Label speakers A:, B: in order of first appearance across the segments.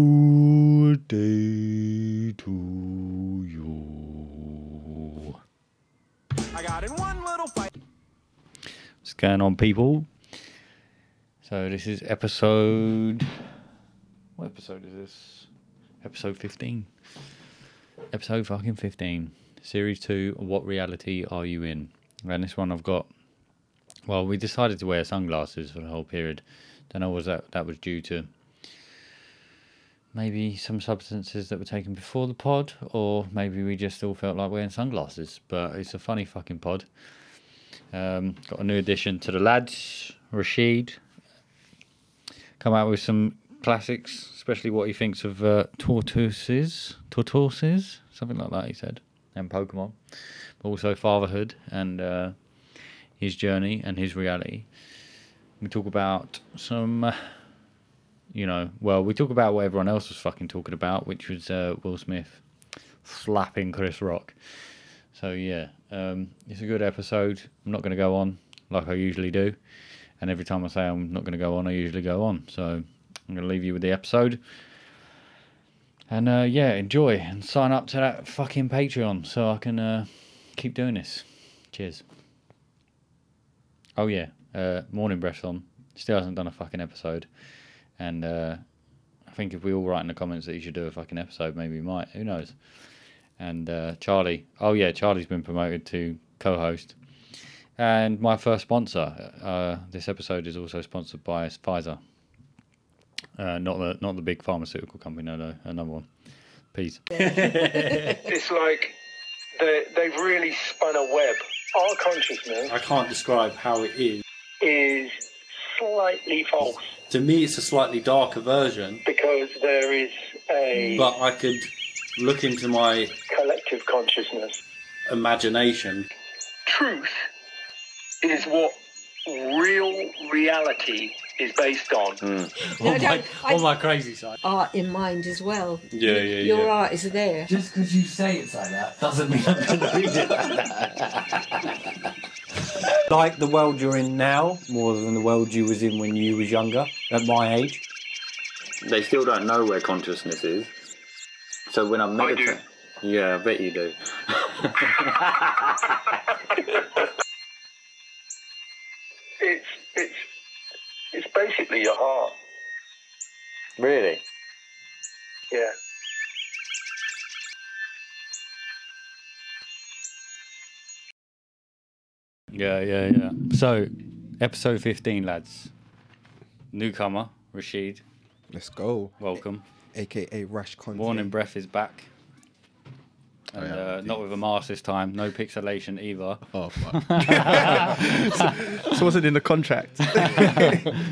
A: Good day to you.
B: I got in one little fight.
A: What's going on, people? So this is episode. What episode is this? Episode fifteen. Episode fucking fifteen. Series two. What reality are you in? And this one I've got. Well, we decided to wear sunglasses for the whole period. Don't know was that that was due to maybe some substances that were taken before the pod, or maybe we just all felt like wearing sunglasses. But it's a funny fucking pod. Um, got a new addition to the lads, Rashid. Come out with some classics, especially what he thinks of uh, tortoises, tortoises, something like that. He said, and Pokemon, but also fatherhood and uh, his journey and his reality. We talk about some, uh, you know, well, we talk about what everyone else was fucking talking about, which was uh, Will Smith slapping Chris Rock. So yeah, um, it's a good episode. I'm not going to go on like I usually do, and every time I say I'm not going to go on, I usually go on. So I'm going to leave you with the episode, and uh, yeah, enjoy and sign up to that fucking Patreon so I can uh, keep doing this. Cheers. Oh yeah, uh, morning breath on. Still hasn't done a fucking episode, and uh, I think if we all write in the comments that you should do a fucking episode, maybe we might. Who knows? and uh, Charlie. Oh yeah, Charlie's been promoted to co-host, and my first sponsor. Uh, this episode is also sponsored by Pfizer. Uh, not the not the big pharmaceutical company, no, no, another one. Peace.
C: it's like they, they've really spun a web. Our consciousness
D: I can't describe how it is.
C: is slightly false
D: To me, it's a slightly darker version,
C: because there is a
D: but I could look into my
C: collective consciousness.
D: imagination.
C: Truth is what real reality is based on.
E: Oh
D: on,
F: I
D: my,
F: don't- I-
D: on my crazy side.
F: art in mind as well.
D: Yeah, yeah,
F: Your
D: yeah.
F: art is there.
E: Just because you say it's like that doesn't mean I'm going to read it like that. like the world you're in now, more than the world you was in when you was younger, at my age.
G: They still don't know where consciousness is. So when I'm
C: I do.
G: meditating, yeah, I bet you do.
C: It's it's it's basically your heart.
G: Really?
C: Yeah.
A: Yeah, yeah, yeah. So, episode fifteen, lads. Newcomer Rashid,
H: Let's go.
A: welcome.
H: AKA Rash Content.
A: Morning breath is back. And
H: am
A: uh, not with a mask this time. No pixelation either.
H: Oh, fuck. this wasn't in the contract.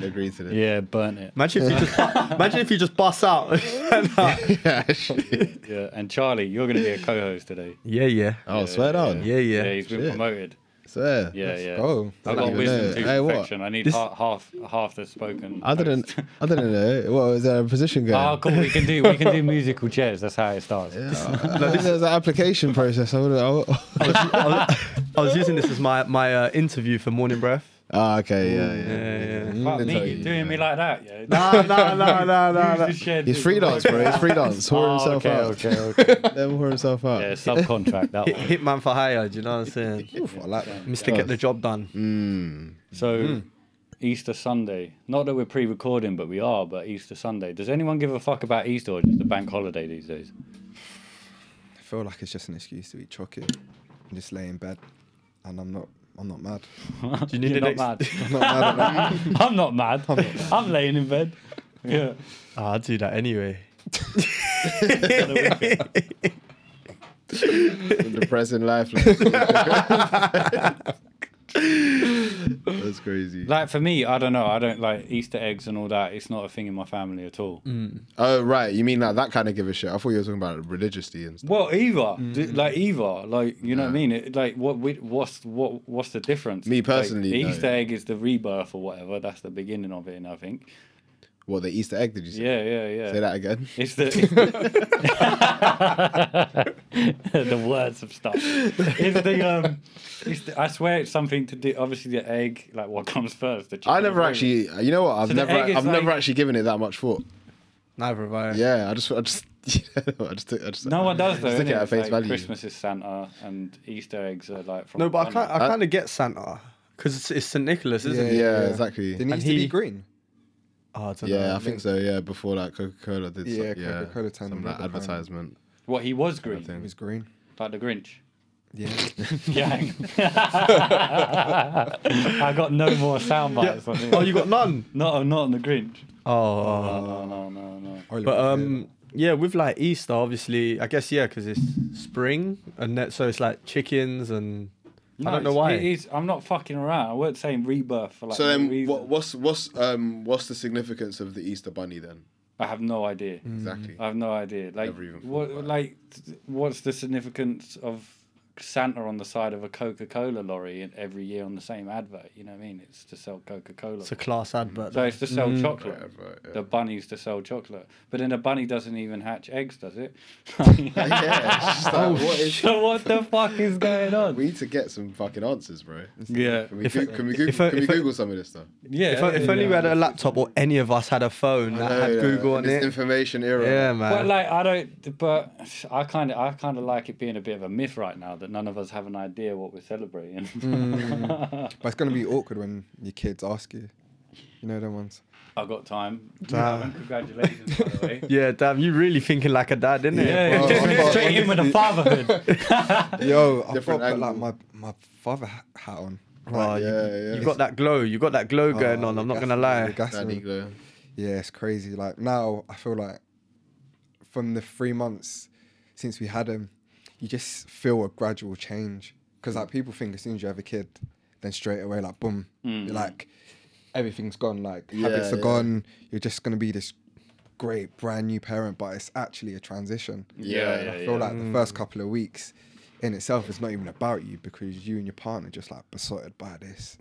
H: Agreed to this.
A: Yeah, burn it.
I: Imagine if you just imagine if you just bust out.
A: Yeah, and Charlie, you're going to be a co-host today.
I: yeah, yeah,
H: Oh, swear down.
I: yeah, yeah.
A: Yeah, he's been
H: Shit.
A: promoted.
H: Swear.
A: Yeah,
H: Let's
A: yeah.
H: Go.
A: I've got
H: Even
A: wisdom
H: there.
A: tooth
H: Hey, what?
A: perfection. I need
I: This-
A: ha- half half the spoken.
H: Other than,
A: post.
H: other than that, what was that a position game?
A: oh, cool. We can do we can do musical chairs. That's how it starts.
H: Uh, no, this is an application process. Oh. I would have.
I: I was, I was- I was using this as my my uh, interview for Morning Breath.
H: Ah, okay, yeah, yeah.
I: Yeah, yeah.
A: Fuck
H: Mm,
A: me,
H: that's how
A: you're
H: you-
A: doing me like that. Yeah.
I: No, no, no, no, no.
A: Use
I: no.
A: the shared
H: It's
A: visual.
H: freelance, bro. It's freelance. Whore
A: Oh,
H: himself
A: okay,
H: out.
A: okay, okay.
H: Then whore himself out.
A: Yeah, subcontract that
I: Hit,
A: one.
I: hitman for hire. Do you know what I'm saying?
H: Oof, I like that. Mm.
I: Mister, get the job done.
A: So Easter Sunday. Not that we're pre-recording, but we are. But Easter Sunday. Does anyone give a fuck about Easter or just a bank holiday these days?
H: I feel like it's just an excuse to eat chocolate and just lay in bed. And I'm not, I'm not mad.
I: Do you need
A: You're
I: an
A: not
I: ex-
A: mad.
H: I'm not mad at that.
A: I'm not mad. I'm, laying in bed. Yeah.
I: Ah, I'd do that anyway.
H: the depressing life. like. That's crazy.
A: Like for me, I don't know. I don't like Easter eggs and all that. It's not a thing in my family at all.
H: Oh right, you mean like that kind of give a shit? I thought you were talking about religiously and stuff.
A: Well, either D- like either like you know what I mean. It, like what we, what's what what's the difference?
H: Me
A: Like,
H: personally,
A: the
H: no.
A: Easter egg is the rebirth or whatever. That's the beginning of it, and I think.
H: What the Easter egg? Did you say?
A: Yeah, yeah, yeah.
H: Say that again.
A: It's the, it's the, the words of stuff. It's the um. It's the, I swear it's something to do. Obviously, the egg. Like what comes first? The
H: I
A: chicken
H: never
A: or whatever.
H: actually. You know what? I've
A: So the
H: never.
A: egg is
H: I've never
A: like-
H: actually given it that much thought.
I: Neither have I.
H: Yeah, I just, I just, I just, I just.
A: No one does though.
H: Just
A: innit?
H: looking at
A: It's
H: face
A: like
H: value.
A: Christmas is Santa and Easter eggs are like from.
I: No, but I
A: China.
I: kind I kind of get Santa because it's, it's St Nicholas,
H: Um, uh, Yeah,
I: isn't
H: yeah,
I: it?
H: exactly.
I: And
H: Didn't he used to
I: he-
H: be green?
I: Oh, I don't know.
H: Yeah, I think so. Yeah, before like Coca Cola did. Yeah, some, yeah Coca-Cola turned some him like red at the time. advertisement.
A: What he was green,
H: Thing. It was green.
A: like the Grinch.
H: Yeah.
A: Gang. I got no more sound bites. on
I: Oh,
A: here.
I: you got none.
A: No, not on the Grinch.
H: Uh,
I: Oh,
A: No, no, no, no.
I: but um, yeah, with like Easter, obviously, I guess yeah, because it's spring and that, so it's like chickens and I don't know
A: it's-
I: why.
A: It is, I'm not fucking around. I weren't saying rebirth for like.
F: So
A: no
F: then,
A: reason.
F: what, what's what's um what's the significance of the Easter Bunny then?
A: I have no idea.
I: Hmm.
F: Exactly.
A: I have no idea. Like,
F: Never even thought
A: what,
F: about it.
A: like, th- what's the significance of Santa on the side of a Coca-Cola lorry and every year on the same advert? You know what I mean? It's to sell Coca-Cola.
I: it's a class advert.
A: so it's to sell
I: Hmm.
A: chocolate.
F: Yeah, right, yeah.
A: The bunnies to sell chocolate, but then a bunny doesn't even hatch eggs, does it?
F: yeah, it's just
A: Oh,
F: like, what is?
A: so what the fuck is going on?
F: We need to get some fucking answers, bro.
A: Yeah,
F: Can we,
I: If
F: go-
I: I-
F: can we, Google,
I: if I-
F: can we
I: if I-
F: Google some of this stuff?
A: yeah.
I: if, if only we had a laptop or any of us had a phone that
F: I know,
I: had
F: yeah,
I: Google
F: in
I: on
F: this
I: it.
F: information era.
I: yeah,
A: But
I: man.
A: like I don't, but I kind of I kind of like it being a bit of a myth right now that none of us have an idea what we're celebrating. Hmm.
I: uh,
H: But it's gonna be awkward when your kids ask you. You know them ones.
A: I got time.
I: Damn.
A: Congratulations, by the way.
I: yeah, damn, you really thinking like a dad, didn't
A: Yeah,
H: Well,
A: just
H: I'm
A: went
H: not-
A: straight in with the fatherhood.
H: Yo, I've got
F: Different
H: to put like my
F: angle.
H: my father ha- hat on.
I: Oh, you,
F: yeah, yeah.
I: you got that glow. You got that glow going
H: Oh,
I: on. I'm not
H: gassing,
I: gonna lie.
H: yeah, gassing.
F: Danny Glow.
H: Yeah, it's crazy. Like now, I feel like from the three months since we had him, you just feel a gradual change. Because like people think as soon as you have a kid, then straight away like boom, you're like everything's gone. Like habits
F: Yeah,
H: are
F: yeah.
H: gone. You're just gonna be this great brand new parent, but it's actually a transition.
F: Yeah,
A: yeah,
H: I feel like the first couple of weeks in itself is not even about you because you and your partner just like besotted by this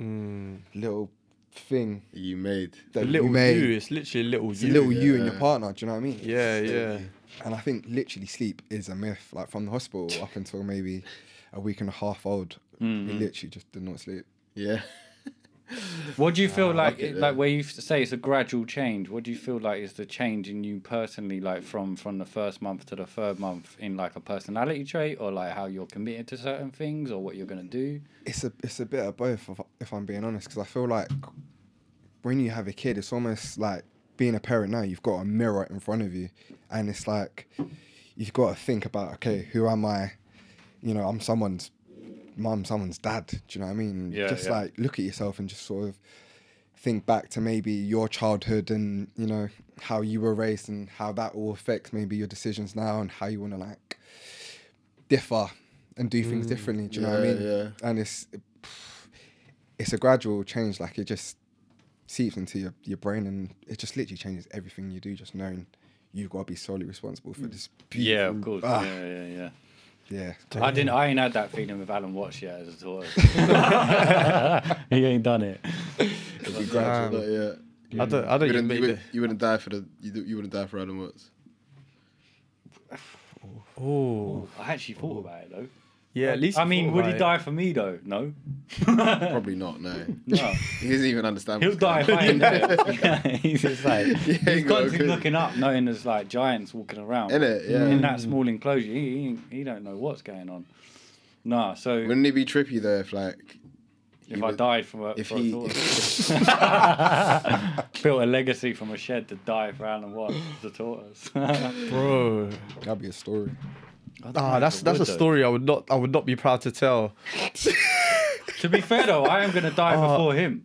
H: little thing
F: You made.
H: that
I: Little
H: you made.
I: you. It's literally little
H: It's a
I: you.
H: little you and
F: Yeah.
H: your partner. Do you know what I mean?
I: yeah, yeah.
H: And I think literally sleep is a myth. Like from the hospital up until maybe a week and a half old, we literally just did not sleep.
F: Yeah.
A: What do you feel like?
F: it,
A: like
F: yeah.
A: where you say it's a gradual change. What do you feel like is the change in you personally, like from from the first month to the third month, in like a personality trait, or like how you're committed to certain things, or what you're gonna do?
H: It's a it's a bit of both, if, if I'm being honest, because I feel like when you have a kid, it's almost like being a parent now. You've got a mirror in front of you, and it's like you've got to think about okay, who am I? You know, I'm someone's mum, someone's dad. Do you know what I mean?
A: Yeah,
H: just
A: yeah.
H: like look at yourself and just sort of think back to maybe your childhood and you know how you were raised and how that all affects maybe your decisions now and how you want to like differ and do things differently. Do you know what I
F: Yeah,
H: mean?
F: yeah.
H: And it's it's a gradual change. Like it just seeps into your, your brain and it just literally changes everything you do. Just knowing you've got to be solely responsible for this.
A: Mm. Yeah, of
H: beautiful-
A: course.
H: Ah,
A: Yeah, yeah, yeah.
H: yeah.
A: I didn't. I ain't had that feeling with Alan Watts yet as a horse. he ain't done it.
F: It'd be gradual, like, yeah.
I: I don't. I
F: You
I: don't
F: wouldn't,
I: even
F: you,
I: make the.
F: wouldn't, you wouldn't die for the. You, d- you wouldn't die for Adam Watts.
I: Oh,
A: I actually thought about it though.
I: yeah. At least
A: I
I: you
A: mean,
I: thought
A: would
I: about
A: he
I: it.
A: die for me though? No.
F: Probably not. No.
A: No.
F: He doesn't even understand.
A: He'll
F: what's
A: die
F: going
A: if
F: on.
A: I ain't there. yeah, he's just like
F: Yeah,
A: he's
F: you
A: got
F: got
A: to
F: a
A: be
F: good-
A: looking up, knowing there's like giants walking around
F: Innit? Yeah.
A: in that small enclosure. He, he ain't- he don't know what's going on. Nah. So
F: Wouldn't it be trippy though if like
A: if
F: he
A: I
F: would-
A: died from a,
F: if
A: for a
F: he
A: tortoise,
F: if,
A: built a legacy from a shed to die for Alan Watts the tortoise.
I: bro?
H: That'd be a story.
I: Ah, that's that's a story I would not. I would not be proud to tell.
A: to be fair though, I am gonna die before him.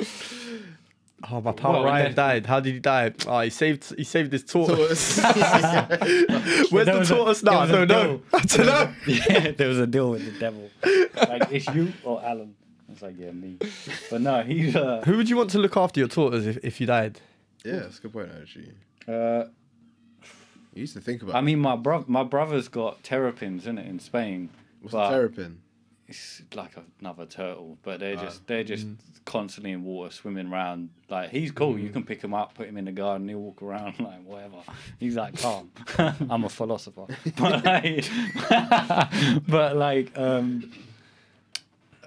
I: Oh, my pal
A: Well,
I: Ryan
A: yeah.
I: died. How did he die? Oh, he saved. He saved his tortoise. Where's
A: There
I: the
A: was a-
I: tortoise
A: there
I: now? I
A: was a
I: don't know. I don't know.
A: yeah, there was a deal with the devil. Like, it's you or Alan. I was like, yeah, me. But no, he's uh,
I: Who would you want to look after your tortoise if, if you died?
F: yeah, that's a good point actually.
A: uh
F: You used to think about.
A: I mean, my bro, my brother's got terrapins in it in Spain,
F: what's
A: but
F: the terrapin?
A: it's like another turtle. But they're just they're just constantly in water, swimming around. Like he's cool. You can pick him up, put him in the garden. He'll walk around like whatever. He's like calm. I'm a philosopher, but like, but like um,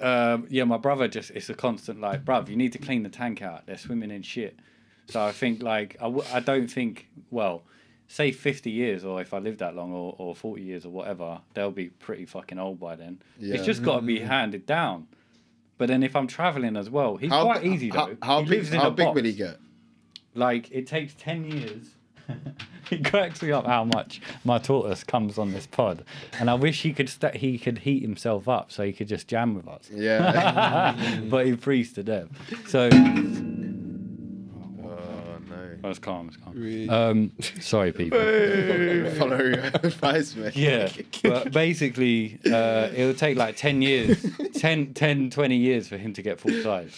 A: um, yeah, my brother just, it's a constant like, bruv, you need to clean the tank out. They're swimming in shit. So I think like, I, w- I don't think, well, say 50 years or if I live that long or, or 40 years or whatever, they'll be pretty fucking old by then.
F: Yeah.
A: It's just got to be handed down. But then if I'm traveling as well, he's
F: How,
A: quite easy
F: how,
A: though.
F: how
A: he
F: big,
A: lives in
F: how
A: a
F: big
A: box.
F: will he get?
A: Like it takes 10 years. it cracks me up how much my tortoise comes on this pod, and I wish he could sta he could heat himself up so he could just jam with us.
F: Yeah.
A: but he freezed to death. So
F: oh, no.
A: that's calm. It's calm.
H: We-
A: Um, sorry, people.
F: Follow your advice, mate.
A: Yeah, but basically, uh, it'll take like 10 years, 10, 10, 20 years for him to get full size.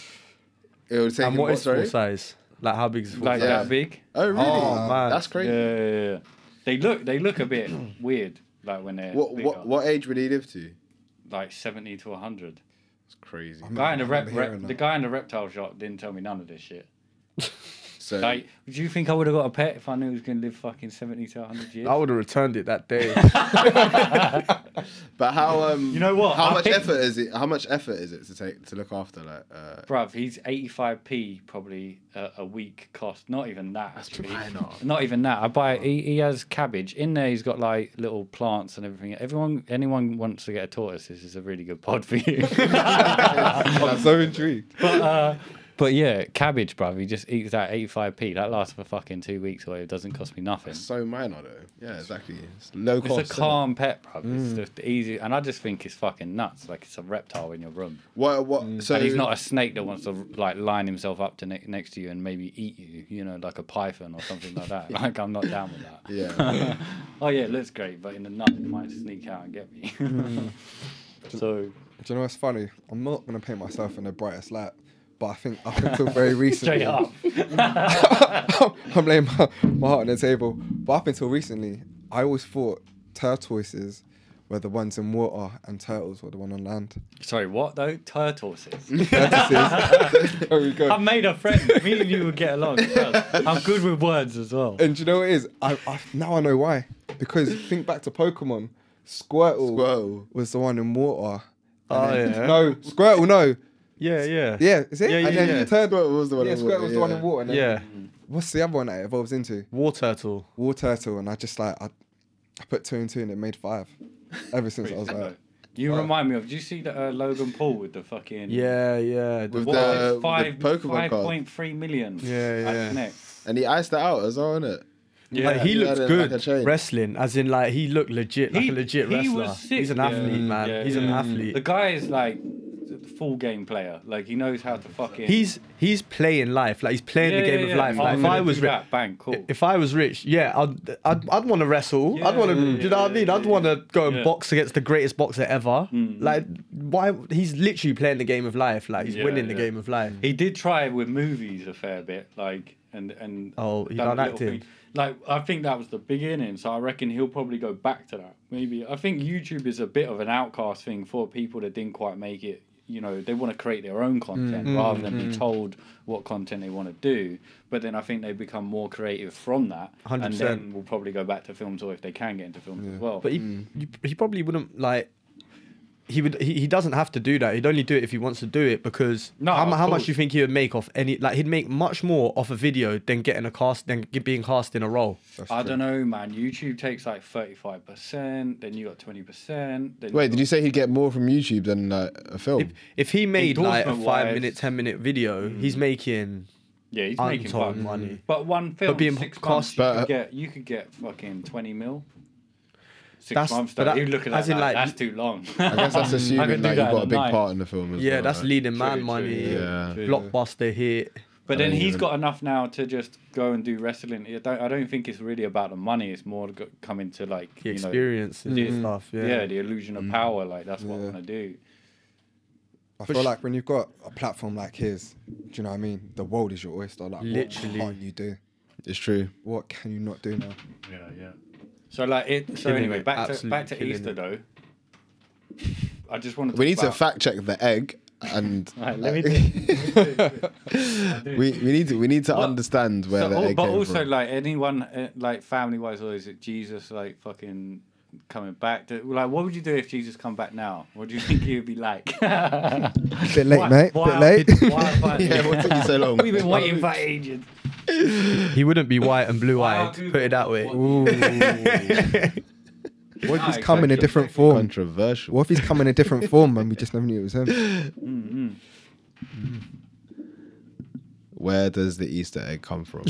F: It would take
I: And
F: him
I: what
F: what,
I: is full
F: sorry?
I: size? Like how big is full
A: Like
I: size?
F: Yeah.
A: that big.
F: Oh, really?
I: Oh, man.
F: That's
A: Yeah,
F: crazy.
A: yeah, yeah, yeah. They look, they look a bit weird, like when they're
F: What,
A: bigger,
F: what, what age would he live to?
A: like 70 to 100.
F: It's crazy.
A: Guy in the rep,
H: remember
A: rep
H: hearing
A: the
H: that.
A: guy in the reptile shop didn't tell me none of this shit.
F: So,
A: Like, do you think I would have got a pet if I knew he was going to live fucking 70 to 100 years?
I: I would have returned it that day.
F: but how um
A: You know what?
F: How
A: I
F: much
A: think-
F: effort is it? How much effort is it to take to look after like uh
A: Bruv, he's 85p probably a, a week cost. Not even that. actually.
F: probably not.
A: even that. I buy. He, he has cabbage in there. He's got like little plants and everything. Everyone, anyone wants to get a tortoise. This is a really good pod for you.
H: I'm so intrigued.
A: but, uh, but yeah, cabbage, bruv. He just eats that 85p. That lasts for fucking two weeks, or it doesn't cost me nothing.
F: so minor though? Yeah, exactly. It's low cost.
A: It's a
F: innit?
A: calm pet, bruv. It's just the easy, and I just think it's fucking nuts. Like it's a reptile in your room,
F: What what so
A: and he's not a snake that wants to like line himself up to ne- next to you and maybe eat you. You know, like a python or something like that. Like I'm not down with that.
F: yeah.
A: Oh yeah, it looks great, but in the night it might sneak out and get me. Mm. so
H: Do you know what's funny? I'm not gonna paint myself in the brightest light, but I think up until very
A: straight
H: recently,
A: up,
H: I'm laying my, my heart on the table. But up until recently, I always thought tortoises were the ones in water and turtles were the one on land.
A: sorry, what though? Turtleses.
H: Tortoises. there we go.
A: I've made a friend. Me and you would get along. as well. I'm good with words as well.
H: and do you know what it is? I, I now I know why. Because think back to Pokemon, Squirtle
F: Squirtle.
H: was the one in water.
I: oh yeah.
H: No, Squirtle, no.
I: Yeah, yeah.
H: Yeah, is it?
I: Yeah, yeah,
H: and then
I: yeah.
H: Turtle,
F: Squirtle was the one
H: yeah,
F: in
H: Squirtle
F: water,
H: was the one
F: yeah.
H: in water. And then
I: Yeah.
H: What's the other one that it evolves into?
I: War turtle.
H: War Turtle, and I just like I, I put two and two, and it made five. Ever since I was like,
A: You remind me of. Do you see that uh, Logan Paul with the fucking
I: Yeah, yeah.
F: With
A: What,
F: the, the
A: five
F: Pokemon
A: five
F: card.
A: point three million?
I: Yeah,
A: at his
I: yeah.
A: neck.
F: And he iced that out as well, innit?
A: Yeah.
I: Like, he
F: Yeah,
I: looked
F: like
I: good
F: a chain.
I: wrestling, as in like he looked legit, like
A: He-
I: a legit
A: he
I: wrestler.
A: was sick,
I: He's an
A: yeah.
I: athlete, man.
A: Yeah,
I: He's an
A: yeah.
I: athlete.
A: The guy is like full game player. Like he knows how to fucking.
I: he's he's playing life, like he's playing
A: Yeah,
I: the game
A: yeah,
I: of
A: yeah.
I: life.
A: Oh,
I: Like,
A: I'm
I: if I
A: gonna
I: was
A: do
I: ri-
A: that, bang, cool.
I: if I was rich, yeah, I'd I'd, I'd want to wrestle. I'd want to,
A: Yeah,
I: do you know what I
A: yeah,
I: mean? I'd
A: yeah,
I: want to go and
A: Yeah. Hmm.
I: box against the greatest boxer ever. Like, why? He's literally playing the game of life. Like he's
A: Yeah,
I: winning the
A: yeah. Hmm.
I: game of life.
A: He did try with movies a fair bit, like and and
I: Oh, he
A: done
I: done
A: little
I: acting.
A: things. Like I think that was the beginning, so I reckon he'll probably go back to that. Maybe I think YouTube is a bit of an outcast thing for people that didn't quite make it. You know, they want to create their own content rather than be told what content they want to do. But then I think they become more creative from that, and
I: 100%.
A: then will probably go back to films or if they can get into films as well.
I: But he, you- he probably wouldn't like. He would. He, he doesn't have to do that. He'd only do it if he wants to do it because
A: No,
I: how, mu-
A: of
I: how
A: course.
I: much do you think he would make off any? Like he'd make much more off a video than getting a cast than g- being cast in a role.
A: I don't know, man. YouTube takes like thirty-five percent. Then you got twenty percent.
F: Wait, did you say he'd get more from YouTube than like a film?
I: If if he made like a
A: Endorsement-wise- Hmm.
I: five minute, ten minute video, he's making
A: Yeah, he's making
I: untold
A: fun.
I: money.
A: But one film,
I: being
A: six months,
I: cost-
A: you,
F: But- uh,
A: could get, you could get fucking 20 mil. Six
I: That's-
A: months, though.
I: but that-
A: you look at that,
I: as in,
A: like,
I: like,
A: that's too long.
F: I guess that's
A: I
F: assuming
A: could do
F: like
A: that
F: you've got
A: in
F: a
A: a
F: big
A: night.
F: part in the film as
I: Yeah,
F: well,
I: that's
F: right?
I: leading man
A: true,
I: money,
F: yeah. True,
I: blockbuster hit.
A: But then
F: don't
A: he's
F: even-
A: got enough now to just go and do wrestling. I don't, I don't think it's really about the money. It's more go- coming to like
I: The
A: you
I: experience and
A: Yeah.
I: stuff.
A: Know,
I: Yeah. Mm.
A: yeah, the illusion of power. Like that's what I
H: Yeah.
A: want to do.
H: I feel like when you've got a platform like his, do you know what I mean? The world is your oyster. Like,
I: Literally.
H: what can't you do?
F: It's true.
H: What can you not do now?
A: Yeah, yeah. So like it. So
I: Killing
A: anyway,
I: it,
A: back to
I: absolutely
A: back to
I: killing
A: Easter
I: it.
A: though. I just want to.
F: We need to fact check the egg and
A: Right, let me think.
F: we, we need to we need to
A: What?
F: understand where
A: So
F: the
A: al-
F: egg
A: but
F: came
A: also
F: from.
A: like anyone uh, like family wise or is it jesus like fucking coming back to, like what would you do if jesus come back now what do you think you'd be like
H: Bit late, mate. Bit late.
A: why, why,
F: yeah, what took you so long?
A: we've been waiting for ages
I: He wouldn't be white and blue eyed, put it that way.
H: What if he's come in a different form?
F: Controversial.
H: What if he's come in a different form and we just never knew it was him?
F: Where does the Easter egg come from?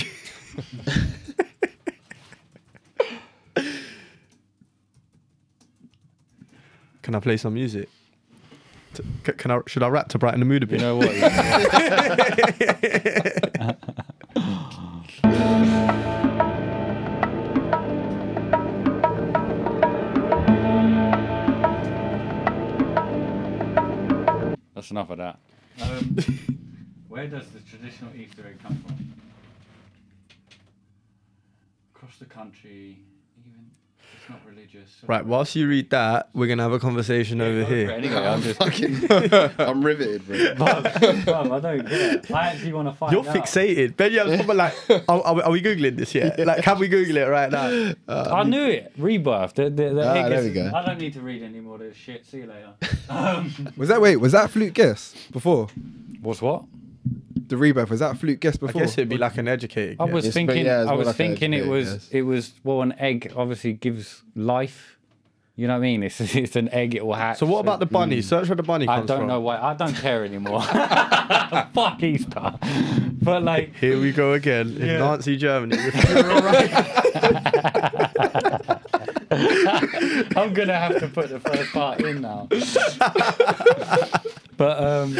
I: Can I play some music? T- c- Can I, should I rap to brighten the mood a
A: You
I: bit?
A: know what? That's enough of that. Um, where does the traditional Easter egg come from? Across the country, even it's not religious.
I: Right, whilst you read that, we're going to have a conversation over here.
A: Anyway, I'm just.
F: Fucking, I'm riveted, bro.
A: Bum, I don't care. I actually want to find
I: You're
A: out.
I: fixated. Ben Young's probably like, are, are, we, are we Googling this yet? Like, can we Google it right now?
A: I knew it. Rebirth. The, the, the
F: Ah,
A: egg
F: there
A: is-
F: we go.
A: I don't need to read any more of this shit. See you later. Um,
H: Was that wait? Was that a flute guess before
A: What's what?
H: the rebirth? Was that a flute guess
I: I
H: before?
I: guess it'd be like an educated.
A: I
I: guess.
A: was
F: It's- but
A: thinking.
F: yeah, it's
A: I
F: more
A: was
F: like a
A: thinking it
F: educated
A: was.
F: guess.
A: It was. Well, an egg obviously gives life. You know what I mean? It's it's an egg. It will hatch.
I: So what about the bunny? Search where the bunny
A: Hmm. I
I: comes
A: don't
I: from.
A: know why. I don't care anymore. Fuck Easter. But like,
I: Here we go again in Nazi Germany.
A: I'm gonna have to put the first part in now. but um,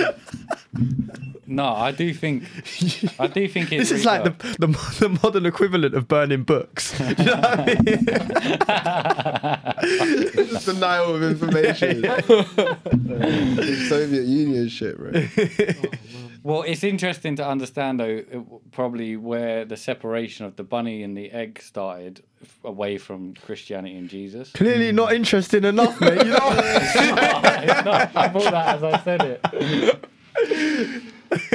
A: no, I do think. I do think it's.
I: this is like the,
A: rebirth.
I: the mo- the modern equivalent of burning books. Do you know what I mean?
F: Just denial of information. Soviet Union shit, bro.
A: Well, it's interesting to understand, though, it w- probably where the separation of the bunny and the egg started f- away from Christianity and Jesus.
I: Clearly not interesting enough, mate. You know.
A: I thought that as I said it.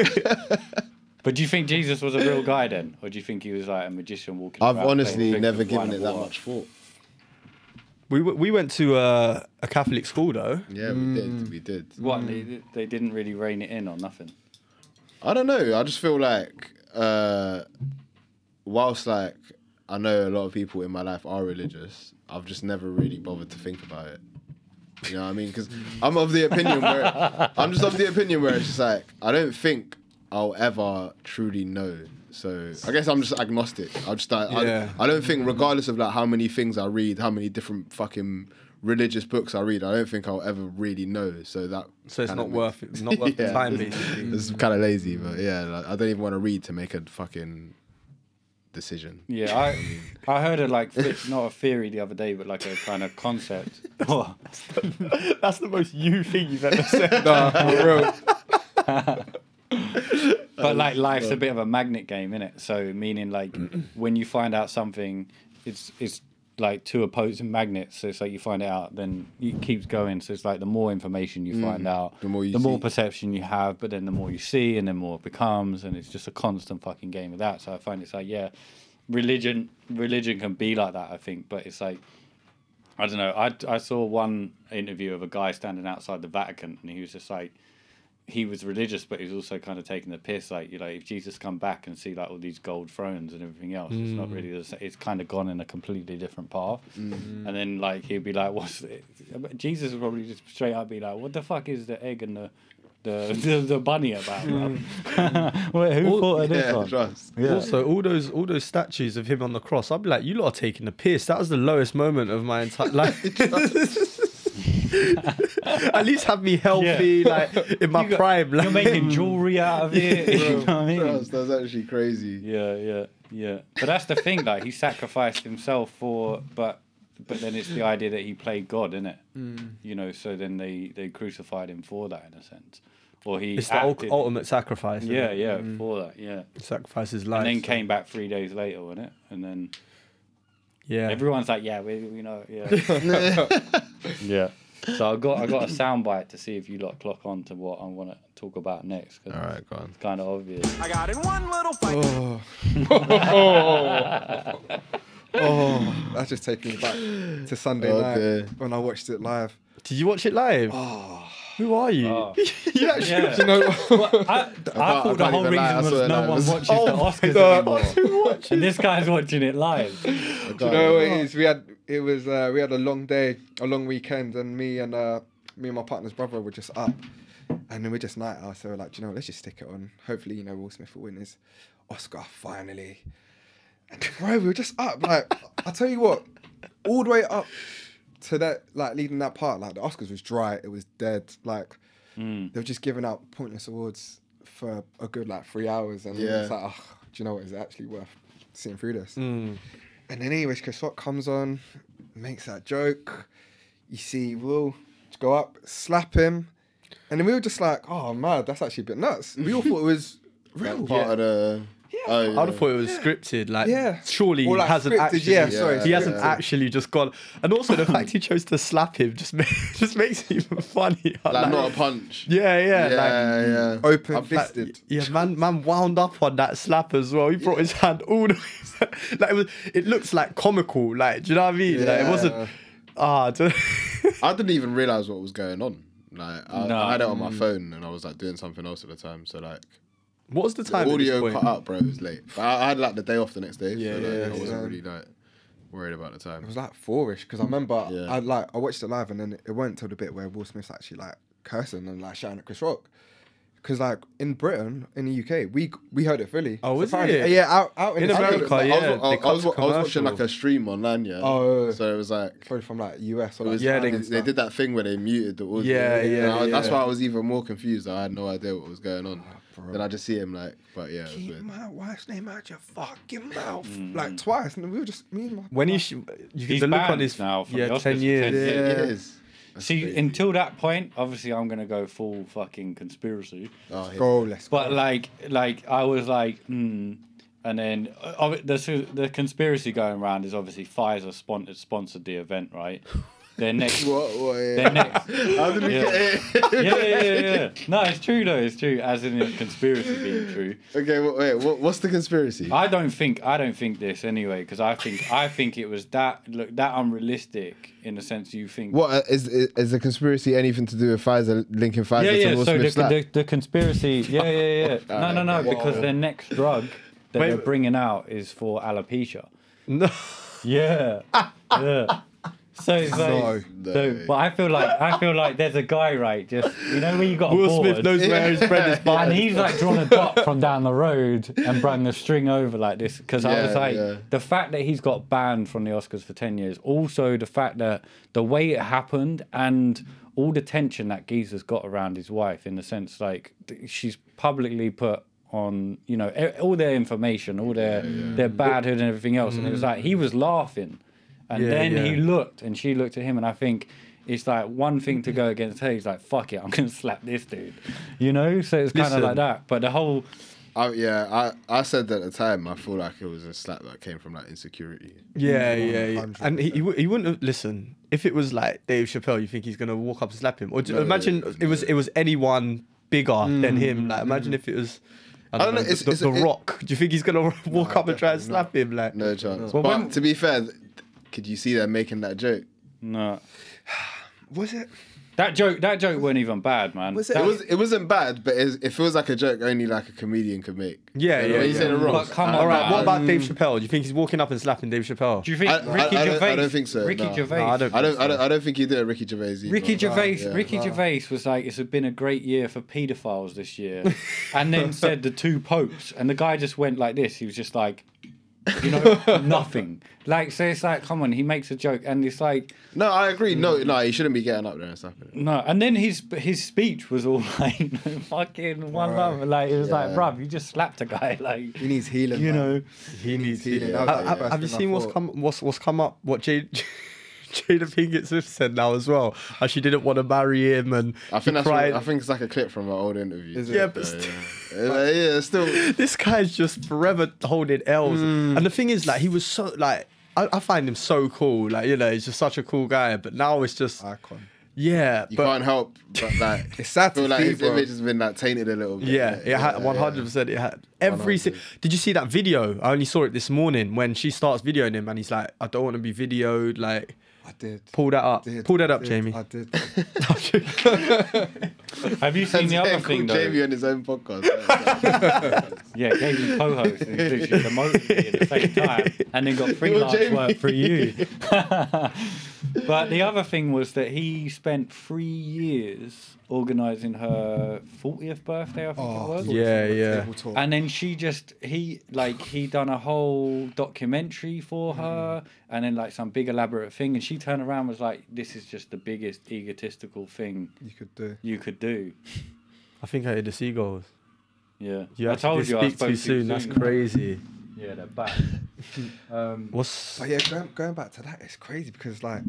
A: but do you think Jesus was a real guy then? Or do you think he was like a magician walking
F: I've
A: around playing
F: honestly
A: tricks
F: never
A: with wine
F: given it
A: and
F: that
A: water?
F: much thought.
I: we w- we went to uh, a Catholic school though.
F: Yeah, we
A: Mm.
F: did. We did.
A: What? They, they didn't really rein it in or nothing.
F: I don't know. I just feel like, uh, whilst like I know a lot of people in my life are religious, I've just never really bothered to think about it. You know what I mean? Because I'm of the opinion where I'm just of the opinion where it's just like I don't think I'll ever truly know. So I guess I'm just agnostic. I just I,
I: Yeah.
F: I, I don't think, regardless of like how many things I read, how many different fucking religious books I read, I don't think I'll ever really know. So that
I: So it's
F: kinda
I: not
F: makes-
I: worth it. Not worth the
F: Yeah.
I: time. basically.
F: it's kind of lazy, but yeah, like, I don't even want to read to make a fucking decision.
A: Yeah, I I heard a like th- not a theory the other day, but like a kind of concept. Oh,
I: That's the most you thing you've ever said.
F: Um,
A: but like life's a bit of a magnet game, innit? So meaning like when you find out something, it's it's like two opposing magnets. So it's like you find it out, then it keeps going. So it's like the more information you find out,
F: Mm-hmm. The more you see.
A: perception you have, but then the more you see, and the more it becomes, and it's just a constant fucking game of that. So I find it's like yeah, religion religion can be like that, I think, but it's like. I don't know. I, I saw one interview of a guy standing outside the Vatican, and he was just like, he was religious, but he was also kind of taking the piss. Like, you know, if Jesus come back and see like all these gold thrones and everything else, it's not really. The, sa- it's kind of gone in a completely different path.
F: Mm-hmm.
A: And then like he'd be like, "What's it? Jesus?" Would probably just straight up be like, "What the fuck is the egg and the the the, the bunny about?" bruv?" Wait, who thought of this
F: Yeah,
A: one?
F: trust.
I: Also, all those all those statues of him on the cross, I'd be like, you lot are taking the piss. That was the lowest moment of my entire life. At least have me healthy, like in my
A: You got-
I: prime. Like,
A: You're making jewelry out of it. you know what I mean?
F: Trust, That's actually crazy.
A: Yeah, yeah, yeah. But that's the thing, like he sacrificed himself for, but but then it's the idea that he played God, isn't it? Mm. You know, so then they they crucified him for that in a sense, or he
I: it's the ul-
A: acted,
I: ultimate sacrifice. isn't
A: yeah,
I: it?
A: yeah, for that, yeah.
I: sacrifice his life.
A: And then
I: so-
A: came back three days later, wasn't it? And then
I: Yeah,
A: everyone's like, yeah, we, we know, yeah, yeah. So I got I got a soundbite to see if you lot clock on to what I want to talk about next. 'cause
F: All right, go on.
A: It's kind of obvious.
B: I got in one little fight.
H: Oh. oh, that's just taking me back to Sunday
F: Okay.
H: night when I watched it live.
I: Did you watch it live? Who are you?
D: Oh.
I: you actually
A: Yeah.
H: Do you know?
A: I, I thought the
F: can't
A: whole
F: even
A: reason
F: lie, I
A: was
F: saw that
A: no
F: now.
A: one
F: This-
A: watches
F: Oh
A: the
F: my
A: Oscars
H: God.
A: anymore. and this guy's watching it live.
F: I
H: Do
F: don't
H: you know
F: know.
H: what it is? We had it was uh, we had a long day, a long weekend, and me and uh, me and my partner's brother were just up, and then we're just night out. So we're like, "Do you know, what, let's just stick it on. Hopefully, you know, Will Smith will win his Oscar finally. And bro, we were just up. Like, I tell you what, all the way up to that, like leading that part, like the Oscars was dry. It was dead. Like they were just giving out pointless awards for a good like three hours, and
F: Yeah.
H: it's like, oh, do you know what is actually worth seeing through this? And then, anyways, Chris Rock comes on, makes that joke. You see Will go up, slap him, and then we were just like, "Oh man, that's actually a bit nuts."
I: Mm.
H: We all thought it was real.
F: That part of the. Oh, yeah.
I: I'd have thought it was scripted. Like,
H: Yeah.
I: surely
H: Or, like,
I: he hasn't
H: scripted,
I: actually.
H: yeah, sorry,
I: he hasn't
F: scripted.
I: actually just gone. And also the fact he chose to slap him just ma- just makes it even funnier.
F: like not a punch.
I: yeah, yeah, like.
F: yeah, yeah.
H: Open
F: I'm fat-
H: fisted.
I: Yeah, man, man wound up on that slap as well. He brought his hand all the way. Like it, was, it looks like comical. Like, do you know what I mean? Like, it wasn't. Ah, do-
F: I didn't even realize what was going on. Like I,
A: No.
F: I had it on my phone and I was like doing something else at the time. So like
I: what was the time? at this
F: audio
I: point?
F: cut out, bro. It was late. But I, I had like the day off the next day.
I: Yeah,
F: so, like,
I: yeah,
F: I wasn't
H: yeah.
F: really like worried about the time.
H: It was like four-ish because I remember
F: Yeah.
H: I like I watched it live and then it went till the bit where Will Smith's actually like cursing and like shouting at Chris Rock. Because like in Britain, in the UK, we we heard it fully.
I: Oh, was
H: Apparently-
I: it?
H: Yeah, out, out in,
I: In
H: the
F: I
I: America,
F: was- I was,
I: yeah,
F: I
I: they
F: was,
I: cut
F: I was,
I: to
F: I was watching like
I: commercial.
F: a stream online, yeah.
H: Oh, yeah.
F: so it was like
H: probably from like US or
F: It
H: like
F: was,
I: Yeah,
H: Japan
F: they,
H: and
F: they
H: stuff.
F: did that thing where they muted the audio.
I: Yeah,
F: And
I: yeah,
F: I- That's
I: yeah.
F: why I was even more confused. I had no idea what was going on.
H: bro.
F: then I just see him like, but yeah, it was
H: Keep
F: weird.
H: my wife's name out your fucking mouth
A: Mm.
H: like twice, and we were just me and my
I: When he, sh- you
A: He's
I: can look on
A: banned
I: his
A: now from
I: yeah,
A: the Oscars
I: ten
A: for
I: years.
A: 10 years.
F: Yeah,
H: Yeah.
F: it is. That's
A: See,
F: crazy.
A: until that point, obviously, I'm gonna go full fucking conspiracy.
F: oh, here-
H: go, let's go.
A: But like, like I was like, hmm. And then uh, obvi- the su- the conspiracy going around is obviously Pfizer sponsored sponsored the event, right? Their next,
F: what? what yeah.
A: their next,
F: How did we
A: Yeah.
F: get here?
A: yeah, yeah, yeah, yeah. No, it's true though. It's true, as in the conspiracy being true.
F: okay, well, wait. What, what's the conspiracy?
A: I don't think I don't think this anyway, because I think I think it was that look that unrealistic in the sense you think
F: What uh, is is is the conspiracy anything to do with Pfizer linking Pfizer
A: yeah,
F: to
A: yeah.
F: Will
A: So the,
F: Smith's slap?
A: the, the conspiracy. Yeah, yeah, yeah. No, no, no. Because their next drug that
I: Wait,
A: they're
I: but-
A: bringing out is for alopecia.
I: No.
A: Yeah. yeah. So it's like.
F: No.
A: So, but I feel like I feel like there's a guy right, just you know when you got a
I: Will
A: board,
I: Smith knows where his bread is buttered.
A: and he's like drawn a dot from down the road and brung the string over like this because I was
F: Yeah,
A: like
F: yeah.
A: the fact that he's got banned from the Oscars for ten years, also the fact that the way it happened and all the tension that Geezer's got around his wife in the sense like th- she's publicly put on you know e- all their information, all their their badhood and everything else, and it was like he was laughing, and
I: Yeah,
A: then he
I: yeah.
A: looked and she looked at him and I think it's like one thing to go against her. He's like, "Fuck it, I'm gonna slap this dude," you know. So it's kind of
I: Listen.
A: like that. But the whole
F: I, yeah, I, I said that at the time. I feel like it was a slap that came from like insecurity.
I: Yeah, yeah, yeah.
H: 100%.
I: And he, he, wou- he wouldn't have, listen. If it was like Dave Chappelle, you think he's gonna walk up and slap him? Or do,
F: No,
I: imagine
F: no. Mm,
I: it was it was anyone bigger than him. Like imagine if it was I don't, know,
F: it's-
I: the,
F: it's-
I: the
F: it-
I: Rock. Do you think he's gonna walk up and try and slap him? Like
F: No chance.
A: Well,
F: but
A: when-
F: to be fair, th- could you see them making that joke?
A: no,
H: was it?
A: that joke, that joke weren't even bad, man.
H: Was
F: It
H: it?
F: was it wasn't bad, but it, it feels like a joke only like a comedian could make.
I: Yeah,
F: You
I: yeah,
F: know, You
I: yeah.
F: say the wrong.
A: But come
F: I-
A: on,
I: all right.
A: man.
I: What
F: um,
I: about Dave Chappelle? Do you think he's walking up and slapping Dave Chappelle?
A: Do you think
F: I- I-
A: Ricky
F: I don't- I
A: Gervais?
F: don't think so,
A: Ricky
F: no.
A: Gervais.
I: No, I don't.
F: I
I: think
F: don't, I
I: so.
F: don't, I don't think you do it, Ricky Gervais. Either.
A: Ricky Gervais,
F: yeah.
A: Ricky Gervais was like, "It's been a great year for paedophiles this year," and then said the two popes, and the guy just went like this. He was just like, you know, nothing. Like, so it's like, come on, he makes a joke, and it's like,
F: No, I agree. No,
I: Mm.
F: no, he shouldn't be getting up there and slapping. it.
A: No, and then his his speech was all like fucking one love, like it was like,
F: Yeah.
A: bruv, you just slapped a guy, like
H: He needs healing.
A: you
H: man.
A: know.
H: he needs healing.
F: healing.
H: That was,
I: Uh,
H: like,
I: have-
H: the first
I: have you
H: thing I
I: seen what's
H: thought.
I: come what's what's come up? What Jade, Jada Pinkett Smith said now as well. How she didn't want to marry him and
F: I
I: he
F: think that's.
I: cried.
F: I think it's like a clip from an old interview.
H: Is it?
I: yeah, but
F: Yeah, yeah. Uh, yeah, it's still.
I: this guy's just forever holding L's. And the thing is, like, he was so like. I, I find him so cool, like you know, he's just such a cool guy. But now it's just
H: Icon.
I: yeah,
F: You
I: but
F: can't help but like
H: It's sad
F: feel
H: to
F: like
H: see,
F: his
H: bro.
F: image has been like tainted a little bit.
I: Yeah, it had one hundred percent. It had every. Si-
F: 100.
I: Did you see that video? I only saw it this morning when she starts videoing him, and he's like, "I don't want to be videoed." Like,
H: I did.
I: pull that up.
H: did,
I: pull that up,
H: did,
I: Jamie.
H: I did.
A: Have you seen the other thing though?
F: Jamie on his own podcast. yeah, yeah.
A: Yeah, gave you co-host and literally promoted me at the same time, and then got freelance
F: Jamie.
A: work for you. but the other thing was that he spent three years organising her fortieth birthday. I think it was.
I: Oh, yeah, yeah.
H: Table talk.
A: And then she just he like he done a whole documentary for her,
I: Mm-hmm.
A: and then like some big elaborate thing, and she turned around and was like, "This is just the biggest egotistical thing
H: you could do.
A: you could do."
I: I think I heard the seagulls.
A: Yeah,
I: You
A: I told
I: actually
A: you I
I: speak
A: spoke
I: too soon. That's Oh, crazy.
A: Yeah, they're back. um,
I: What's
H: But yeah, going, going back to that, it's crazy because like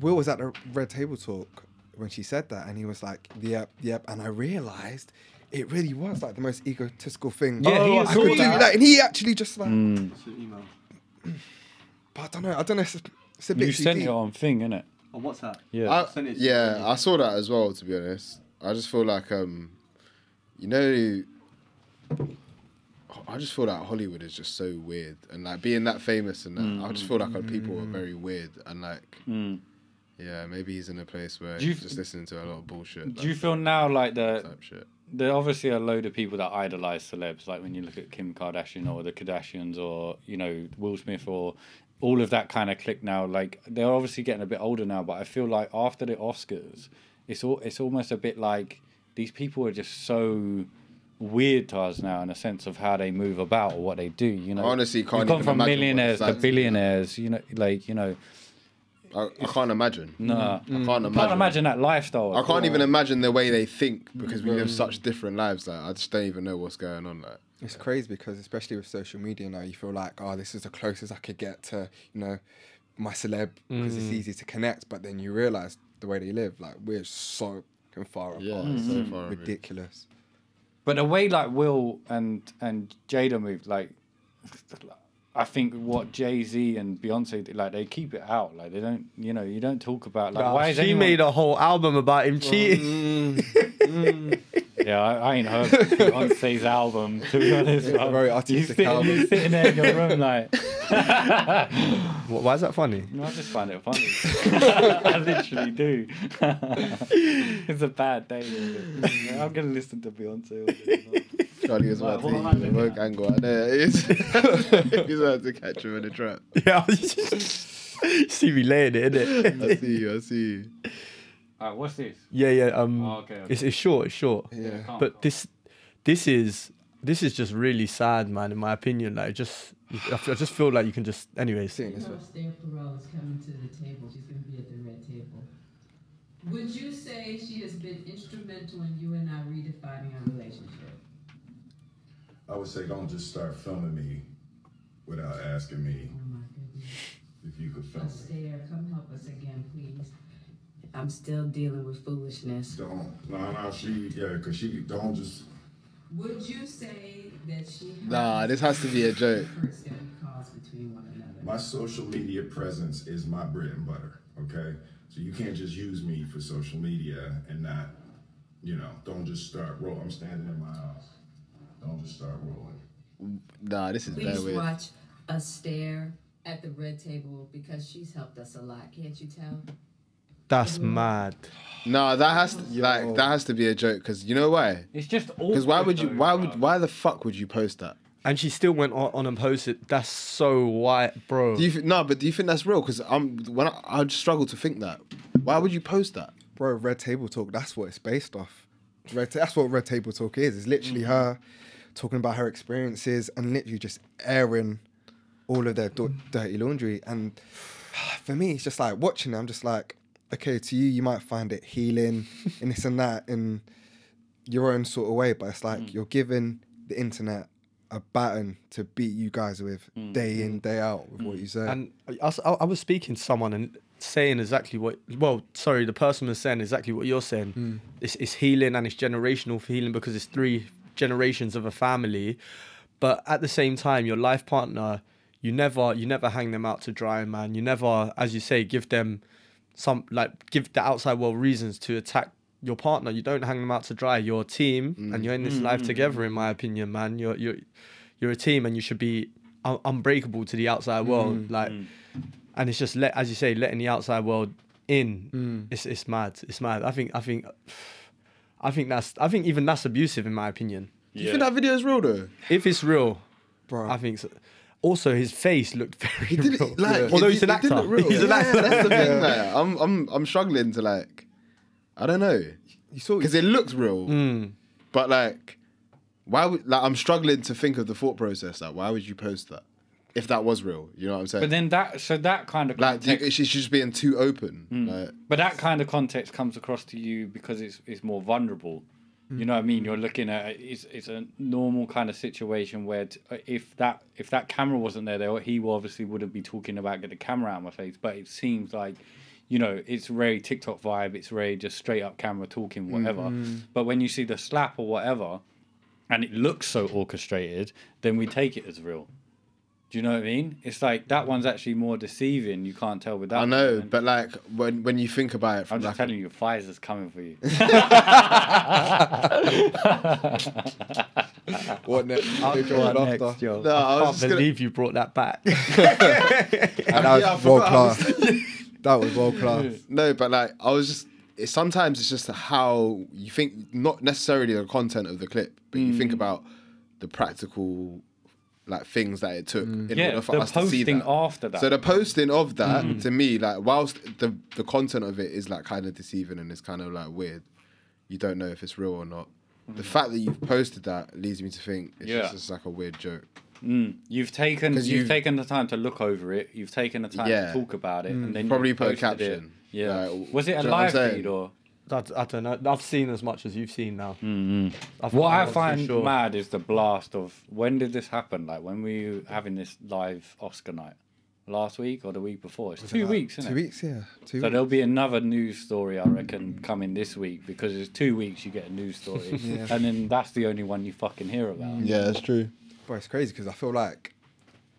H: Will was at the Red Table Talk when she said that, and he was like, "Yep, yep," and I realized it really was like the most egotistical thing.
A: Yeah, he
H: I could do
A: agreed.
H: that, and he actually just like,
F: Mm.
D: It's an email.
H: but I don't know, I don't know. It's, it's a bit
A: you
H: too
A: sent
H: deep.
A: it on thing, innit?
D: On WhatsApp.
A: Yeah.
F: I,
D: Percentage.
F: yeah, I saw that as well. To be honest, I just feel like um, you know, I just feel like Hollywood is just so weird, and like being that famous and that,
A: Mm.
F: I just feel like our people are very weird, and like, yeah, maybe he's in a place where
A: Do you-
F: he's just listening to a lot of bullshit.
A: Do you
F: like,
A: feel now like the
F: type shit?
A: there obviously are a load of people that idolize celebs, like when you look at Kim Kardashian or the Kardashians or you know Will Smith or all of that kind of clique now. Like they're obviously getting a bit older now, but I feel like after the Oscars, it's all it's almost a bit like these people are just so weird to us now in a sense of how they move about or what they do. You know,
F: I honestly can't
A: We've gone
F: even
A: from
F: imagine what
A: millionaires
F: it's
A: to
F: like to be that.
A: billionaires. You know, like you know,
F: I, I can't imagine.
A: no,
F: I can't imagine.
A: can't imagine that lifestyle.
F: I can't even imagine the way they think because we
A: Mm.
F: live such different lives. Like I just don't even know what's going on. Like
H: It's crazy because especially with social media now, you feel like, oh, this is the closest I could get to, you know, my celeb because it's easy to connect. But then you realize the way they live, like we're so far apart.
F: yeah, it's
H: It's
F: so far. removed.
H: ridiculous.
A: But the way like Will and and Jada moved, like I think what Jay Z and Beyonce did, like they keep it out, like they don't, you know, you don't talk about like why is
I: she
A: anyone... mm.
I: made a whole album about him cheating?
A: Yeah, I, I ain't heard Beyonce's album to be honest.
H: It's a
A: bro.
H: very
A: you
H: artistic
A: sit,
H: album.
A: You sitting there in your room like,
I: Wh- Why is that funny?
A: no, I just find it funny. I literally do. it's a bad day. isn't it? I'm gonna listen to Beyonce. All day long.
F: Charlie was about
A: Right, what
F: to
A: am I
F: eat the
A: looking
F: woke
A: at?
F: angle. out There it is. He's about to catch him in a trap.
I: Yeah, you see me laying it, innit?
F: I see you. I see you.
A: Alright, what's this?
I: yeah, yeah. Um,
A: Oh, okay, okay.
I: It's, it's short. It's short.
H: Yeah.
A: Can't-
I: but this this is this is just really sad man in my opinion like just i f- I just feel like you can just anyways
H: Seeing this one.
J: Esther Perel is coming to the table. She's going to be at the red table. Would you say she has been instrumental in you and I redefining our relationship?
K: I would say don't just start filming me without asking me
J: Oh my goodness.
K: if you could film me.
J: Esther, come help us again, please. I'm still dealing with foolishness.
K: Don't. No, no, she, yeah, because she, don't just.
J: Would you say that she
F: Nah, this has to be a joke.
J: hurts that we cause between one another?
K: My social media presence is my bread and butter, okay? So you can't just use me for social media and not, you know, don't just start rolling. I'm standing in my house. Don't just start rolling.
F: Nah, this is
J: Please
F: bad weird.
J: watch us stare at the red table because she's helped us a lot. Can't you tell?
I: that's mad
F: Nah, that has to, like that has to be a joke because you know why?
A: It's just awkward.
F: Because why would you?
A: though,
F: Why
A: bro.
F: would? Why the fuck would you post that?
I: and she still went on, on and posted that's so white bro
F: Do you th- no? But do you think that's real? Because I'm when I, I just struggle to think that. Why would you post that?
H: Bro, Red Table Talk, that's what it's based off. Red ta- that's what Red Table Talk is. It's literally her talking about her experiences and literally just airing all of their do- dirty laundry. And for me, it's just like watching it, I'm just like, okay, to you, you might find it healing and this and that in your own sort of way, but it's like you're giving the internet a baton to beat you guys with day in, day out with what you say.
I: and I- I, s- I- I was speaking to someone and saying exactly what well sorry the person was saying exactly what you're saying it's, it's healing and it's generational for healing because it's three generations of a family but at the same time your life partner you never you never hang them out to dry man you never as you say give them some like give the outside world reasons to attack your partner. You don't hang them out to dry. You're a team, and you're in this
E: Mm,
I: life
E: mm,
I: together. In my opinion, man, you're you're you're a team, and you should be un- unbreakable to the outside world.
E: Mm,
I: like, and it's just let as you say, letting the outside world in. It's it's mad. It's mad. I think I think. I think that's. I think even that's abusive, in my opinion.
F: Do you think that video is real though?
I: If it's real, bro, I think so. Also, his face looked very real.
F: Like,
I: although
F: it-
I: he's an
F: it didn't
I: actor,
F: look real.
I: he's an
F: Yeah,
I: actor.
F: That's the thing. Like, I'm, I'm, I'm struggling to like, I don't know, because it looks real,
I: Mm.
F: but like, why would like I'm struggling to think of the thought process. Like, why would you post that if that was real? You know what I'm saying?
A: But then that so that kind of
F: like, do you,
A: context,
F: it's just- she's just being too open.
I: Mm.
F: Like,
A: but that kind of context comes across to you because it's it's more vulnerable. You know what I
F: Mm.
A: mean? You're looking at it's it's a normal kind of situation where t- uh, if that if that camera wasn't there, there he obviously wouldn't be talking about get the camera out of my face. But it seems like, you know, it's very TikTok vibe. It's very just straight up camera
F: Mm,
A: talking, whatever.
L: Mhm.
A: But when you see the slap or whatever, and it looks so orchestrated, then we take it as real. Do you know what I mean? It's like that one's actually more deceiving. You can't tell with that.
F: I
A: one.
F: know, but like when when you think about it, from
A: I'm just
F: like,
A: telling you, Pfizer's coming for you.
H: What next?
I: Up
H: Pick
I: to
H: one
I: what
H: after.
I: next, yo?
H: No, I
I: I
H: was
I: can't
H: just gonna-
I: believe you brought that back.
H: And that was world class. that was world class.
F: No, but like I was just. It, sometimes it's just how you think, not necessarily the content of the clip, but you think about the practical, like things that it took in
A: Yeah,
F: order for
A: the
F: us to see
A: posting
F: that.
A: after that.
F: So the posting of that
A: Mm.
F: to me, like whilst the the content of it is like kind of deceiving and it's kind of like weird, you don't know if it's real or not. The fact that you've posted that leads me to think it's
A: Yeah.
F: just, it's like a weird joke.
A: Mm. You've taken
F: 'Cause
A: you've,
F: you've-
A: taken the time to look over it. You've taken the time
F: Yeah.
A: to talk about it,
F: Mm.
A: and then
F: Probably
A: you've
F: put a
A: posted it.
F: caption.
A: Yeah.
F: Like,
A: was it a
F: do you know what I'm
A: live
F: saying?
A: feed or?
I: I, I don't know. I've seen as much as you've seen now. I've-
A: What
I: I'm
A: I
I: not too
A: find
I: sure.
A: mad is the blast of when did this happen? Like when were you having this live Oscar night? Last week or the week before? It's
H: Was it
A: two
H: like
A: weeks, isn't
H: two
A: it?
H: weeks, yeah, two
A: so there'll be another news story, I reckon, coming this week because it's two weeks you get a news story,
H: Yeah.
A: and then that's the only one you fucking hear
F: Mm.
A: about.
F: true.
H: But it's crazy because I feel like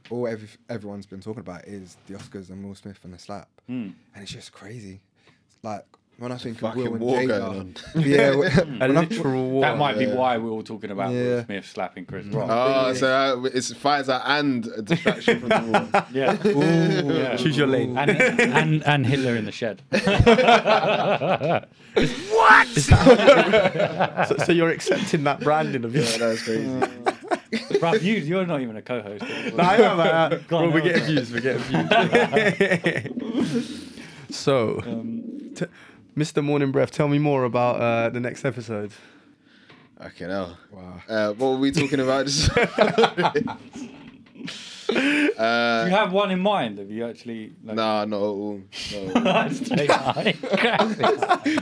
H: all every, everyone's been talking about is the Oscars and Will Smith and the slap,
A: Mm.
H: and it's just crazy. Like when I think of
F: fucking
H: Will and
F: war
H: Jada,
F: going on.
H: yeah,
I: Hmm.
A: a
H: when I-
A: literal war. That might be
F: Yeah.
A: why we were all talking about Will
H: Yeah.
A: Smith slapping Chris Rock.
F: Oh, so uh, it's Pfizer and a distraction from the war.
A: Yeah. Yeah.
I: Choose your lane.
A: And, and and Hitler in the shed.
I: so, so you're accepting that branding of yours?
F: that's crazy.
A: Bruv, you you're not even a co-host.
I: no, I am. I am.
A: Go on,
I: Bro, we're
A: that was
I: getting
A: it.
I: views. We're getting views. so, t- Mr. Morning Breath, tell me more about uh, the next episode.
F: Okay, now.
H: Wow.
F: Uh, what were we talking about? Just-
A: Do
F: uh,
A: you have one in mind? Have you actually? Like,
F: nah, not at all. Not at all.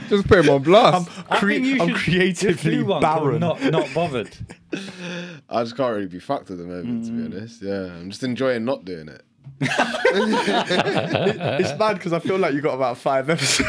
H: just put him on blast.
A: I think you
I: I'm
A: should
I: creatively
A: do one called
I: barren.
A: Not not bothered.
F: I just can't really be fucked at the moment,
A: Mm.
F: to be honest. Yeah, I'm just enjoying not doing it.
I: it's bad because I feel like you got about five episodes.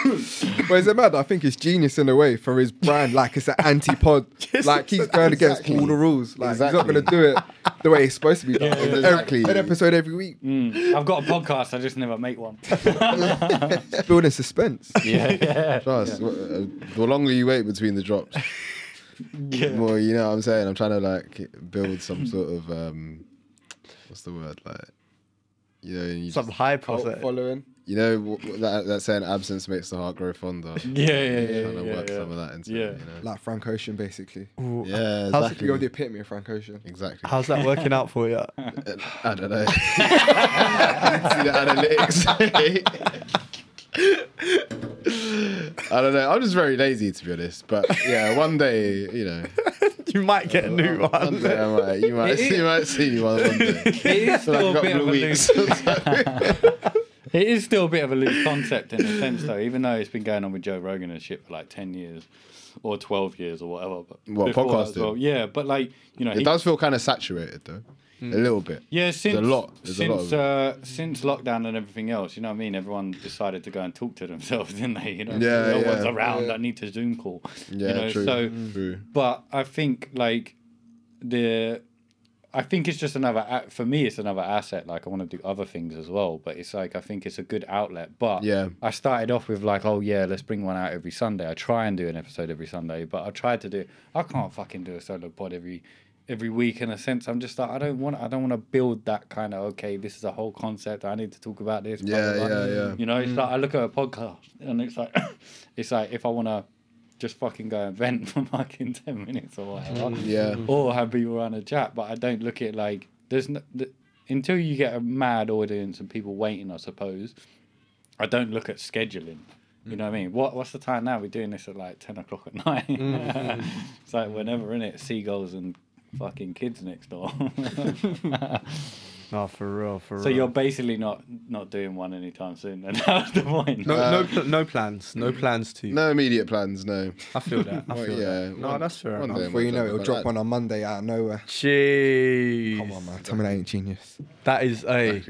H: but is it mad? I think it's genius in a way for his brand. Like it's an anti-pod.
I: Yes,
H: like he's going against
F: exactly.
H: all the rules. Like he's
F: Exactly.
H: not going to do it the way it's supposed to be done.
A: Yeah, yeah.
F: Exactly.
H: An episode every week,
A: Mm. I've got a podcast. I just never make one.
H: It's building suspense.
A: Yeah, yeah.
F: Trust. w- uh, The longer you wait between the drops, the more you know what I'm saying. I'm trying to like build some sort of um, what's the word like, you know, you,
I: Some hype or something.
H: Following.
F: you know wh- wh- that that saying absence makes the heart grow fonder.
A: Yeah, yeah, yeah,
F: Trying to
A: yeah,
F: work
A: yeah.
F: some of that into
A: Yeah.
F: it. You know?
H: Like Frank Ocean, basically.
I: Ooh,
F: Yeah,
H: How's
F: exactly.
H: You're the epitome of Frank Ocean.
F: Exactly. Uh,
I: How's that working out for you?
F: I don't know. See the analytics. I don't know. I'm just very lazy to be honest. But yeah, one day, you know,
I: You might get a new
F: one day
I: one.
F: I might, you might,
A: It is-
F: you might see me one, one day.
A: It is
F: Like
A: still a bit of a loose. It is still a bit of a loose concept in a sense, though, even though it's been going on with Joe Rogan and shit for like 10 years or 12 years or whatever. But
F: What,
A: before that as
F: podcasting?
A: well. Yeah, but like, you know,
F: It
A: he-
F: does feel kind of saturated though,
A: Hmm.
F: a little bit.
A: yeah,
F: There's
A: since,
F: a lot. There's
A: since,
F: a lot. Of it.
A: uh, since lockdown and everything else, you know what I mean? Everyone decided to go and talk to themselves, didn't they? You know,
F: Yeah,
A: no
F: yeah.
A: one's around.
H: Yeah.
A: I need to Zoom call.
F: Yeah,
A: you know,
F: true.
A: so
F: true.
A: but I think like the I think it's just another a- for me. It's another asset. Like I want to do other things as well, but it's like I think it's a good outlet. But
F: Yeah.
A: I started off with like, oh yeah, let's bring one out every Sunday. I try and do an episode every Sunday, but I tried to do. I can't fucking do a solo pod every every week. In a sense, I'm just like I don't want. I don't want to build that kind of okay. This is a whole concept. I need to talk about this. blah,
F: Yeah,
A: blah, blah."
F: yeah, yeah.
A: You know, it's
F: Mm.
A: like I look at a podcast and it's like, it's like if I want to just fucking go and vent for fucking 10 minutes or whatever.
F: Mm. Yeah.
A: Or have people run a chat, but I don't look at like, there's no, th- until you get a mad audience and people waiting, I suppose, I don't look at scheduling. You know what I mean? What What's the time now? We're doing this at like 10 o'clock at night.
I: Mm.
A: it's like whenever in it, seagulls and fucking kids next door.
I: No, for real, for
A: so
I: real.
A: you're basically not not doing one anytime soon. And that's the point.
I: No, no, pl- no plans. No plans to.
F: No immediate plans, no.
I: I feel that. I
F: Well,
I: feel
F: yeah,
I: that. No,
F: one-
I: that's fair
F: one
I: enough.
F: day
H: Before you know, it'll
F: But
H: drop
F: that-
H: on a Monday out of nowhere.
I: Jeez.
H: Come on, man. Tell me that ain't genius.
I: That is a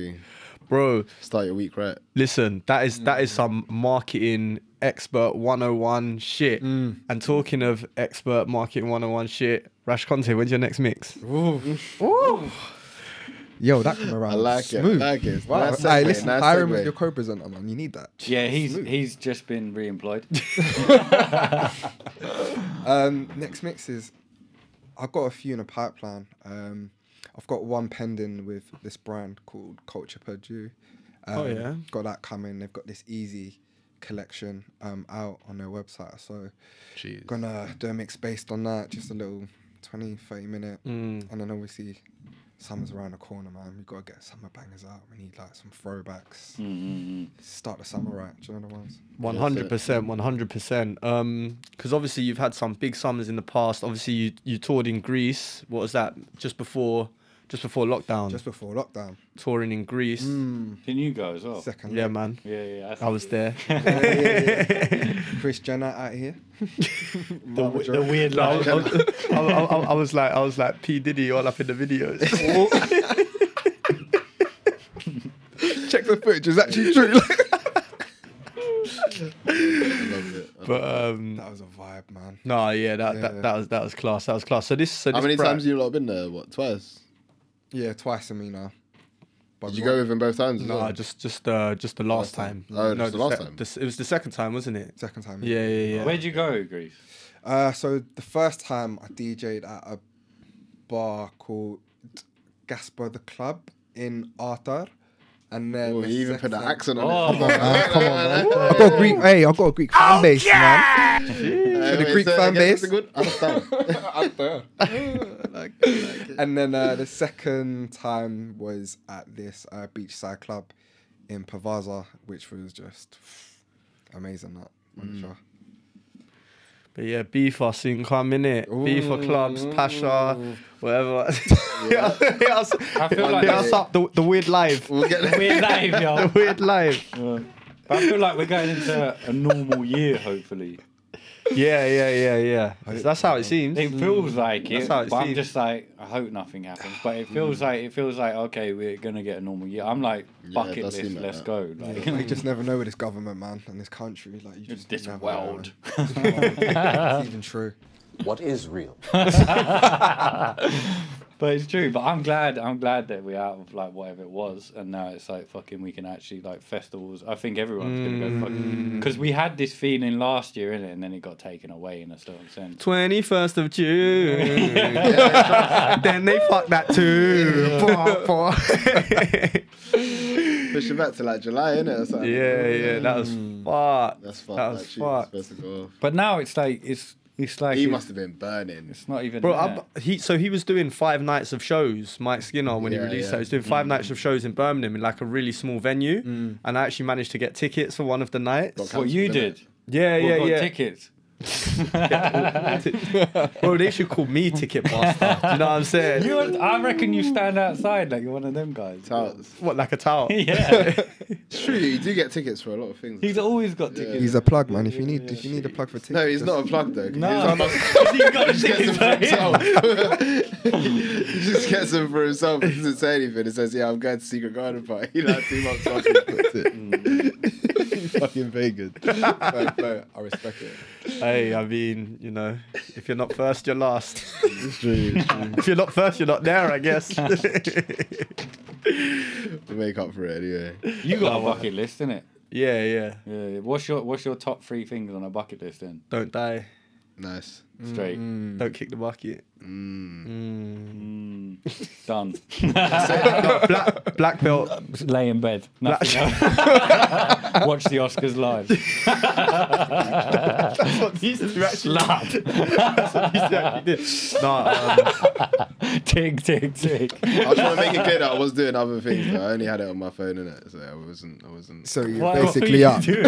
I: bro.
F: Start your week right.
I: Listen, that is that is some marketing expert 101 shit. And talking of expert marketing 101 shit, Rash Conte, when's your next mix?
H: Yo, that come around.
F: I like it, I
H: smooth.
F: like it.
H: Wow.
F: Nice
H: Hey,
F: segue,
H: listen,
F: nice
H: I
F: segue.
H: remember your co-presenter, man. You need that.
A: Yeah, he's he's just been re-employed.
H: Um, next mix is I've got a few in a pipeline. Um, I've got one pending with this brand called Culture Purdue. Um,
I: Oh, yeah.
H: got that coming. They've got this easy collection um out on their website. So
F: Jeez.
H: gonna do a mix based on that, just a little 20, 30 minute,
I: Mm.
H: and then obviously. Summer's around the corner, man. We gotta get summer bangers out. We need like some throwbacks.
F: Mm,
H: Start the summer right. Do you know the ones?
I: One hundred percent, one hundred percent. Um, because obviously you've had some big summers in the past. Obviously you you toured in Greece. What was that? Just before, just Mm. before lockdown.
H: Just before lockdown.
I: touring in Greece.
A: Can you go as well?
H: Second.
I: Yeah, man.
A: Yeah, yeah.
I: I was there.
H: Chris Jenner out here.
I: The,
H: Mama Joy.
I: I, was- I was- I- I- I was like, I was like P Diddy all up in the videos.
H: Check the footage. Is actually true?
I: but um,
H: that was a vibe, man.
I: no, yeah, that,
H: Yeah.
I: That, that was that was class. That was class. So this, so
F: How
I: this
F: many
I: brat-
F: times have you lot been there? What, twice?
H: Yeah, twice uh, a me now. But
F: Did you go with him both times? as
I: No,
F: well?
I: just just uh, just the last, time.
F: Oh, just the last
I: sec-
F: time.
I: s- it was the second time, wasn't it?
H: second time?
I: Yeah, yeah, yeah.
A: Where'd you go, Greece?
H: Uh, so the first time I DJ'd at a bar called Gasper the Club in Artar, and then
F: Oh,
H: the
F: he even put
H: second
F: an
H: time-
F: accent on
A: Oh,
F: it.
A: my
H: Come on, man. I got a Greek. Hey, I got a Greek fan base, man.
F: Uh,
H: For the
F: wait,
H: Greek
F: say it
H: fan
F: again,
H: base.
F: it's a good- Understand.
H: and then uh, the second time was at this uh, beachside club in Pavaza, which was just amazing. That
F: Mm.
H: manager.
I: But yeah, B for soon come in it. B for clubs, Pasha, whatever. Yeah, I
A: feel like that-
I: up the, the weird live.
F: We'll get there.
A: Weird life, yo.
I: The weird live.
A: But I feel like we're going into a normal year, hopefully.
I: Yeah, yeah, yeah, yeah. That's how it seems.
A: It feels like
I: Hmm. That's
A: it,
I: how it
A: but I'm
I: seems. Hmm.
A: just like, I hope nothing happens. But it feels like it feels like okay, we're gonna get a normal year. I'm like bucket list,
F: does seem like
A: let's
F: that.
A: go. Like,
H: You just never know with this government, man, and this country. Like you just
A: this
H: never know,
A: world.
H: man. it's even true.
E: What is real?
A: But it's true. But I'm glad. I'm glad that we're out of like whatever it was, and now it's like fucking. We can actually like festivals. I think everyone's gonna go fucking
I: Hmm.
A: because we had this feeling last year, innit? And then it got taken away in a certain sense.
I: 21st of June. then they fuck that too. Bah, bah.
F: Push it back to like July, innit? Or something.
I: yeah, yeah, that was
A: Mm.
I: fucked.
F: That's fucked.
I: That was
F: actually. It's
I: fucked.
F: supposed to go off.
A: But now it's like it's it's like
F: He
A: it's,
F: must have been burning.
A: it's not even.
I: Bro,
A: there.
I: I, he so he was doing five nights of shows. Mike Skinner, when
F: Yeah,
I: he released
F: yeah. Mm.
I: that, he was doing five nights of shows in Birmingham in like a really small venue,
A: Mm.
I: and I actually managed to get tickets for one of the nights.
F: Got
A: what you did.
F: cancelled, innit?
I: Yeah,
A: We
I: yeah,
A: got
I: yeah.
A: Tickets.
I: Bro, they should call me Ticketmaster. do you know what I'm saying?
A: You, and- I reckon you stand outside like you're one of them guys.
F: Towels.
I: what like a towel?
A: yeah,
F: It's true. You do get tickets for a lot of things.
A: he's always got tickets.
H: He's a plug, man. If you need, if you need a plug for tickets,
F: no, he's not a plug though. 'cause
A: No.
F: he's
A: He's got a ticket
F: He just gets
A: for
F: them
A: him.
F: for himself. he just gets them for himself. He doesn't say anything. He says, "Yeah, I'm going to Secret Garden Party." Like two months after he booked it.
H: fucking vegan. But, but I respect it.
I: Hey, I mean, you know, if you're not first, you're last.
H: true, it's true.
I: if you're not first, you're not there, I guess.
F: We make up for it anyway.
A: You got a bucket list, innit?
I: Yeah, yeah.
A: Yeah. What's your What's your top three things on a bucket list then?
I: Don't die.
F: Nice.
A: Straight.
I: Don't kick the bucket.
A: Done.
I: No, black, black belt.
A: Lay in bed. Nothing else. Watch the Oscars live.
I: That's what these two actually
A: Slut.
I: That's what these two actually did. Nah, um,
A: tick, tick, tick.
F: I just want to make it clear that I was doing other things. But I only had it on my phone, innit? So I wasn't. I wasn't.
H: So you're
A: Why- what
H: basically
A: are
H: up.
A: you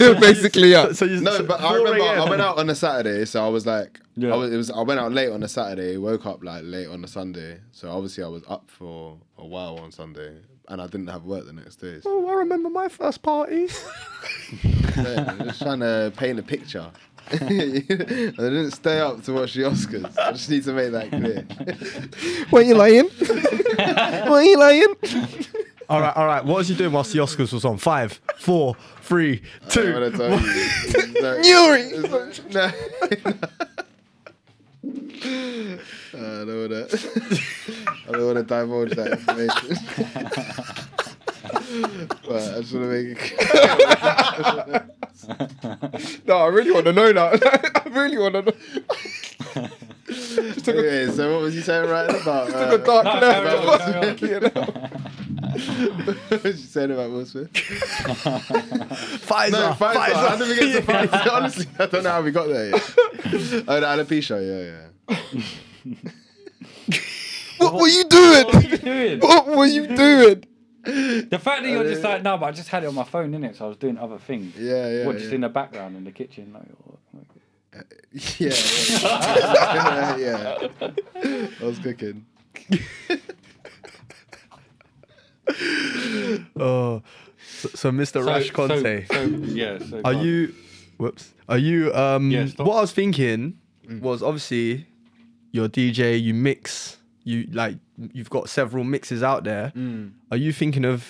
H: you're basically up.
I: so you,
F: No,
I: so
F: but I
I: 4
F: remember I
I: a.m..
F: went out on a Saturday, so I was like,
A: Yeah.
F: I was, it was I went out late on a Saturday, woke up like late on a Sunday, so obviously I was up for a while on Sunday, and I didn't have work the next day. So
I: Oh, I remember my first parties.
F: yeah, I'm just trying to paint a picture. I didn't stay up to watch the Oscars. I just need to make that clear.
H: Were you lying? Were you lying?
I: all right, all right. What was you doing whilst the Oscars was on? Five, four, three,
F: I don't
I: two.
F: wanna tell you. It's like- it's like- No. I don't want to. I don't want to divulge that information. but I just want to make it. clear.
H: No, I really want to know now. I really want to know.
F: Anyway, so what was you saying right about? Uh,
H: Took a dark
F: about-
H: left.
F: what was you saying about Will Smith?
I: Pfizer,
F: No, Pfizer. How
I: Pfizer.
F: did we get to Pfizer? Honestly, I don't know how we got there. Yet. Oh, the alopecia. Yeah, yeah.
H: What were you doing?
A: Doing.
H: What were you doing?
A: The fact that you're just like, no, but I just had it on my phone, innit? So I was doing other things.
F: Yeah, yeah,
A: What, just
F: yeah.
A: in the background in the kitchen? Like, what- like-
F: Yeah, yeah, yeah. yeah. I was cooking.
I: Oh, so, so Mr. Rash
A: So- so-
I: Conte,
A: so- yeah. So
I: are you? Whoops. Are you? Um,
A: Yeah, stop.
I: what I was thinking was obviously you're DJ. You mix. You like you've got several mixes out there. Are you thinking of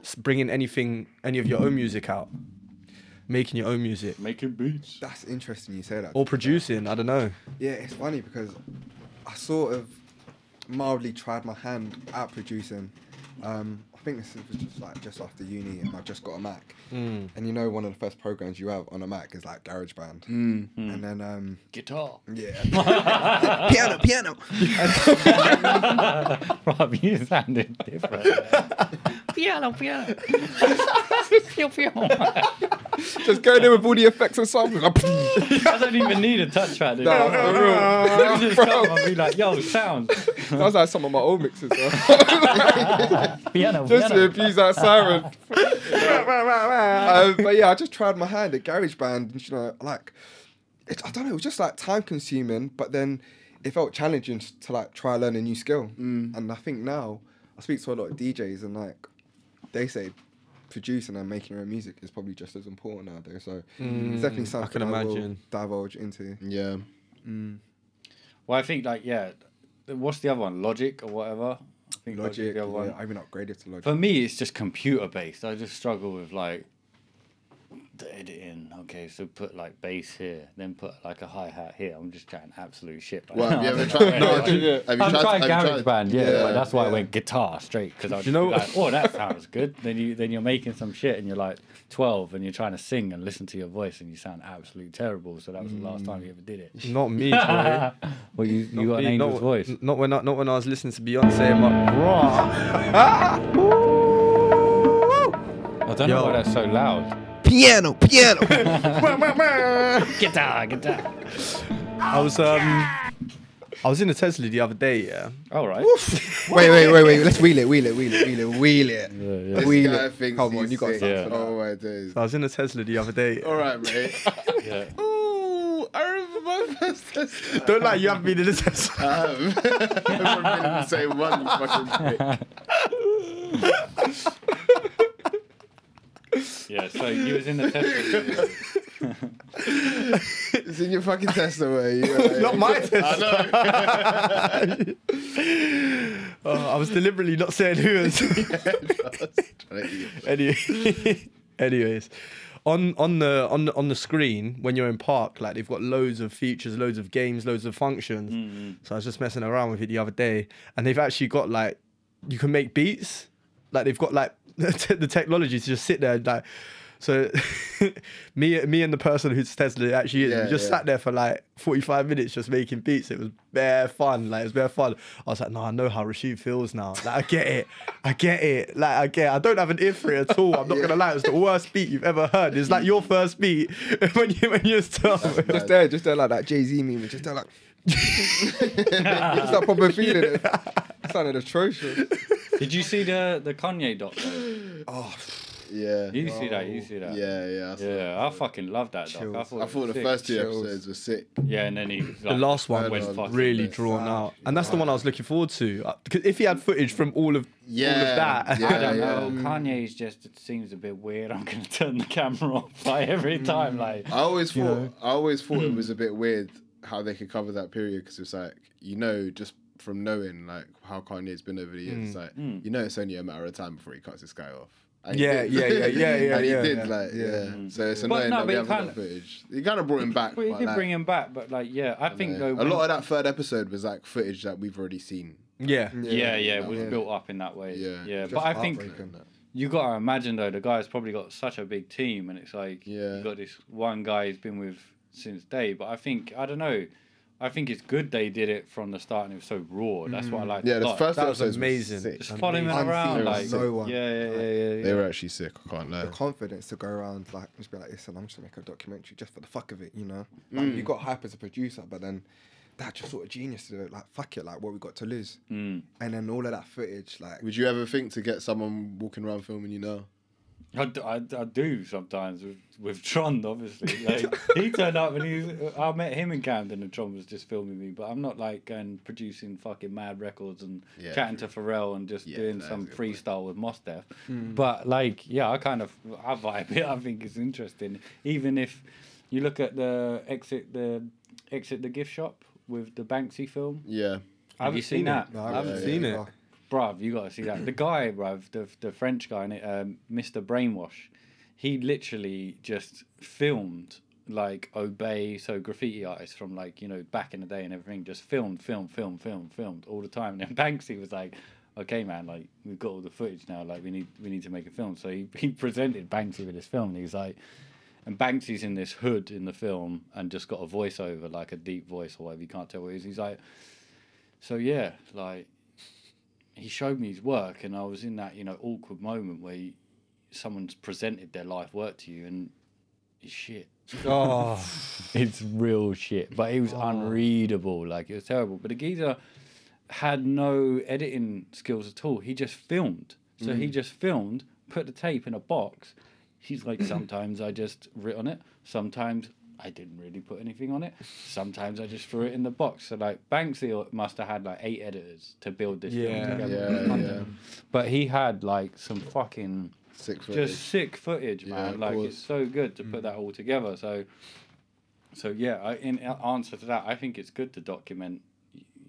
I: s- bringing anything, any of your own music out, making your own music
A: making beats?
H: That's interesting you say that.
I: or producing? I don't know.
H: Yeah, it's funny because I sort of mildly tried my hand at producing. Um, I think this was just like just after uni, and I just got a Mac.
A: Hmm.
H: And you know, one of the first programs you have on a Mac is like GarageBand.
A: Hmm.
H: And then, um,
A: Guitar.
H: yeah, piano, piano.
A: Rob, you sounded different. piano, piano. pew, pew. I
H: Just go there with all the effects and samples. Like,
A: don't even need a touchpad. No,
H: no, no,
A: just come and be like, yo, sound.
H: That's like some of my old mixes. Bro.
A: Piano,
H: just to
A: piano.
H: abuse that siren. um, but yeah, I just tried my hand at GarageBand, and you know, like, it, I don't know, it was just like time consuming, but then it felt challenging s- to like try learn a new skill. And I think now I speak to a lot of DJs, and like, they say producing and making your own music is probably just as important nowadays. So it's definitely something
I: can
H: Mm, I, will
I: imagine.
H: divulge into.
F: Yeah.
A: Well, I think, like, yeah. What's the other one? Logic or whatever? I think Logic's
H: Logic,
A: the other one.
H: yeah, I even upgraded to Logic.
A: For me, it's just computer based. I just struggle with like the editing. Okay, so put like bass here, then put like a hi hat here. I'm just chatting absolute shit. Right
F: Well,
A: now.
F: have you ever tried?
A: No,
F: have you- have you
A: I'm
F: tried-
A: trying
F: have
A: garage
F: you tried-
A: band, yeah,
F: Yeah,
A: but that's why I
F: yeah.
A: went guitar straight because I was
I: You know-
A: like, oh, that sounds good. Then you then you're making some shit and you're like 12 and you're trying to sing and listen to your voice and you sound absolutely terrible. So that was the last time you ever did it.
I: Not me, boy.
A: Mm. Well, you, you got an
I: Me,
A: angel's
I: not,
A: voice.
I: n- Not when I, not when I was listening to Beyonce. I'm like, raw.
A: I don't know
I: Yo.
A: why that's so loud.
H: Piano, piano.
A: Guitar, guitar.
I: I was um, I was in a Tesla the other day. Yeah.
A: All right.
H: wait, wait, wait, wait. Let's wheel it, wheel it, wheel it, wheel it, wheel it.
A: Yeah,
F: This
H: Wheel
F: guy
H: it.
F: thinks
H: Come on,
F: he's
H: you got
F: sick.
A: something. Yeah.
F: Oh my days.
I: I was in a Tesla the other day.
F: All right, mate.
A: yeah.
F: Ooh, I remember my first test.
I: Don't lie, you haven't been in a Tesla.
F: I have. I've never been in the same one, you fucking prick.
A: Yeah, so you was in the Tesla.
F: It's in your fucking test away. You know,
I: Not my
F: I
I: Tesla.
F: know.
I: Oh, I was deliberately not saying who. it was.
F: Trying to eat it.
I: Any- anyways, on on the on the, on the screen when you're in park, like they've got loads of features, loads of games, loads of functions.
F: Mm-hmm.
I: So I was just messing around with it the other day, and they've actually got like you can make beats. Like they've got like the technology to just sit there and, like. So, me, me, and the person whose Tesla it actually is,
F: Yeah,
I: we just
F: yeah.
I: sat there for like forty-five minutes, just making beats. It was bare fun. Like it was bare fun. I was like, no, I know how Rashid feels now. Like I get it, I get it. Like I get. It. I don't have an ear for it at all. I'm not gonna lie. It's the worst beat you've ever heard. It's like your first beat when you when you're still.
H: just there, just there like that Jay Z meme, just there like. it's that proper feeling. It sounded atrocious.
A: Did you see the the Kanye doc? though?
H: Oh,
F: yeah.
A: You see that? You see that?
F: Oh, Yeah, yeah. I saw
A: yeah, I fucking love that doc. I thought,
F: I thought the first two episodes were sick.
A: Yeah, and then he like,
I: the last one
A: went
I: was
A: fucking
I: really
A: nuts.
I: drawn out, and that's the one I was looking forward to. Uh, Because if he had footage from all of all of that,
A: I don't know. Kanye's "Oh, just it seems a bit weird. I'm gonna turn the camera off like every time. Like
F: Mm. I always thought,
A: you Hmm.
F: I always thought it was a bit weird how they could cover that period because it's like you know just from knowing like how Kanye's been over the years, it's
A: Mm.
F: like
A: Mm.
F: you know it's only a matter of time before he cuts this guy off. he
I: Yeah,
F: did.
I: yeah, yeah, yeah, yeah,
F: and he
I: yeah,
F: did
I: yeah.
F: like yeah.
I: Yeah.
F: So it's
A: Hmm. But no,
F: annoying that
A: but
F: we
A: he
F: haven't got
A: kinda-
F: footage. He kind of brought him back.
A: Well, he
F: but,
A: did
F: like,
A: bring him back, but like yeah, I think though
F: a
A: when-
F: lot of that third episode was like footage that we've already seen.
I: Yeah.
A: Yeah, yeah, it
F: That
A: was
F: one.
A: built up in that way. Yeah, yeah.
F: Just
A: But I think
F: heartbreaking.
A: you gotta imagine though, the guy's probably got such a big team, and it's like
F: Yeah.
A: you got this one guy he's been with since day. But I think I don't know. I think it's good they did it from the start and it was so raw. That's
H: Mm.
A: what I like.
F: Yeah, the first
A: that
F: episodes was sick.
A: Just following him around, like
H: no one.
A: yeah, yeah, yeah, yeah, yeah.
F: They were actually sick. I can't
H: The
F: lie.
H: confidence to go around like just be like, listen, I'm just gonna make a documentary just for the fuck of it, you know. Like,
F: Mm.
H: You got hype as a producer, but then that just sort of genius to do it. Like fuck it, like what we got to lose, and then all of that footage, like
F: Would you ever think to get someone walking around filming you now?
A: I, d- I d- I do sometimes with, with Tron, obviously. Like he turned up and he, was- I met him in Camden and Tron was just filming me. But I'm not like going producing fucking mad records and
F: Yeah,
A: chatting to Pharrell and just
F: Yeah,
A: doing
F: that
A: some
F: is a good
A: freestyle with Mos Def.
H: Hmm.
F: Mm.
A: But like, yeah, I kind of I vibe it. I think it's interesting, even if you look at the exit the exit the gift shop with the Banksy film.
F: Yeah.
A: I haven't seen, that.
H: No, I haven't seen it.
A: Bruv, you gotta see that. The guy, bruv, the the French guy in it, um, Mr. Brainwash, he literally just filmed like obey so graffiti artists from like, you know, back in the day and everything, just filmed, filmed, filmed, filmed, filmed all the time. And then Banksy was like, Okay man, like we've got all the footage now, like we need we need to make a film. So he, he presented Banksy with his film and he was like and Banksy's in this hood in the film and just got a voiceover, like a deep voice or whatever, you can't tell what it is. He's like so yeah, like he showed me his work, and I was in that you know awkward moment where you, someone's presented their life work to you, and it's shit.
I: Oh.
A: it's real shit. But it was unreadable. Like it was terrible. But the geezer had no editing skills at all. He just filmed. So he
I: Mm.
A: just filmed, put the tape in a box. He's like, sometimes I just writ on it. Sometimes I didn't really put anything on it. Sometimes I just threw it in the box. So like Banksy must have had like eight editors to build this
I: Yeah.
A: film together. with
I: Yeah,
A: the content. But he had like some fucking
F: sick
I: footage.
A: just sick footage,
I: Yeah,
A: man.
I: of
A: like
I: course.
A: it's so good to
F: Mm.
A: put that all together. So, so yeah. I, in a- answer to that, I think it's good to document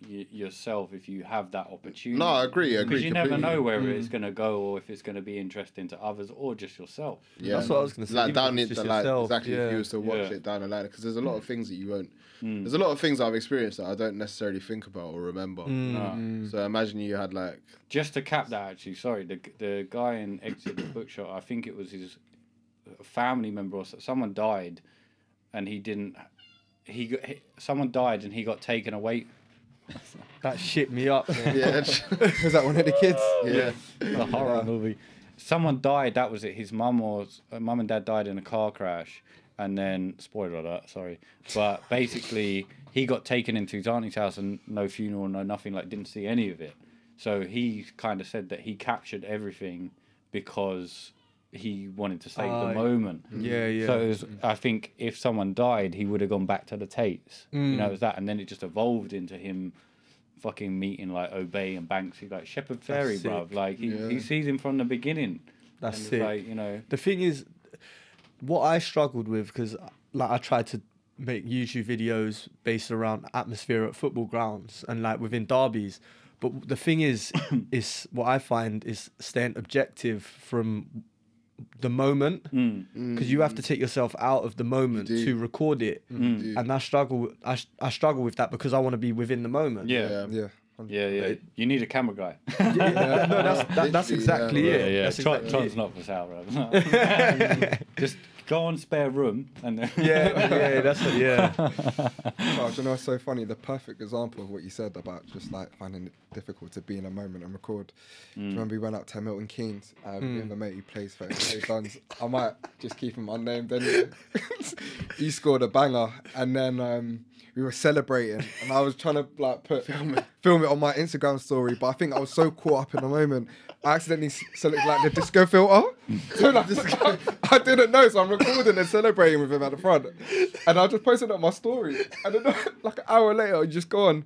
A: y- yourself if you have that opportunity.
F: No, I agree, I agree
A: Because you never
F: completely.
A: know where
F: Mm.
A: it's going to go or if it's going to be interesting to others or just yourself.
F: Yeah, Like down into like exactly if you was to watch it down the line, because there's a lot of things that you won't.
A: Mm.
F: There's a lot of things I've experienced that I don't necessarily think about or remember.
A: Mm. Ah. Mm.
F: So imagine you had like
A: Just to cap that, actually, sorry, the the guy in Exit the Bookshop, I think it was his family member or so- someone died, and he didn't. He got he, someone died and he got taken away.
I: that shit me up.
F: Yeah.
H: was that one of the kids?
A: a horror movie. Someone died. That was it. His mum or uh, mum and dad died in a car crash, and then spoiler alert, sorry. But basically, he got taken into his auntie's house and no funeral, no nothing. Like didn't see any of it. So he kind of said that he captured everything because he wanted to save
I: Ah,
A: the moment.
I: yeah, yeah.
A: So it was, I think if someone died, he would have gone back to the tapes. You know,
I: Mm.
A: it was that, and then it just evolved into him fucking meeting like Obey and Banksy, like Shepherd Fairy,
I: sick.
A: bruv. Like he,
I: Yeah.
A: he sees him from the beginning.
I: That's
A: And it's
I: sick.
A: Like you know,
I: The thing is, what I struggled with because like I tried to make YouTube videos based around atmosphere at football grounds and like within derbies. But the thing is, is what I find is staying objective from the moment because
A: Mm.
I: you have to take yourself out of the moment
A: You do.
I: to record it.
A: Mm. You do.
I: And I struggle. I, s- I struggle with that because I want to be within the moment.
A: Yeah.
H: Yeah.
A: Yeah, yeah. you need a camera guy.
I: Yeah, no, that's- that- that's Literally, exactly yeah. it.
A: Yeah, yeah.
I: That's
A: Tron,
I: exactly
A: Tron's
I: it.
A: not this out, right? Just go on spare room and then.
H: Oh, do you know, it's so funny. The perfect example of what you said about just like finding it difficult to be in a moment and record. Do you
L: Mm.
H: Remember, we went out to Milton Keynes. Um,
L: Mm.
H: We have a mate who plays for AK Guns. I might just keep him unnamed anyway. he scored a banger, and then um, we were celebrating, and I was trying to like put film it. on my Instagram story, but I think I was so caught up in the moment, I accidentally s- selected like the disco filter. So like, this, I didn't know, so I'm recording and celebrating with him at the front, and I just posted it on my story, and then like an hour later, you just go on,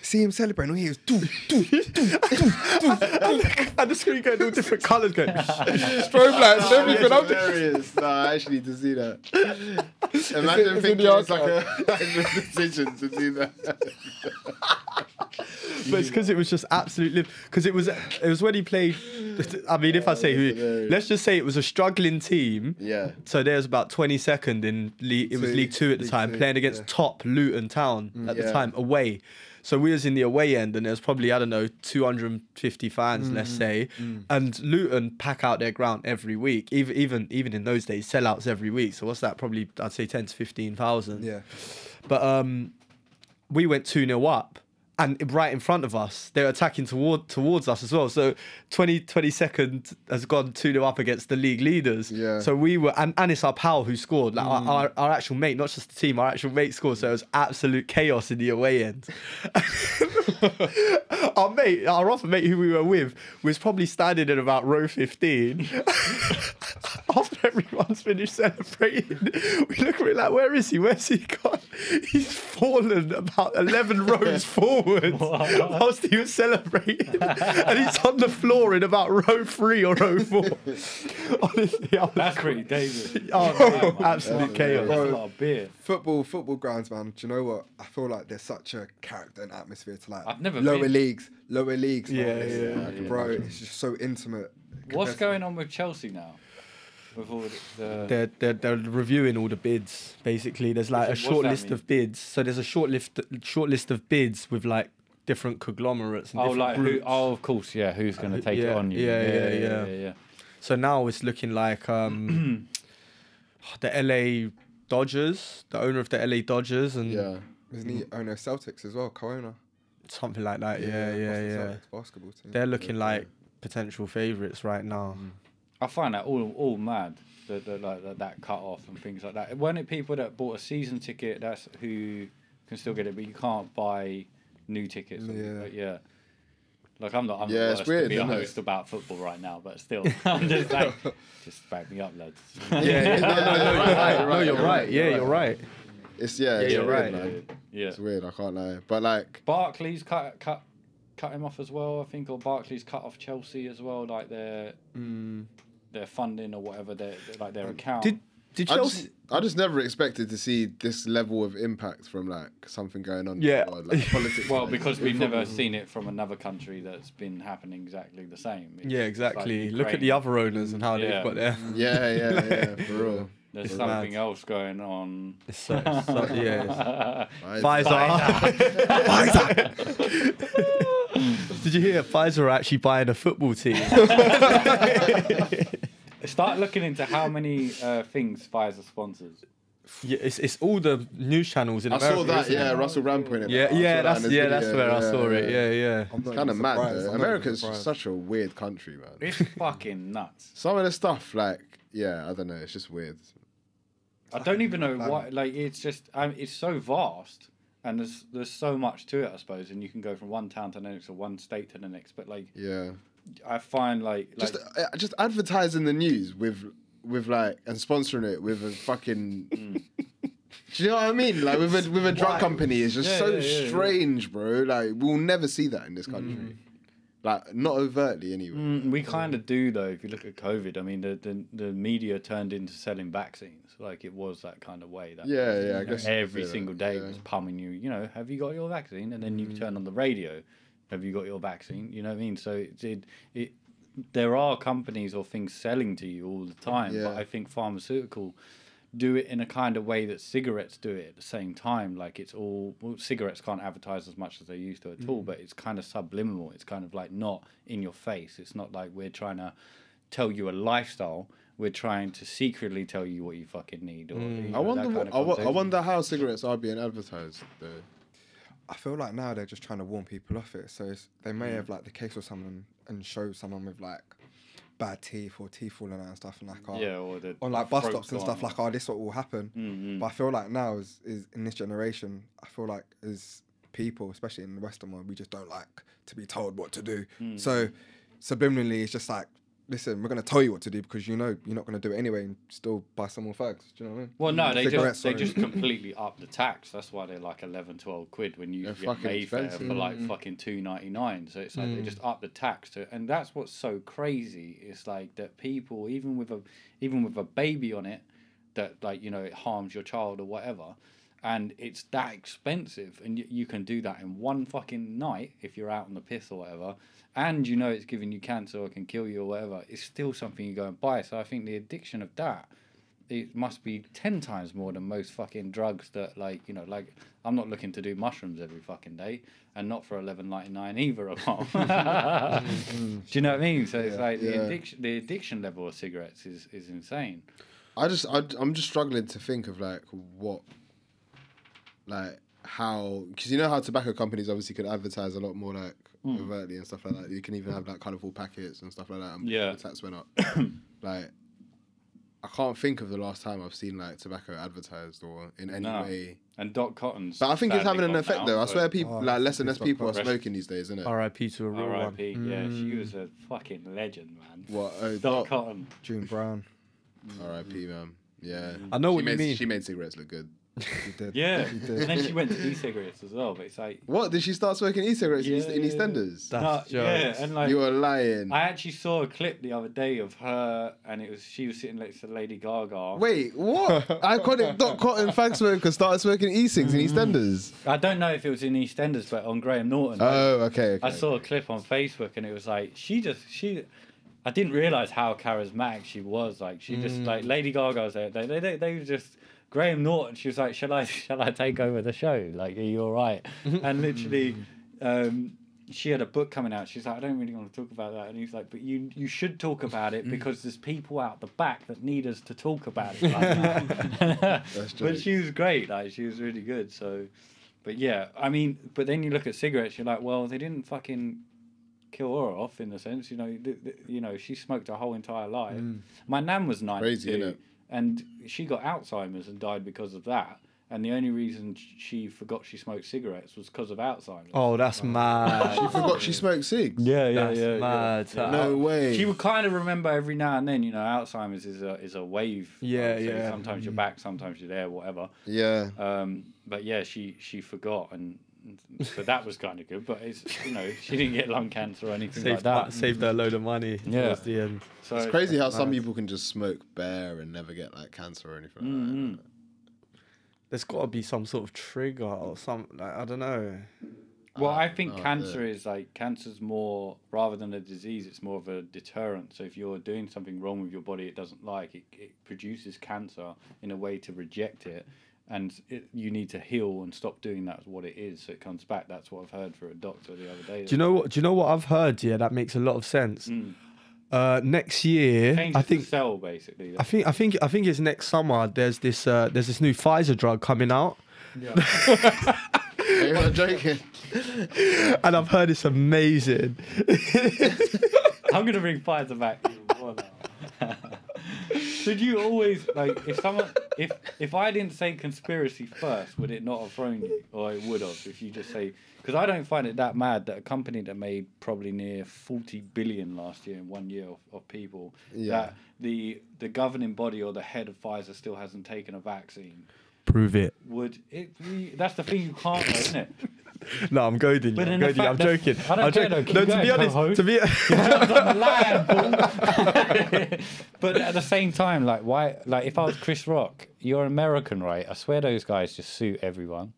H: see him celebrating. All he hears, doo doo doo doo.
I: And the screen going all different colours going.
H: Strobe lights and everything. I'm just
F: hilarious. Nah, I actually need to see that.
H: It's in-
F: Imagine
H: it's in
F: thinking
H: the
F: it's like a, like a decision to do that.
I: but it's because it was just absolute live. Because it was it was when he played. I mean, if I say who, let's just say it was a struggling team.
F: Yeah.
I: So there's about 22nd in league. It was
F: Two,
I: League Two at the
F: League
I: time,
F: Two, Mm,
I: playing against top Luton Town at the
F: Yeah.
I: time away. So we was in the away end, and there's probably I don't know 250 fans, let's
L: Mm,
I: say,
L: mm.
I: and Luton pack out their ground every week. Even even even in those days, sellouts every week. So what's that? Probably I'd say 10 to 15 thousand.
H: Yeah.
I: But um, we went 2 0 up. And right in front of us, they're attacking toward towards us as well. So 20, 22nd has gone 2 0 up against the league leaders. Yeah. So we were, and, and it's our pal who scored, like our, our, our actual mate, not just the team, our actual mate scored. So it was absolute chaos in the away end. our mate, our other mate who we were with, was probably standing in about row 15. After everyone's finished celebrating, we look at it like, where is he? Where's he gone? He's fallen about 11 rows forward whilst he was celebrating. and he's on the floor in about row three or row four. Honestly, I was
A: That's pretty dangerous.
I: Oh, man, absolute chaos.
A: That's a lot of beer.
H: Football, football grounds, man. Do you know what? I feel like there's such a character and atmosphere to like
A: I've never
H: lower
A: been.
H: leagues, lower leagues.
A: Yeah,
H: man. It's
A: yeah,
H: like,
A: yeah.
H: bro, it's just so intimate.
A: What's going on with Chelsea now? With all the.
I: they're, they're, they're reviewing all the bids basically there's like a
A: What's it-
I: short
A: what's that
I: list
A: mean?
I: of bids so there's a short list short list of bids with like different conglomerates and
A: Oh,
I: different
A: like who?
I: groups.
A: Oh, of course, yeah. Who's going to
I: Who-
A: take
I: yeah,
A: it on you?
I: yeah yeah yeah, so now it's looking like um the la dodgers the owner of the la dodgers and
H: Yeah. Isn't he owner of Celtics as well? Co-owner.
I: something like that yeah yeah
H: Yeah,
I: yeah,
H: Boston Celtics basketball team.
I: they're looking like potential favorites right now
A: I find that all all mad. The, the, like that, that cut off and things like that. Weren't it people that bought a season ticket? That's who can still get it, but you can't buy new tickets. Yeah, but yeah. Like I'm not. I'm
F: Yeah,
A: yeah,
F: it's
A: not
F: weird,
A: to be a
F: isn't it?
A: host about football right now, but still, I'm just like, just back me up, lads.
F: Yeah, yeah. No, no, no, you're right, No, you're right,
I: yeah you're right
F: It's yeah,
I: Yeah,
F: it's
I: you're
F: weird,
I: right.
F: man.
A: Yeah.
F: It's weird, I can't lie. But like
A: Barclays cut cut cut him off as well, I think, or Barclays cut off Chelsea as well, like their
I: Mm.
A: their funding or whatever, their like
I: Um,
A: their account.
F: I just, I just never expected to see this level of impact from like something going on. in the
A: Yeah.
F: world, like, politics.
A: well,
F: like,
A: because
F: in
A: we've never
F: football.
A: seen it from another country that's been happening exactly the same. It's
I: yeah
A: like
I: exactly look at
A: Ukraine.
I: the other owners and how
A: Yeah.
I: they've got their
A: There's
I: It's mad.
A: something else going on.
I: It's so, it's so yeah.
A: Pfizer.
I: it's- Pfizer. Pfizer. Did you hear Pfizer are actually buying a football team?
A: Start looking into how many uh, things Pfizer sponsors.
I: yeah, it's, it's all the news channels in
F: I
I: America.
F: saw that,
I: isn't
F: yeah,
I: it?
F: Russell Rand pointed it
I: Yeah,
F: out. I saw
I: yeah,
F: that
I: that's
F: in his
I: yeah, that's
F: video,
I: where I
F: yeah,
I: saw it.
F: yeah.
I: Yeah, yeah.
F: It's kind of mad though. America's just
A: surprised.
F: such a weird country, man.
A: It's fucking nuts.
F: Some of the stuff, like, yeah, I don't know, it's just weird.
A: I don't even know
F: planet.
A: why. Like, it's just um, it's so vast, and there's there's so much to it, I suppose. And you can go from one town to the next, or one state to the next. But like,
F: Yeah.
A: I find like, like
F: Just uh, just advertising the news with with like and sponsoring it with a fucking Do you know what I mean? Like with a with a drug
A: Wild.
F: company, it's just
A: Yeah,
F: so
A: yeah, yeah, yeah.
F: strange, bro. Like we'll never see that in this country. Like not overtly anyway.
A: Mm, we kind of do though. If you look at COVID, I mean, the, the the media turned into selling vaccines. Like it was that kind of way. That
F: Yeah, yeah, I
A: you know,
F: guess you could
A: every
F: say that,
A: single day it
F: yeah. Mm.
A: was pumping you. You know, have you got your vaccine? And then you turn on the radio, have you got your vaccine? You know what I mean? So it it, it
M: there are companies or things selling to you all the time,
F: Yeah.
M: but I think pharmaceutical do it in a kind of way that cigarettes do it at the same time. Like it's all well, cigarettes can't advertise as much as they used to at all,
F: Mm.
M: but it's kind of subliminal. It's kind of like not in your face. It's not like we're trying to tell you a lifestyle. We're trying to secretly tell you what you fucking need. Or, you
F: I
M: know,
F: wonder.
M: that kind
F: What,
M: of
F: I, wo- I
M: context.
F: wonder how cigarettes are being advertised though.
H: I feel like now they're just trying to warn people off it. So it's, they may have like the case of someone and show someone with like bad teeth or teeth falling out and stuff, and like oh,
M: Yeah, or the-
H: on
M: the
H: like bus
M: throat
H: stops and
M: gone
H: stuff,
M: or-
H: like oh, this what will happen. But I feel like now is is in this generation, I feel like as people, especially in the Western world, we just don't like to be told what to do.
F: Mm.
H: So subliminally, it's just like. Listen, we're gonna tell you what to do because you know you're not gonna do it anyway, and still buy some more fags. Do you know what I mean?
M: Well, no, they
H: Cigarettes,
M: just they
H: sorry.
M: just completely up the tax. That's why they're like 11, 12 quid when you
H: They're
M: get
H: fucking
M: Mayfair
H: expensive.
M: for like
H: Mm.
M: fucking two ninety nine. So it's like they
H: Mm.
M: just up the tax to, and that's what's so crazy. It's like that people, even with a even with a baby on it, that like you know it harms your child or whatever, and it's that expensive, and you, you can do that in one fucking night if you're out on the piss or whatever, and you know it's giving you cancer or can kill you or whatever. It's still something you go and buy. So I think the addiction of that it must be 10 times more than most fucking drugs that like you know like i'm not looking to do mushrooms every fucking day and not for 11.99 either a pop do you know what i mean so it's
F: Yeah.
M: like the
F: Yeah.
M: addiction the addiction level of cigarettes is is insane
F: I just I, I'm just struggling to think of like what like how because you know how tobacco companies obviously could advertise a lot more like
M: Mm.
F: overtly and stuff like that. You can even have like colourful packets and stuff like that. And
M: Yeah.
F: the tax went up. like I can't think of the last time I've seen like tobacco advertised or in any
M: No.
F: way.
M: and doc cotton's
F: But I think it's
M: sadly
F: having an
M: gone
F: effect
M: now,
F: though. I
M: so-
F: swear
I: Oh,
F: people like less and less people are smoking these days, isn't it?
I: R.I.P. to a real one. Mm,
M: R.I.P. Yeah, she was a fucking legend, man.
F: What? Oh,
M: Doc Cotton.
H: June Brown.
F: R.I.P. Man. Yeah.
I: I know
F: She
I: what you
F: made-
I: mean.
F: She made cigarettes look good.
H: She did.
M: Yeah,
F: She
M: and
F: did.
M: then she went to e-cigarettes as well. But it's like
F: What did she start smoking e-cigarettes in East- in EastEnders?
M: No, yeah, and like
F: you are lying.
M: I actually saw a clip the other day of her, and it was she was sitting next to Lady Gaga.
F: Wait, what? Iconic Doc Cotton fag smoker started smoking e-cigs in EastEnders.
M: I don't know if it was in EastEnders, but on Graham Norton.
F: Oh, okay. okay.
M: I saw a clip on Facebook, and it was like she just she. I didn't realize how charismatic she was. Like she just
I: Mm.
M: like Lady Gaga was there. They they they, they were just. Graham Norton, she was like, "Shall I, shall I take over the show? Like, are you all right?" And literally, um, she had a book coming out. She's like, I don't really want to talk about that. And he's like, but you you should talk about it because there's people out the back that need us to talk about it. Like that. but she was great. Like she was really good. So, but yeah, I mean, but then you look at cigarettes. You're like, well, they didn't fucking kill her off in the sense. You know, th- th- you know, she smoked her whole entire life.
F: Mm.
M: My nan was ninety
F: Crazy, innit?
M: and she got Alzheimer's and died because of that. And the only reason she forgot she smoked cigarettes was because of Alzheimer's.
I: Oh, that's mad.
F: She forgot she smoked cigs.
M: Yeah, yeah,
I: That's
M: yeah.
I: mad.
M: yeah.
F: No way.
M: She would kind of remember every now and then. You know, Alzheimer's is a is a wave. I
I: Yeah,
M: would say.
I: yeah. Mm.
M: Sometimes you're back, sometimes you're there, whatever.
F: Yeah.
A: Uh,
M: Um, but yeah, she she forgot, and so that was kind of good. But it's you know she didn't get lung cancer or anything like
I: Saved,
M: that.
I: mu- saved her a load of money
M: Yeah.
I: towards the end.
M: So
F: it's crazy how some people can just smoke bare and never get like cancer or anything. like that.
I: There's got to be some sort of trigger or some. Like, I don't know.
M: Well, I think
I: no idea.
M: cancer is like cancer's more rather than a disease. It's more of a deterrent. So if you're doing something wrong with your body, it doesn't like it. It produces cancer in a way to reject it, and it, you need to heal and stop doing that. Is what it is. So it comes back. That's what I've heard for a doctor the other day.
I: Do you know what? Do you know what I've heard? Yeah, that makes a lot of sense.
M: Mm.
I: Uh, next year,
M: Changes
I: I think
M: the cell basically.
I: I think I think I think it's next summer. There's this uh, there's this new Pfizer drug coming out,
F: Are you not joking?
I: and I've heard it's amazing.
M: I'm gonna bring Pfizer back. Should you always like if someone if if I didn't say conspiracy first, would it not have thrown you, or it would have if you just say because I don't find it that mad that a company that made probably near forty billion last year in one year of, of people
F: Yeah.
M: that the the governing body or the head of Pfizer still hasn't taken a vaccine
I: Prove it.
M: would it be, that's the thing you can't know, isn't it?
I: No, I'm goading you.
M: But
I: I'm
M: in the
I: goading you. I'm
M: fact that-
I: joking.
M: I don't
I: I'm
M: care, though.
I: joking.
M: Keep
I: No, to
M: going,
I: be honest, to be
M: but at the same time, like why? Like if I was Chris Rock, you're American, right? I swear those guys just sue everyone.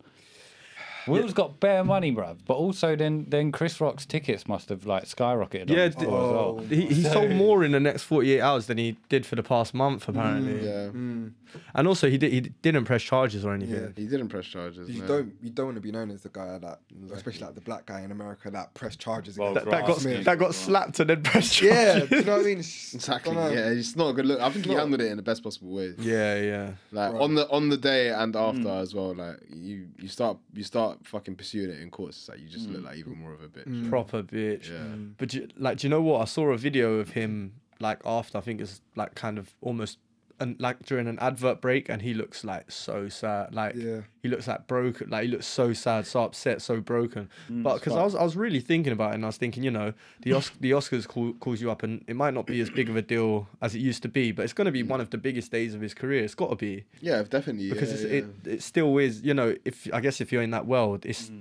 A: Will's got bare money, bruv. But also, then then Chris Rock's tickets must have like skyrocketed.
I: Yeah,
A: on this
I: d-
A: tour as well.
I: he, he
A: So-
I: sold more in the next 48 hours than he did for the past month, apparently.
H: yeah.
M: Mm.
I: And also, he, did, he didn't press charges or anything.
H: Yeah.
F: He didn't press charges.
H: You
F: no.
H: don't you don't want to be known as the guy that, especially like the black guy in America that pressed charges
F: Well,
H: against
F: that- that
H: Will
F: got-
H: Smith.
F: that got
I: slapped and then pressed
H: Yeah,
F: charges.
H: do you know what I mean?
F: Exactly.
H: dunno.
F: Yeah, it's not a good look. I think he
H: Not-
F: handled it in the best possible way.
I: Yeah, yeah.
F: Like on the on the day and after as well. Like you you start you start fucking pursuing it in courts. It's like you just look like even more of a bitch.
H: Mm.
F: yeah.
I: proper bitch. But do, you- like, do you know what? I saw a video of him like after I think it's like kind of almost and like during an advert break, and he looks like so sad. Like
H: Yeah.
I: he looks like broken. Like he looks so sad, so upset, so broken.
H: Mm,
I: but because I
H: fucked.
I: was I was really thinking about it, and I was thinking, you know, the Os- the Oscars call, calls you up, and it might not be as big of a deal as it used to be, but it's gonna
H: Mm.
I: be one of the biggest days of his career. It's got to be
F: Yeah, definitely.
I: because
F: yeah,
I: it's,
F: yeah.
I: it it still is. You know, if I guess if you're in that world, it's.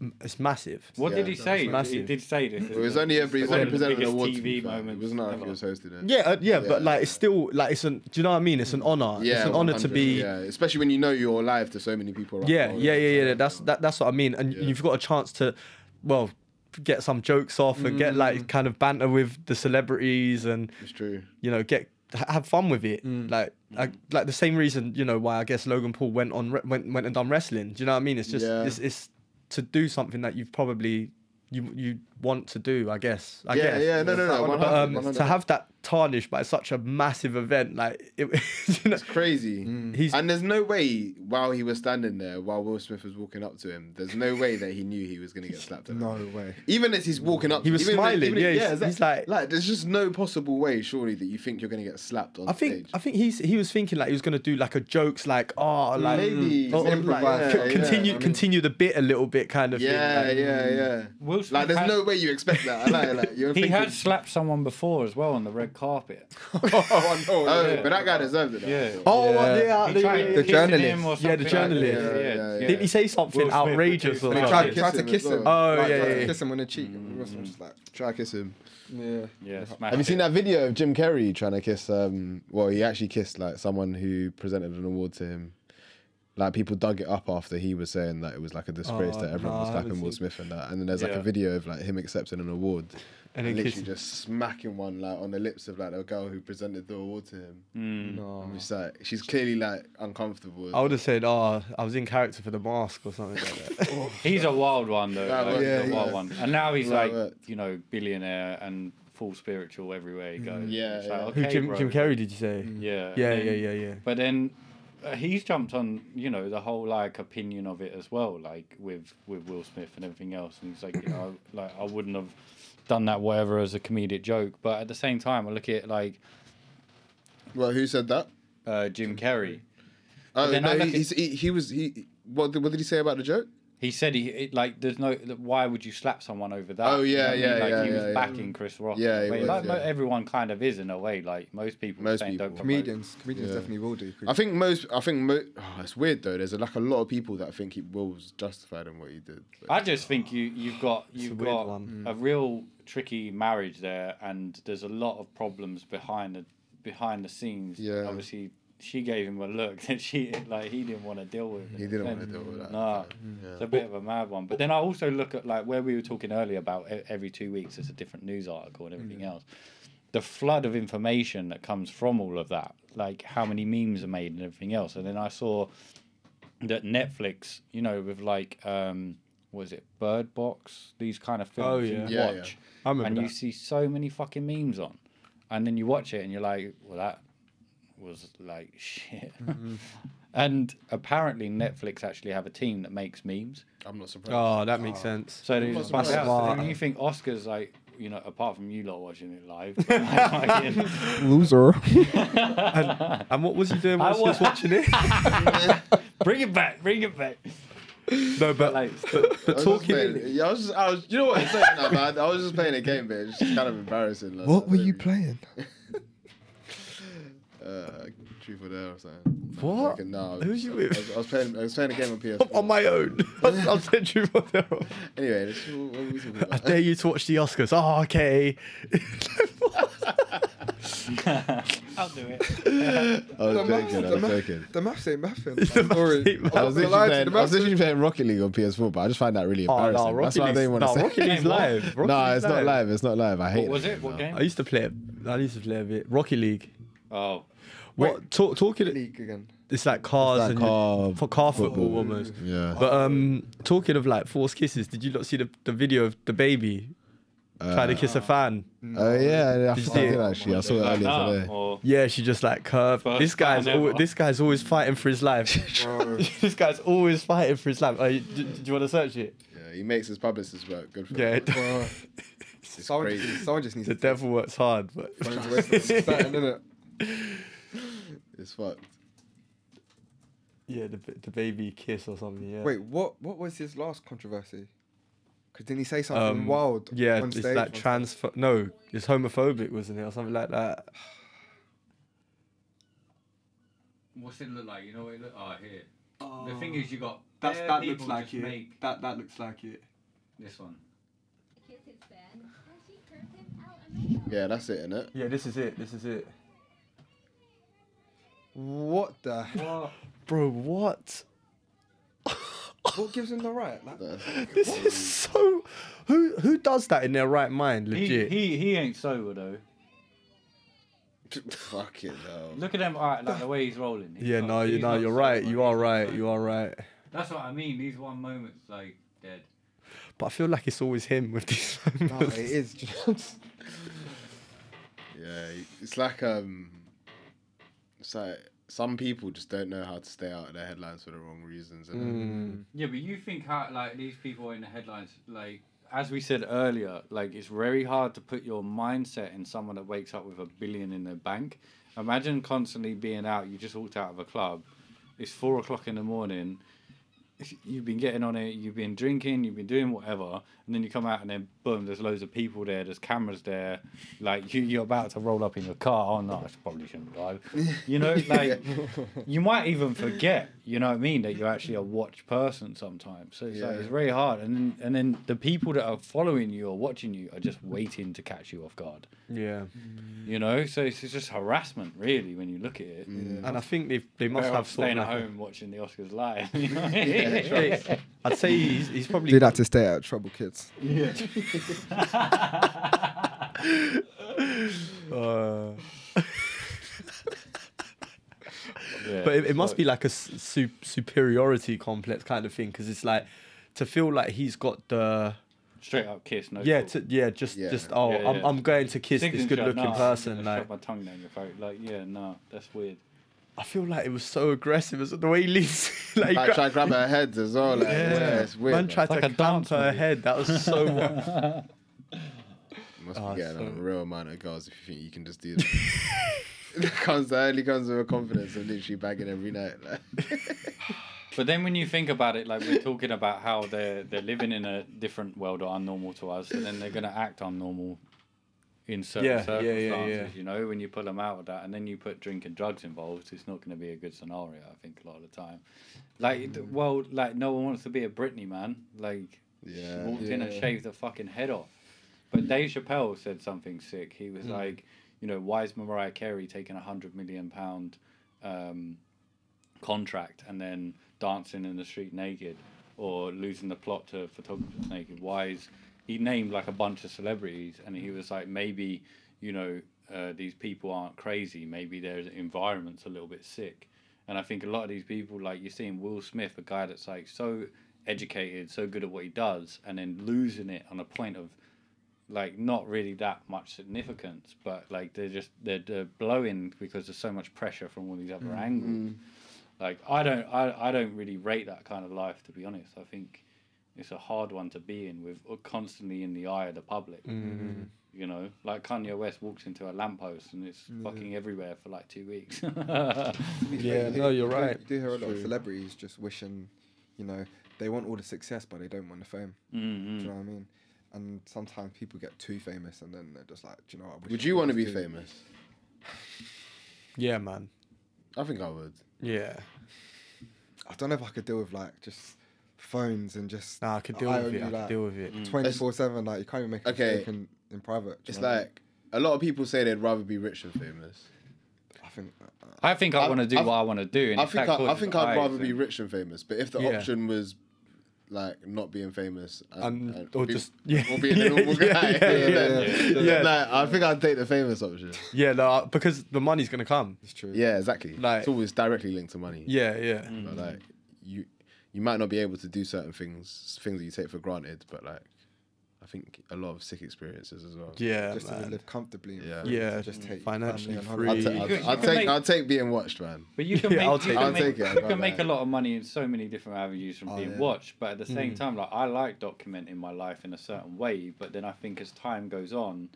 I: m- It's massive.
A: What did he say? He
I: massive.
A: did say this.
F: It was only every it was
A: one of
F: only
A: the
F: presented an
A: biggest
F: award. to be
A: TV
F: fair. It
A: moments.
F: wasn't like
A: ever.
F: he was hosted it.
I: Yeah, uh, yeah, but like it's still like it's an. Do you know what I mean? It's an honor. it's an honor to
F: 100,
I: be.
F: Yeah, especially when you know you're alive to so many people. oh, Around
I: Yeah, Oh,
F: the world.
I: yeah, yeah, yeah. That's that, that's what I mean. And you've got a chance to, well, get some jokes off and get like kind of banter with the celebrities and.
F: It's true.
I: You know, get ha- have fun with it.
F: Mm.
I: Like, I, like the same reason you know why I guess Logan Paul went on re- went went and done wrestling. Do you know what I mean? It's just
F: Yeah.
I: it's, it's to do something that you've probably. You, you want to do, I guess. I
F: Yeah,
I: guess.
F: yeah, no, no, no,
I: But,
F: 100,
I: um,
F: 100.
I: to have that tarnished by such a massive event, like it, you know,
F: It's crazy.
A: Mm.
I: He's-
F: and there's no way while he was standing there, while Will Smith was walking up to him, there's no way that he knew he was gonna get slapped. at
H: No way.
F: Even as he's walking up,
I: He was
F: even if-
I: smiling,
F: even if-
I: yeah, he's- he's like-
F: like, there's just no possible way, surely, that you think you're gonna get slapped on
I: I think
F: stage.
I: I think he's he was thinking like he was gonna do like a jokes like oh like
F: Maybe,
I: oh,
F: it's
I: like,
F: improvised,
I: c-
F: yeah,
I: continue
F: yeah.
I: continue the bit a little bit kind of
F: Yeah,
I: thing. like-
F: yeah, yeah.
A: Will
F: Like,
A: Smith
F: there's
A: had-
F: no way you expect that. I like, like, you're
A: He
F: thinking,
A: had slapped someone before as well on the red carpet.
F: oh,
H: no,
A: yeah.
F: but that guy deserved it. though.
A: Yeah.
I: Oh
H: Yeah.
I: yeah,
A: He tried
I: yeah.
H: The
A: kissing
H: journalist.
A: him or
I: Yeah, the
A: something like
I: journalist.
A: that.
F: Yeah, yeah, yeah.
I: Did he say something
A: Will Smith
I: outrageous
A: produced
I: or
H: And he
A: that.
H: tried,
A: Yeah.
I: something?
H: tried to
F: Kiss him
H: kiss
F: as
H: him.
I: well. Oh,
H: Like,
I: yeah,
H: tried to
I: yeah.
H: Kiss him on the cheek.
F: Mm.
H: and Will Smith was like,
F: Try kiss him.
H: yeah.
A: Yeah,
F: Have you
A: smash
F: seen
A: it.
F: that video of Jim Carrey trying to kiss? Um, well, he actually kissed like someone who presented an award to him. Like people dug it up after he was saying that it was like a disgrace
I: Oh,
F: that everyone
I: no,
F: was
I: I
F: slapping
I: haven't
F: Will
I: seen-
F: Smith and that. And then there's like
A: Yeah.
F: a video of like him accepting an award and,
I: And then
F: literally
I: kissing.
F: just smacking one like on the lips of like the girl who presented the award to him.
I: No.
F: It's like she's clearly like uncomfortable.
I: I would have said oh I was in character for the mask or something like that.
A: He's a wild one though.
F: That
A: like,
F: worked,
A: he's
F: that
A: a wild
F: worked.
A: one. And now he's
F: That
A: like,
F: worked.
A: you know, billionaire and full spiritual everywhere he goes.
F: Yeah,
A: It's
F: Mm-hmm. yeah.
A: Like,
I: Who
A: okay,
I: Jim
A: bro.
I: Jim Carrey did you say?
F: Mm.
A: Yeah.
I: Yeah,
A: and
I: yeah,
A: then-
I: yeah, yeah.
A: But then uh, he's jumped on, you know, the whole like opinion of it as well, like with with Will Smith and everything else. And he's like, you know, like I wouldn't have done that whatever as a comedic joke, but at the same time, I look at it like
F: well, who said that?
A: uh, Jim Carrey.
F: Oh
A: then I
F: no,
A: look
F: he,
A: at-
F: he's- he, he was he. What did, what did he say about the joke?
A: He said he it, like there's no that- why would you slap someone over that?
F: Oh,
A: You know what I
F: yeah,
A: mean?
F: yeah,
A: Like,
F: yeah,
A: He was
F: yeah, yeah.
A: backing Chris Rock. in a
F: Yeah, he
A: way.
F: was,
A: like, mo-
F: yeah.
A: Everyone kind of is in a way. Like most people,
F: Most
A: most people. don't
F: people.
A: promote.
H: Comedians, comedians
F: Yeah.
H: definitely will do.
F: I think most. I think mo- oh, it's weird though. There's like a lot of people that think he Will was justified in what he did. but-
A: I just think you you've got you've
I: weird
A: got
I: one.
A: a real tricky marriage there, and there's a lot of problems behind the behind the scenes.
F: Yeah.
A: obviously she gave him a look that she like he didn't want to deal with.
F: He didn't want to deal with that.
A: Nah,
F: Yeah.
A: it's a bit of a mad one. But then I also look at like where we were talking earlier about e- every two weeks it's a different news article and
I: Mm.
A: everything else. The flood of information that comes from all of that, like how many memes are made and everything else. And then I saw that Netflix, you know, with like um, was it Bird Box? These kind of films
I: Oh, yeah.
A: you
F: Yeah, yeah.
A: watch,
I: I remember
A: and you
I: that.
A: see so many fucking memes on, and then you watch it and you're like, well, that was like shit.
I: Mm-hmm.
A: and apparently, Netflix actually have a team that makes memes.
F: I'm not surprised.
I: Oh, that makes sense.
A: So they
F: That's
A: just bust it out. So then
I: smart.
A: you think Oscars like. You know, apart from you lot watching it live, I
H: Loser.
I: And what was he doing while he
A: wa-
I: was watching it?
A: bring it back, bring it back.
I: no, but
A: Like,
I: but
F: I was just
I: talking.
F: playing- yeah, I was just, I was, you know what? It's not even that bad. I was just playing a game, but it's just kind of embarrassing. Like,
H: What were
F: like,
H: you playing?
F: Uh, truth or dare or something.
I: What?
F: Like, no, I
I: Who
F: was,
I: you
F: I
I: with?
F: was- I was playing. I was playing a game on PS.
I: on my own. I'll send you what they're on.
F: Anyway, this, what were we talking
I: I
F: about?
I: Ah, dare you to watch the Oscars. Oh, okay.
N: I'll do it.
F: I was
H: The math-
F: joking. I
H: the
F: was
H: math-
F: joking.
H: The maths ain't mathing. I'm sorry.
F: I was,
H: gonna
F: literally
H: lie to you,
F: playing,
H: the
F: I was
H: maths
F: literally playing Rocket League on PS4, but I just find that really
I: Oh, no,
F: embarrassing. That's why
I: Rocket
F: I didn't want
I: League's-
F: to
I: no,
F: say.
I: Rocket League's live. Rocket
F: no,
I: League's
F: it's not
I: live.
F: live. It's not live. I hate.
M: was it?
F: now.
M: What game?
I: I used to play it. I used to play a bit. Rocket League.
M: Oh.
I: What talk, talking
H: League again?
I: It's like cars
H: like
I: and
F: car
I: for car football,
F: football.
I: almost.
F: Yeah.
I: But um, talking of like forced kisses, did you not see the, the video of the baby trying to
M: Uh.
I: kiss a fan?
F: Oh uh, yeah, I, thought I
I: Did you see
F: did
I: it?
F: actually. I saw it
M: Like
F: earlier
M: that,
F: today.
M: or-
I: Yeah, she just like curved.
M: First
I: This guy's
M: fan
I: always,
M: ever.
I: this guy's always fighting for his life. this guy's always fighting for his life. Uh, do, do you want to search it?
F: Yeah, he makes his publicist work. Good for
I: Yeah.
F: him.
H: someone, just, someone just needs
I: The
H: to
I: devil works hard, but
H: Phone's away from the button, innit?
F: It's fucked.
I: yeah, the, the baby kiss or something. Yeah.
H: Wait, what? What was his last controversy? Because didn't he say something
I: Um,
H: wild?
I: Yeah,
H: on
I: it's
H: stage
I: like
H: once?
I: trans. No, it's homophobic, wasn't it, or something like that?
O: What's it look like? You know what it look like here. The
P: Oh.
O: thing is, you got
P: That's,
O: bare
P: that looks
O: people
P: like
O: just
P: it.
O: make
P: That that looks like it.
O: this one.
F: Yeah, that's it, innit?
I: Yeah, this is it. This is it.
H: What the?
I: What? Bro, what?
H: what gives him the right? Like,
I: This is so. Who who does that in their right mind?
M: He,
I: Legit.
M: he he ain't sober though.
F: Fuck it though.
M: Look at him, alright, like the way he's rolling. He's
I: yeah,
M: not-
I: no, you
M: he's
I: no,
M: not
I: you're
M: sober.
I: right. You are right. You are right.
O: That's what I mean. These one moments like dead.
I: But I feel like it's always him with these.
H: no, it is just.
F: Yeah, it's like um, it's like some people just don't know how to stay out of their headlines for the wrong reasons.
I: Hmm.
F: innit?
O: Yeah, but you think how like these people in the headlines like
M: As we said earlier, like it's very hard to put your mindset in someone that wakes up with a billion in their bank. Imagine constantly being out. You just walked out of a club. It's four o'clock in the morning. You've been getting on it. You've been drinking. You've been doing whatever, and then you come out and then boom, there's loads of people there. There's cameras there. Like you, you're about to roll up in your car. Oh no, I probably shouldn't drive. You know, like you might even forget, you know what I mean, that you're actually a watch person sometimes. So it's like
F: Yeah.
M: it's very hard. And then, and then the people that are following you or watching you are just waiting to catch you off guard.
I: Yeah.
M: You know, so it's, it's just harassment really when you look at it.
I: And I think they they must
M: Better
I: have
M: off
I: sort of
M: staying at
I: like a-
M: home watching the Oscars live.
I: I'd say he's, he's probably
H: Do that to stay out of trouble, kids.
I: Yeah. Uh,
M: Yeah,
I: but it, it
M: it's
I: must
M: like-
I: be like a s- su- superiority complex kind of thing because it's like to feel like he's got the
M: Straight up kiss, no.
I: yeah
M: talk.
I: to, yeah just
M: Yeah.
I: just oh
M: Yeah,
I: I'm,
M: yeah.
I: I'm going to kiss this
M: Signature,
I: good looking
M: nah, I'm
I: person
M: gonna
I: like
M: shove my tongue down your throat. Like, yeah, no, that's weird.
I: I feel like it was so aggressive as the way he leaves like he
F: Like,
I: gra-
F: try to grab her heads as well. Like, yeah. it's weird.
I: man
F: man.
I: tried to clamp her head that was so
F: Must
I: Ah,
F: be getting
I: so-
F: a real amount of girls if you think you can just do that. comes the only comes with a confidence of literally bagging every night. Like.
M: But then when you think about it, like we're talking about how they're they're living in a different world that are normal to us, and then they're gonna act unnormal in certain
I: Yeah, yeah, yeah,
M: circumstances.
I: yeah.
M: You know, when you pull them out of that, and then you put drink and drugs involved, it's not gonna be a good scenario. I think a lot of the time, like the- well, like no one wants to be a Britney man. Like
F: Yeah.
M: she walked in and
F: Yeah.
M: shaved her fucking head off. But Dave Chappelle said something sick. He was
I: Mm.
M: like, you know, why is Mariah Carey taking a hundred million pound? Um, contract and then dancing in the street naked or losing the plot to photographers naked why is he named like a bunch of celebrities and he was like maybe you know uh, these people aren't crazy maybe their environment's a little bit sick and i think a lot of these people like you're seeing will smith a guy that's like so educated so good at what he does and then losing it on a point of like not really that much significance but like they're just they're, they're blowing because there's so much pressure from all these
A: Hmm.
M: other
I: Mm.
M: angles
F: Hmm.
I: Mm.
M: like I don't I, I don't really rate that kind of life to be honest. I think it's a hard one to be in with uh, constantly in the eye of the public.
I: Mm.
M: You know, like Kanye West walks into a lamppost and it's
H: Yeah.
M: fucking everywhere for like two weeks.
H: You
M: yeah,
H: do- you do- You do hear a lot of celebrities just wishing, you know, they want all the success, but they don't want the fame. Do
M: Mhm.
H: you know what I mean? And sometimes people get too famous, and then they're just like, do you know what? I wish
F: Would
H: I
F: you
H: was
F: want to be
H: too."
F: famous?
I: yeah man
F: I think I would.
I: yeah
H: I don't know if I could deal with like just phones and just.
I: Nah, I could deal
H: eye
I: with
H: on
I: it,
H: you,
I: I could
H: like,
I: deal with it. Mm. It's-
H: Twenty four seven, like you can't even make a
F: Okay.
H: mistake in, in private. do you
F: It's
H: know what I mean?
F: like a lot of people say they'd rather be rich than famous.
H: think. uh,
A: I think I, want to do what I want to do. And
F: I
A: if
F: think
A: that
F: I, I
A: causes
F: think I'd
A: eyes,
F: rather
A: then-
F: be rich than famous. But if the
A: Yeah.
F: option was like not being famous and,
I: And-
F: and
I: or
F: be-
I: just- yeah,
F: or being a
I: yeah,
F: normal
I: yeah,
F: guy,
I: yeah, yeah, yeah. Yeah.
F: Like, I think I'd take the famous option.
I: Yeah, no, I- because the money's gonna come. It's true.
F: Yeah, exactly.
I: Like-
F: it's always directly linked to money.
I: Yeah, yeah.
F: But
A: Mm.
F: like you, you might not be able to do certain things, things that you take for granted. But like, I think a lot of sick experiences as well.
I: Yeah,
H: Just to
I: man.
H: live comfortably. and
F: Yeah.
H: free,
I: Yeah,
H: Just take your
I: financially
H: family on
I: free.
F: I'll, ta-
I: You
F: I'll,
I: could- you
F: I'll
I: could
F: take,
I: make-
F: I'll take being watched, man.
A: But you can
I: Yeah,
A: make,
I: I'll
A: you
I: take
A: can
I: it.
A: make,
F: I'll take it,
A: you
F: I'll
A: can
F: buy
A: make
F: that.
A: a lot of money in so many different avenues from
H: Oh,
A: being
H: yeah.
A: watched. But at the same
I: Mhm.
A: time, like I like documenting my life in a certain way. But then I think as time goes on,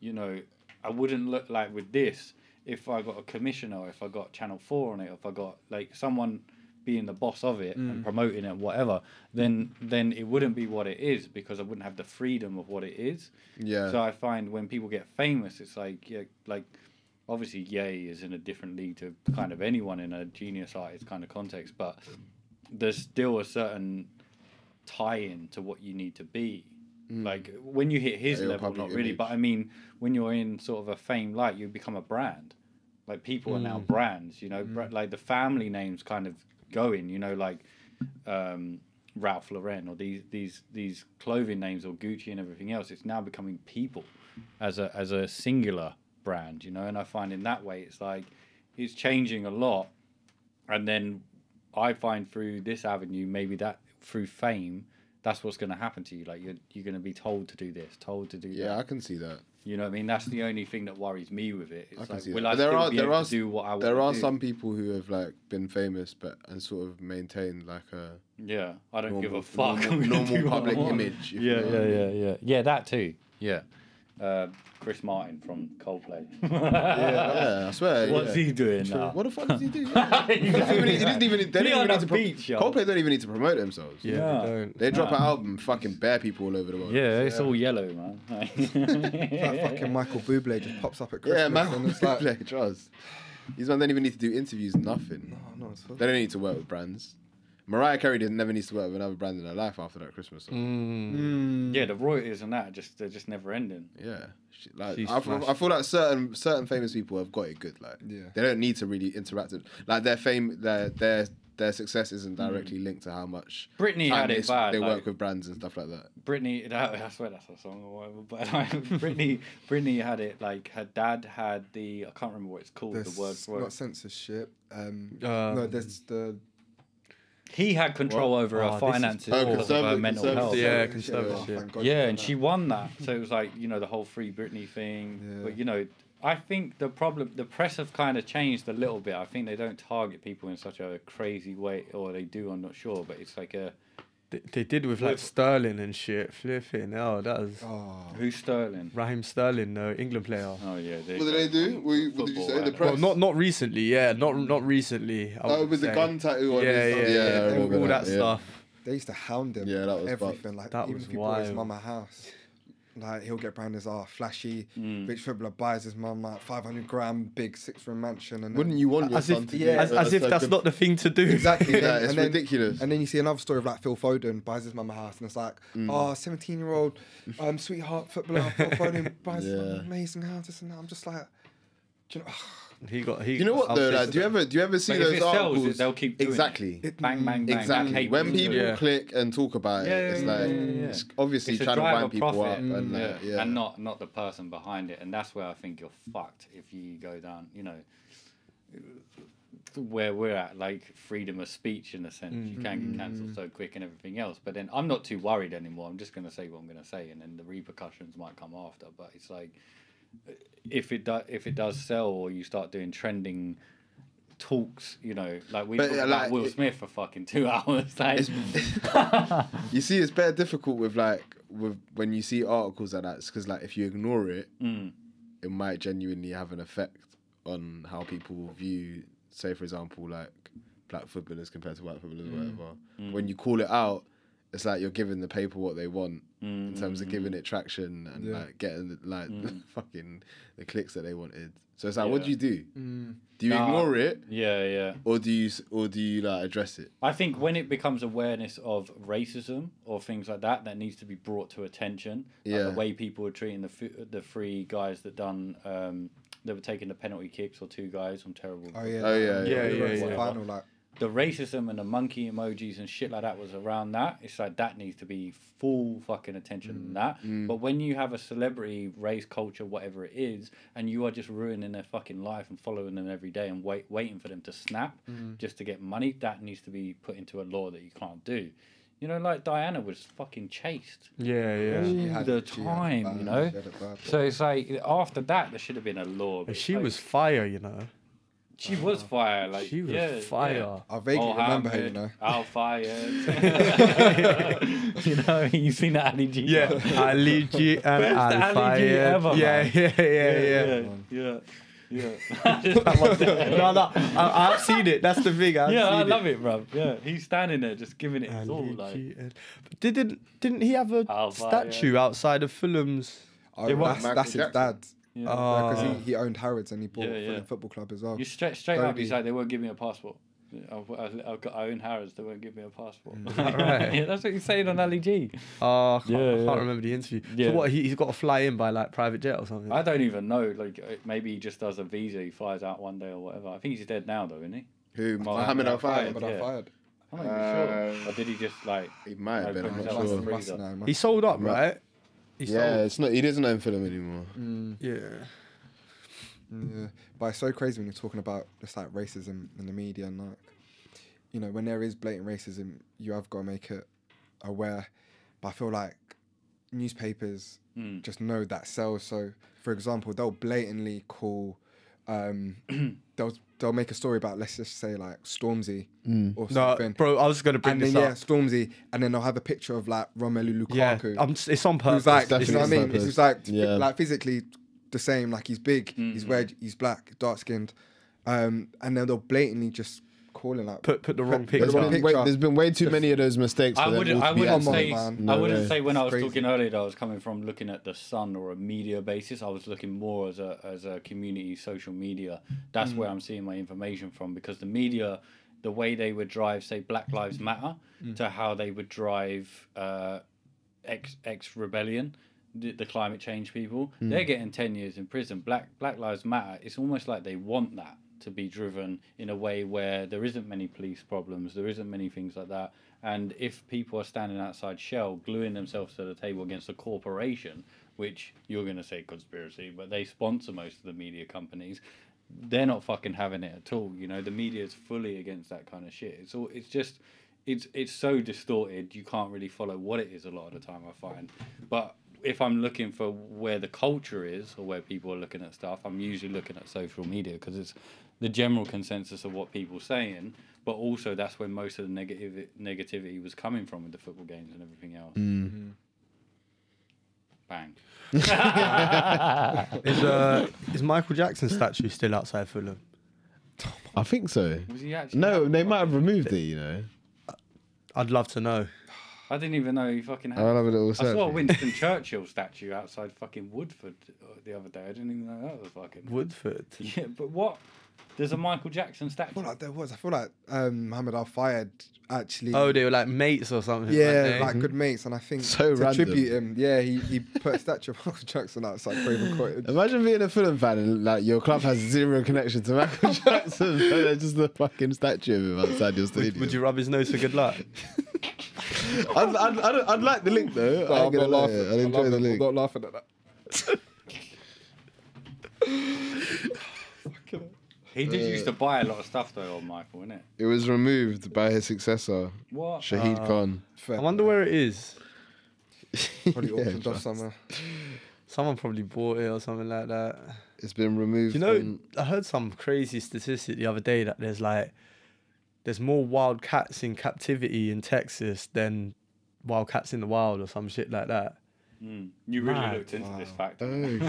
A: you know, I wouldn't look like with this if I got a commissioner, or if I got Channel Four on it, or if I got like someone being the boss of it and
I: Mm.
A: promoting it, whatever. Then then it wouldn't be what it is because I wouldn't have the freedom of what it is.
F: Yeah.
A: So I find when people get famous, it's like yeah, like obviously Ye is in a different league to kind of anyone in a genius artist kind of context, but there's still a certain tie-in to what you need to be. Like when you hit his
F: Yeah, your
A: level, not
F: public
A: really,
F: image.
A: but I mean when you're in sort of a fame light, you become a brand. Like people are now
I: Mm.
A: brands, you know, bra- like the family names kind of going, you know, like um, Ralph Lauren or these these these clothing names or Gucci and everything else. It's now becoming people as a as a singular brand, you know. And I find in that way, it's like it's changing a lot. And then I find through this avenue, maybe that through fame, that's what's going to happen to you. Like you're you're going to be told to do this, told to do
F: Yeah, I
A: that.
F: can see that.
A: You know what I mean? That's the only thing that worries me with it. It's
F: I can
A: like,
F: see
A: will
F: that.
A: I
F: But there
A: still
F: are
A: be
F: there
A: able
F: are
A: to do what I want
F: there
A: to
F: are
A: do?
F: some people who have like been famous but and sort of maintained like a
A: Yeah, I don't give a
F: normal-
A: fuck. I'm
F: normal,
A: gonna
F: normal
A: do what I
F: public
A: want.
F: image. if you
A: Yeah,
F: know what I
A: yeah,
F: mean.
A: yeah, yeah, yeah. That too. Yeah, uh, Chris Martin from Coldplay.
F: yeah, I swear.
A: What's
F: yeah.
A: he doing
F: True.
A: now?
F: What the fuck does he do? Yeah. he doesn't even, he doesn't even, they
A: He
F: don't
A: on
F: even
A: the
F: need to pro-
A: beach, yo.
F: Coldplay don't even need to promote themselves.
I: Yeah,
A: Yeah.
I: they don't.
F: They drop
A: Nah.
F: an album, fucking bare people all over the world.
A: Yeah, it's all yellow, man.
H: That fucking Michael Bublé just pops up at Christmas.
F: Yeah, man.
H: And it's like,
F: Coldplay, trust. These men don't even need to do interviews, nothing.
H: oh, no, it's
F: They don't need to work with brands. Mariah Carey didn't never needs to work with another brand in her life after that Christmas song. Mm.
A: yeah, the royalties and that are just they're just never ending.
F: Yeah, she, like
I: She's
F: I, feel,
I: smashed
F: I feel like certain certain famous people have got it good. Like
H: Yeah.
F: they don't need to really interact. With, like their fame, their their their success isn't directly linked to how much
A: Britney
F: time
A: had
F: they,
A: it
F: s-
A: bad,
F: They
A: like-
F: work with brands and stuff like that.
A: Britney, that, I swear that's a song or whatever. But like, Britney, Britney had it like her dad had the I can't remember what it's called.
H: there's
A: the word for
H: not
A: it.
H: censorship. Um,
I: Uh,
H: no, there's the
A: He had control over
I: Oh,
A: her
I: this is
A: finances
F: Oh,
A: because of her
F: conservative-
A: mental
F: conservative-
A: health.
I: Yeah,
H: Conservative
I: conservative
H: shit.
I: shit.
H: Oh, thank God
A: yeah,
H: for
A: and
H: that.
A: she won that. So it was like you know the whole free Britney thing.
H: Yeah.
A: But you know, I think the problem, the press have kind of changed a little bit. I think they don't target people in such a crazy way, or they do. I'm not sure, but it's like a
I: They, they did with like
A: With-
I: Sterling and shit. Flipping hell, that was
H: Oh,
A: who's Sterling.
I: Raheem Sterling, no England player.
A: Oh yeah. there
F: What
A: you
F: did they
A: go.
F: do? What you- what did you
A: Football,
F: say? The
A: right?
F: press? Mm.
I: Well, not not recently. Yeah, not not recently. I
F: Oh,
I: would
F: with the
I: say.
F: gun tattoo. On
I: Yeah,
F: his,
I: yeah,
F: yeah, I
I: yeah, All,
F: remember
I: all that
F: yeah.
I: stuff.
H: they used to hound him.
F: Yeah, that was fucked.
H: everything. Like
I: That
H: even
I: was
H: if he bought his
I: wild.
H: mum a house, like he'll get branded as ah flashy.
F: Mm.
H: Rich footballer buys his mum like 500 grand big six room mansion. And
F: Wouldn't
H: then,
F: you want your
I: As
F: son
I: if,
F: to
H: yeah,
F: do
I: as,
F: that?
I: as if
F: so
I: that's
F: good-
I: not the thing to do.
H: Exactly.
F: Yeah,
H: then-
F: it's
H: and then-
F: ridiculous.
H: And then you see another story of like Phil Foden buys his mum a house, and it's like,
F: Mm.
H: oh, 17 year old um, sweetheart footballer Phil Foden buys his mum an
F: Yeah.
H: amazing house. This and that. I'm just like, do you know,
I: He got. He
F: You know what
I: got
F: though?
I: outfitted.
F: Like, do you ever do you ever see
A: But if
F: those
A: it sells,
F: articles?
A: it- they'll keep doing it.
F: exactly.
A: Bang bang bang.
F: Exactly.
A: Hate
F: When
A: people do
F: people
A: it.
I: Yeah.
F: click and talk about
A: Yeah,
F: it, it's
A: yeah,
F: like
A: yeah, yeah, yeah.
F: it's obviously
A: It's a
F: trying to
A: drive
F: wind
A: of
F: people
A: profit,
F: up and
A: yeah,
F: like, yeah.
A: and not not the person behind it. And that's where I think you're fucked if you go down, you know, where we're at, like freedom of speech in a sense. You can get
F: Mm.
A: cancelled so quick and everything else. But then I'm not too worried anymore. I'm just going to say what I'm going to say, and then the repercussions might come after. But it's like if it does if it does sell, or you start doing trending. Talks, you know, like we
F: But,
A: talked
F: uh,
A: about
F: like,
A: Will
F: it-
A: Smith for fucking two hours. Like,
F: It's- you see, it's better difficult with like with when you see articles like that, because like if you ignore it,
A: Mm.
F: it might genuinely have an effect on how people view, say for example, like black footballers compared to white footballers,
A: Mm.
F: or whatever. When you call it out, it's like you're giving the paper what they want in terms of
A: Mm.
F: giving it traction and
H: Yeah.
F: like getting like fucking the clicks that they wanted. So it's like,
A: Yeah.
F: what do you do?
H: Mm.
F: Do you
A: Nah.
F: ignore it,
A: yeah, yeah.
F: or do you s- or do you like address it?
A: I think when it becomes awareness of racism or things like that, that needs to be brought to attention. Like
F: Yeah.
A: the way people are treating the f- the three guys that done um, they were taking the penalty kicks or two guys. I'm terrible.
H: Oh, yeah. Oh, yeah, yeah. Yeah, yeah, yeah.
A: Whatever.
H: Final, like-
A: The racism and the monkey emojis and shit like that was around that. It's like that needs to be full fucking attention on that.
L: Mm.
A: But when you have a celebrity, race, culture, whatever it is, and you are just ruining their fucking life and following them every day and wait waiting for them to snap
L: Mm.
A: just to get money, that needs to be put into a law that you can't do. You know, like Diana was fucking chased
I: Yeah, yeah. She
A: all
I: had
A: the
I: it- she had it
A: time,
I: bad,
A: you know.
I: she had it bad.
A: So it's like after that, there should have been a law. but
I: She
A: like-
I: was fire, you know.
A: she was fire. Like
I: She was
A: yeah,
I: fire.
A: yeah.
I: I vaguely remember her, you
A: Mohammed,
I: know.
A: Al Fayed. you know, you've seen the Ali G.
I: Yeah,
A: one.
I: Ali G and
A: Best
I: Al
A: Ali G
I: Fayed.
A: ever,
I: Yeah,
A: man.
I: yeah, yeah, yeah.
A: yeah, yeah.
I: no, no, I, I've seen it. That's the thing. I've
A: yeah, I
I: seen
A: love it, bruv. Yeah, he's standing there just giving it his all. Like,
I: Didn't didn't he have a statue outside of Fulham's?
H: Oh, that's, that's his dad.
A: Yeah.
H: Because
A: Ah.
H: he, he owned Harrods and he bought
A: Yeah,
H: Fulham
A: yeah.
H: Football Club as well.
A: You straight straight up,
H: Dodie.
A: he's like, they won't give me a passport. I've, I've I've got I own Harrods, they won't give me a passport.
I: Alright.
A: yeah, that's what he's saying on Ali G.
I: Oh, Ah, I can't, I
A: yeah.
I: can't remember the interview.
A: Yeah.
I: So what? He, he's got to fly in by like private jet or something.
A: I don't even know. Like uh, maybe he just does a visa. He flies out one day or whatever. I think he's dead now, though, isn't he?
F: Who? Mohammed Al Fayed.
A: yeah. I'm not even sure. Or did he just like?
F: He might have been.
A: open
F: I'm
A: himself
F: not
A: up
F: sure.
A: to freedom?
I: He sold up, right? He
F: yeah,
I: sold.
F: it's not. He doesn't own Fulham anymore.
I: Yeah.
H: Yeah, but it's so crazy when you're talking about just like racism in the media and like, you know, when there is blatant racism, you have got to make it aware. But I feel like newspapers
I: Hmm.
H: just know that sells. So, for example, they'll blatantly call, um, they'll they'll make a story about let's just say like Stormsy
I: Mm.
H: or
I: No,
H: something.
I: bro, I was gonna bring
H: and
I: this
H: then,
I: up.
H: Yeah, Stormsy, and then they'll have a picture of like Romelu
I: Yeah,
H: Lukaku.
I: I'm s- it's on
H: Who's,
I: purpose.
H: like,
I: It's
H: you know
I: definitely
H: what I
I: on
H: mean? It's
I: purpose.
H: just like
I: Yeah.
H: like physically the same. Like he's big, he's
I: Mm-hmm.
H: red, he's black, dark skinned, um, and then they'll blatantly just call him like
I: put put the wrong
F: There's been, way, there's been way too many of those mistakes. For
A: I
F: them
A: wouldn't.
F: all
A: I
F: to be
A: wouldn't
F: accepted.
A: say.
F: No
A: I wouldn't
F: way.
A: say when I was talking earlier that I was coming from looking at the sun or a media basis. I was looking more as a as a community social media. That's
L: Mm.
A: where I'm seeing my information from because the media, the way they would drive, say Black Lives Matter,
L: Mm.
A: to how they would drive uh, ex ex rebellion. The, the climate change people
L: Mm.
A: they're getting 10 years in prison black black lives matter it's almost like they want that to be driven in a way where there isn't many police problems there isn't many things like that and if people are standing outside Shell, gluing themselves to the table against a corporation, which you're going to say conspiracy, but they sponsor most of the media companies, they're not fucking having it at all. You know, the media is fully against that kind of shit. It's all. It's just. It's it's so distorted. You can't really follow what it is a lot of the time. I find, but if I'm looking for where the culture is or where people are looking at stuff, I'm usually looking at social media because it's the general consensus of what people saying, but also that's where most of the negative negativity was coming from with the football games and everything else. Mm-hmm. Bang.
I: is, uh, is Michael Jackson's statue still outside Fulham?
F: I think so.
A: Was he actually
F: No, they might have removed it. You know.
I: I'd love to know.
A: I didn't even know he fucking had.
F: I'll have a little
A: I
F: search
A: saw a
F: for you.
A: Winston Churchill statue outside fucking Woodford uh, the other day. I didn't even know that was fucking
I: Woodford.
A: Yeah, but what? There's a Michael Jackson statue.
H: I feel like there was. I feel like um, Mohammed Al Fayed actually.
I: Oh, they were like mates or something.
H: yeah,
I: weren't they?
H: like good mates, and I think
F: So
H: to
F: random.
H: tribute him, yeah, he, he put a statue of Michael Jackson outside Craven Cottage.
F: Imagine being a Fulham fan and like your club has zero connection to Michael Jackson. so There's just a fucking statue of him outside your stadium.
I: Would you rub his nose for good luck?
F: I'd, I'd, I'd, I'd like the link though.
H: No,
F: I
H: I'm not laughing.
F: I'd
H: I'm
F: enjoy the
H: laughing.
F: link.
H: I'm not laughing at that.
A: He did
F: Uh,
A: used to buy a lot of stuff though, on Michael, innit?
F: It was removed by his successor,
A: What?
F: Shahid
A: Uh,
F: Khan.
I: I wonder where it is.
H: Probably
F: Yeah,
H: auctioned off
F: just-
H: somewhere.
I: Someone probably bought it or something like that.
F: It's been removed.
I: You know,
F: from-
I: I heard some crazy statistic the other day that there's like there's more wild cats in captivity in Texas than wild cats in the wild or some shit like that.
A: Mm. You really
I: Mad.
A: looked into this fact.
I: Oh, shit.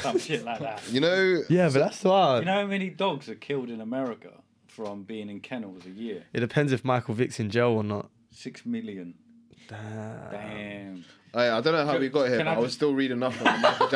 A: Some shit like that.
F: You know.
I: Yeah, but that's wild.
A: You know how many dogs are killed in America from being in kennels a year?
I: It depends if Michael Vick's in jail or not.
A: Six million.
I: Damn.
F: I, I don't know how
A: Ju-
F: we got here,
A: can
F: but I,
A: I
F: was
A: just-
F: still reading up on the Michael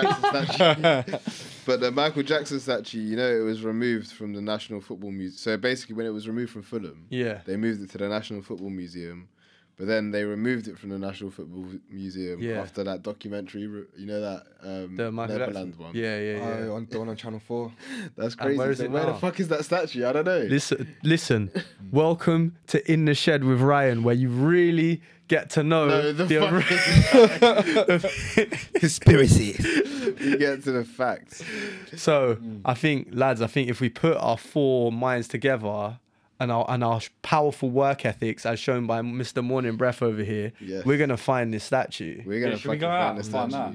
F: Jackson statue. but the Michael Jackson statue, you know, it was removed from the National Football Museum. So basically, when it was removed from Fulham,
I: Yeah.
F: they moved it to the National Football Museum But then they removed it from the National Football Museum
H: Yeah.
F: after that documentary. re- You know that um,
H: The Michael Jackson-
F: Neverland one.
H: Yeah, yeah, yeah. Oh,
F: on, on Channel Four. That's
I: And
F: crazy.
I: where is
F: So
I: it
F: where the
I: now?
F: fuck is that statue? I don't know.
I: Listen, listen. Welcome to In the Shed with Ryan, where you really get to know
F: No, the
I: ori-
H: conspiracy.
F: we get to the facts.
I: So
M: Mm.
I: I think, lads, I think if we put our four minds together and our and our powerful work ethics, as shown by Mr. Morning Breath over here,
M: Yes.
I: we're gonna find this statue.
F: We're
M: Yeah, should we go out and find that?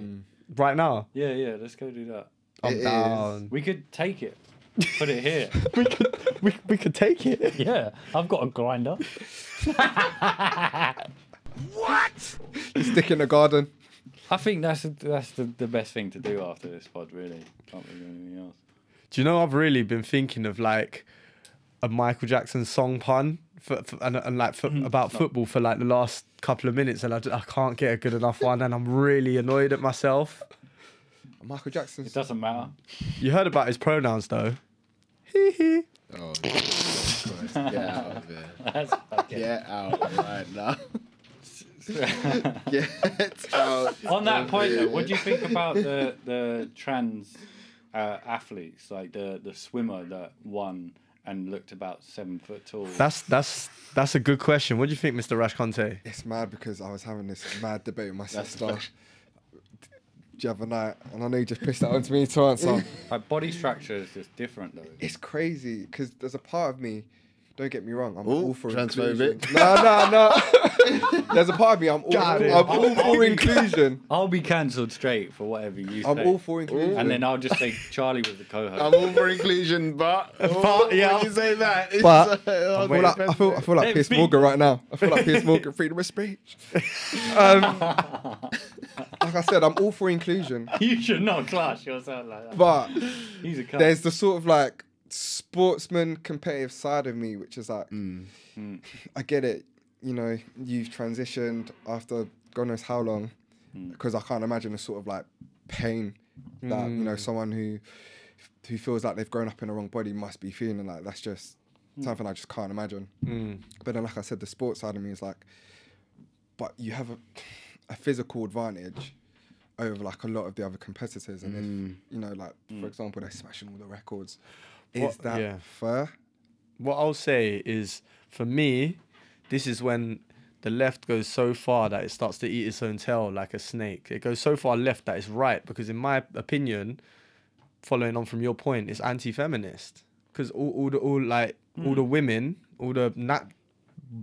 I: right now.
M: Yeah, yeah, let's go do that.
I: I'm It is. down.
M: We could take it, put it here.
I: we, we could take it.
M: Yeah, I've got a grinder.
H: Stick in the garden.
M: I think that's that's the, the best thing to do after this pod. Really, can't think of anything else.
I: Do you know I've really been thinking of like a Michael Jackson song pun for, for- and, and like for, about
M: no.
I: football for like the last couple of minutes, and I, d- I can't get a good enough one, and I'm really annoyed at myself.
H: Michael Jackson. It
M: doesn't matter.
I: You heard about his pronouns though.
F: Oh, Jesus Christ. Get out of here. Get out right now. Get out.
M: On that
F: of
M: point, though,
F: here.
M: what do you think about the the trans uh, athletes, like the the swimmer that won and looked about seven foot tall?
I: That's that's that's a good question. What do you think, Mr. Rash Conte?
H: It's mad because I was having this mad debate with my
M: That's
H: sister
M: special.
H: the other night, and I know you just pissed that onto me to answer.
M: like body structure is just different though.
H: it's crazy because there's a part of me. Don't get me wrong, I'm
F: Ooh,
H: all for
F: transphobic.
H: inclusion. No, no, no. there's a part of me I'm all,
M: God,
H: I'm
M: dude.
H: all for inclusion.
M: I'll be cancelled straight for whatever you say.
H: I'm all for inclusion.
M: And then I'll just say Charlie was the co-host.
F: I'm all for inclusion, but, oh,
M: yeah.
F: when you say that, it's
H: But
F: uh,
H: I, feel like, I feel I feel like
F: Let
H: Piers
F: me-
H: Morgan right now. I feel like Piers Morgan, freedom of speech. Um, like I said, I'm all for inclusion.
M: you should not clash yourself like that.
H: But
M: he's a cunt.
H: there's the sort of like sportsman competitive side of me, which is like, I get it. You know, you've transitioned after God knows how long, because I can't imagine the sort of like pain that you know
I: Mm.
H: someone who who feels like they've grown up in the wrong body must be feeling. Like that's just something I just can't imagine.
I: Mm.
H: But then, like I said, the sports side of me is like, but you have a, a physical advantage over like a lot of the other competitors, and
I: Mm.
H: if you know, like for example, they're smashing all the records. Is
I: What-
H: that
I: yeah.
H: fair?
I: What I'll say is, for me, this is when the left goes so far that it starts to eat its own tail like a snake. It goes so far left that it's right because, in my opinion, following on from your point, it's anti-feminist because all, all the all like all the women, all the nat-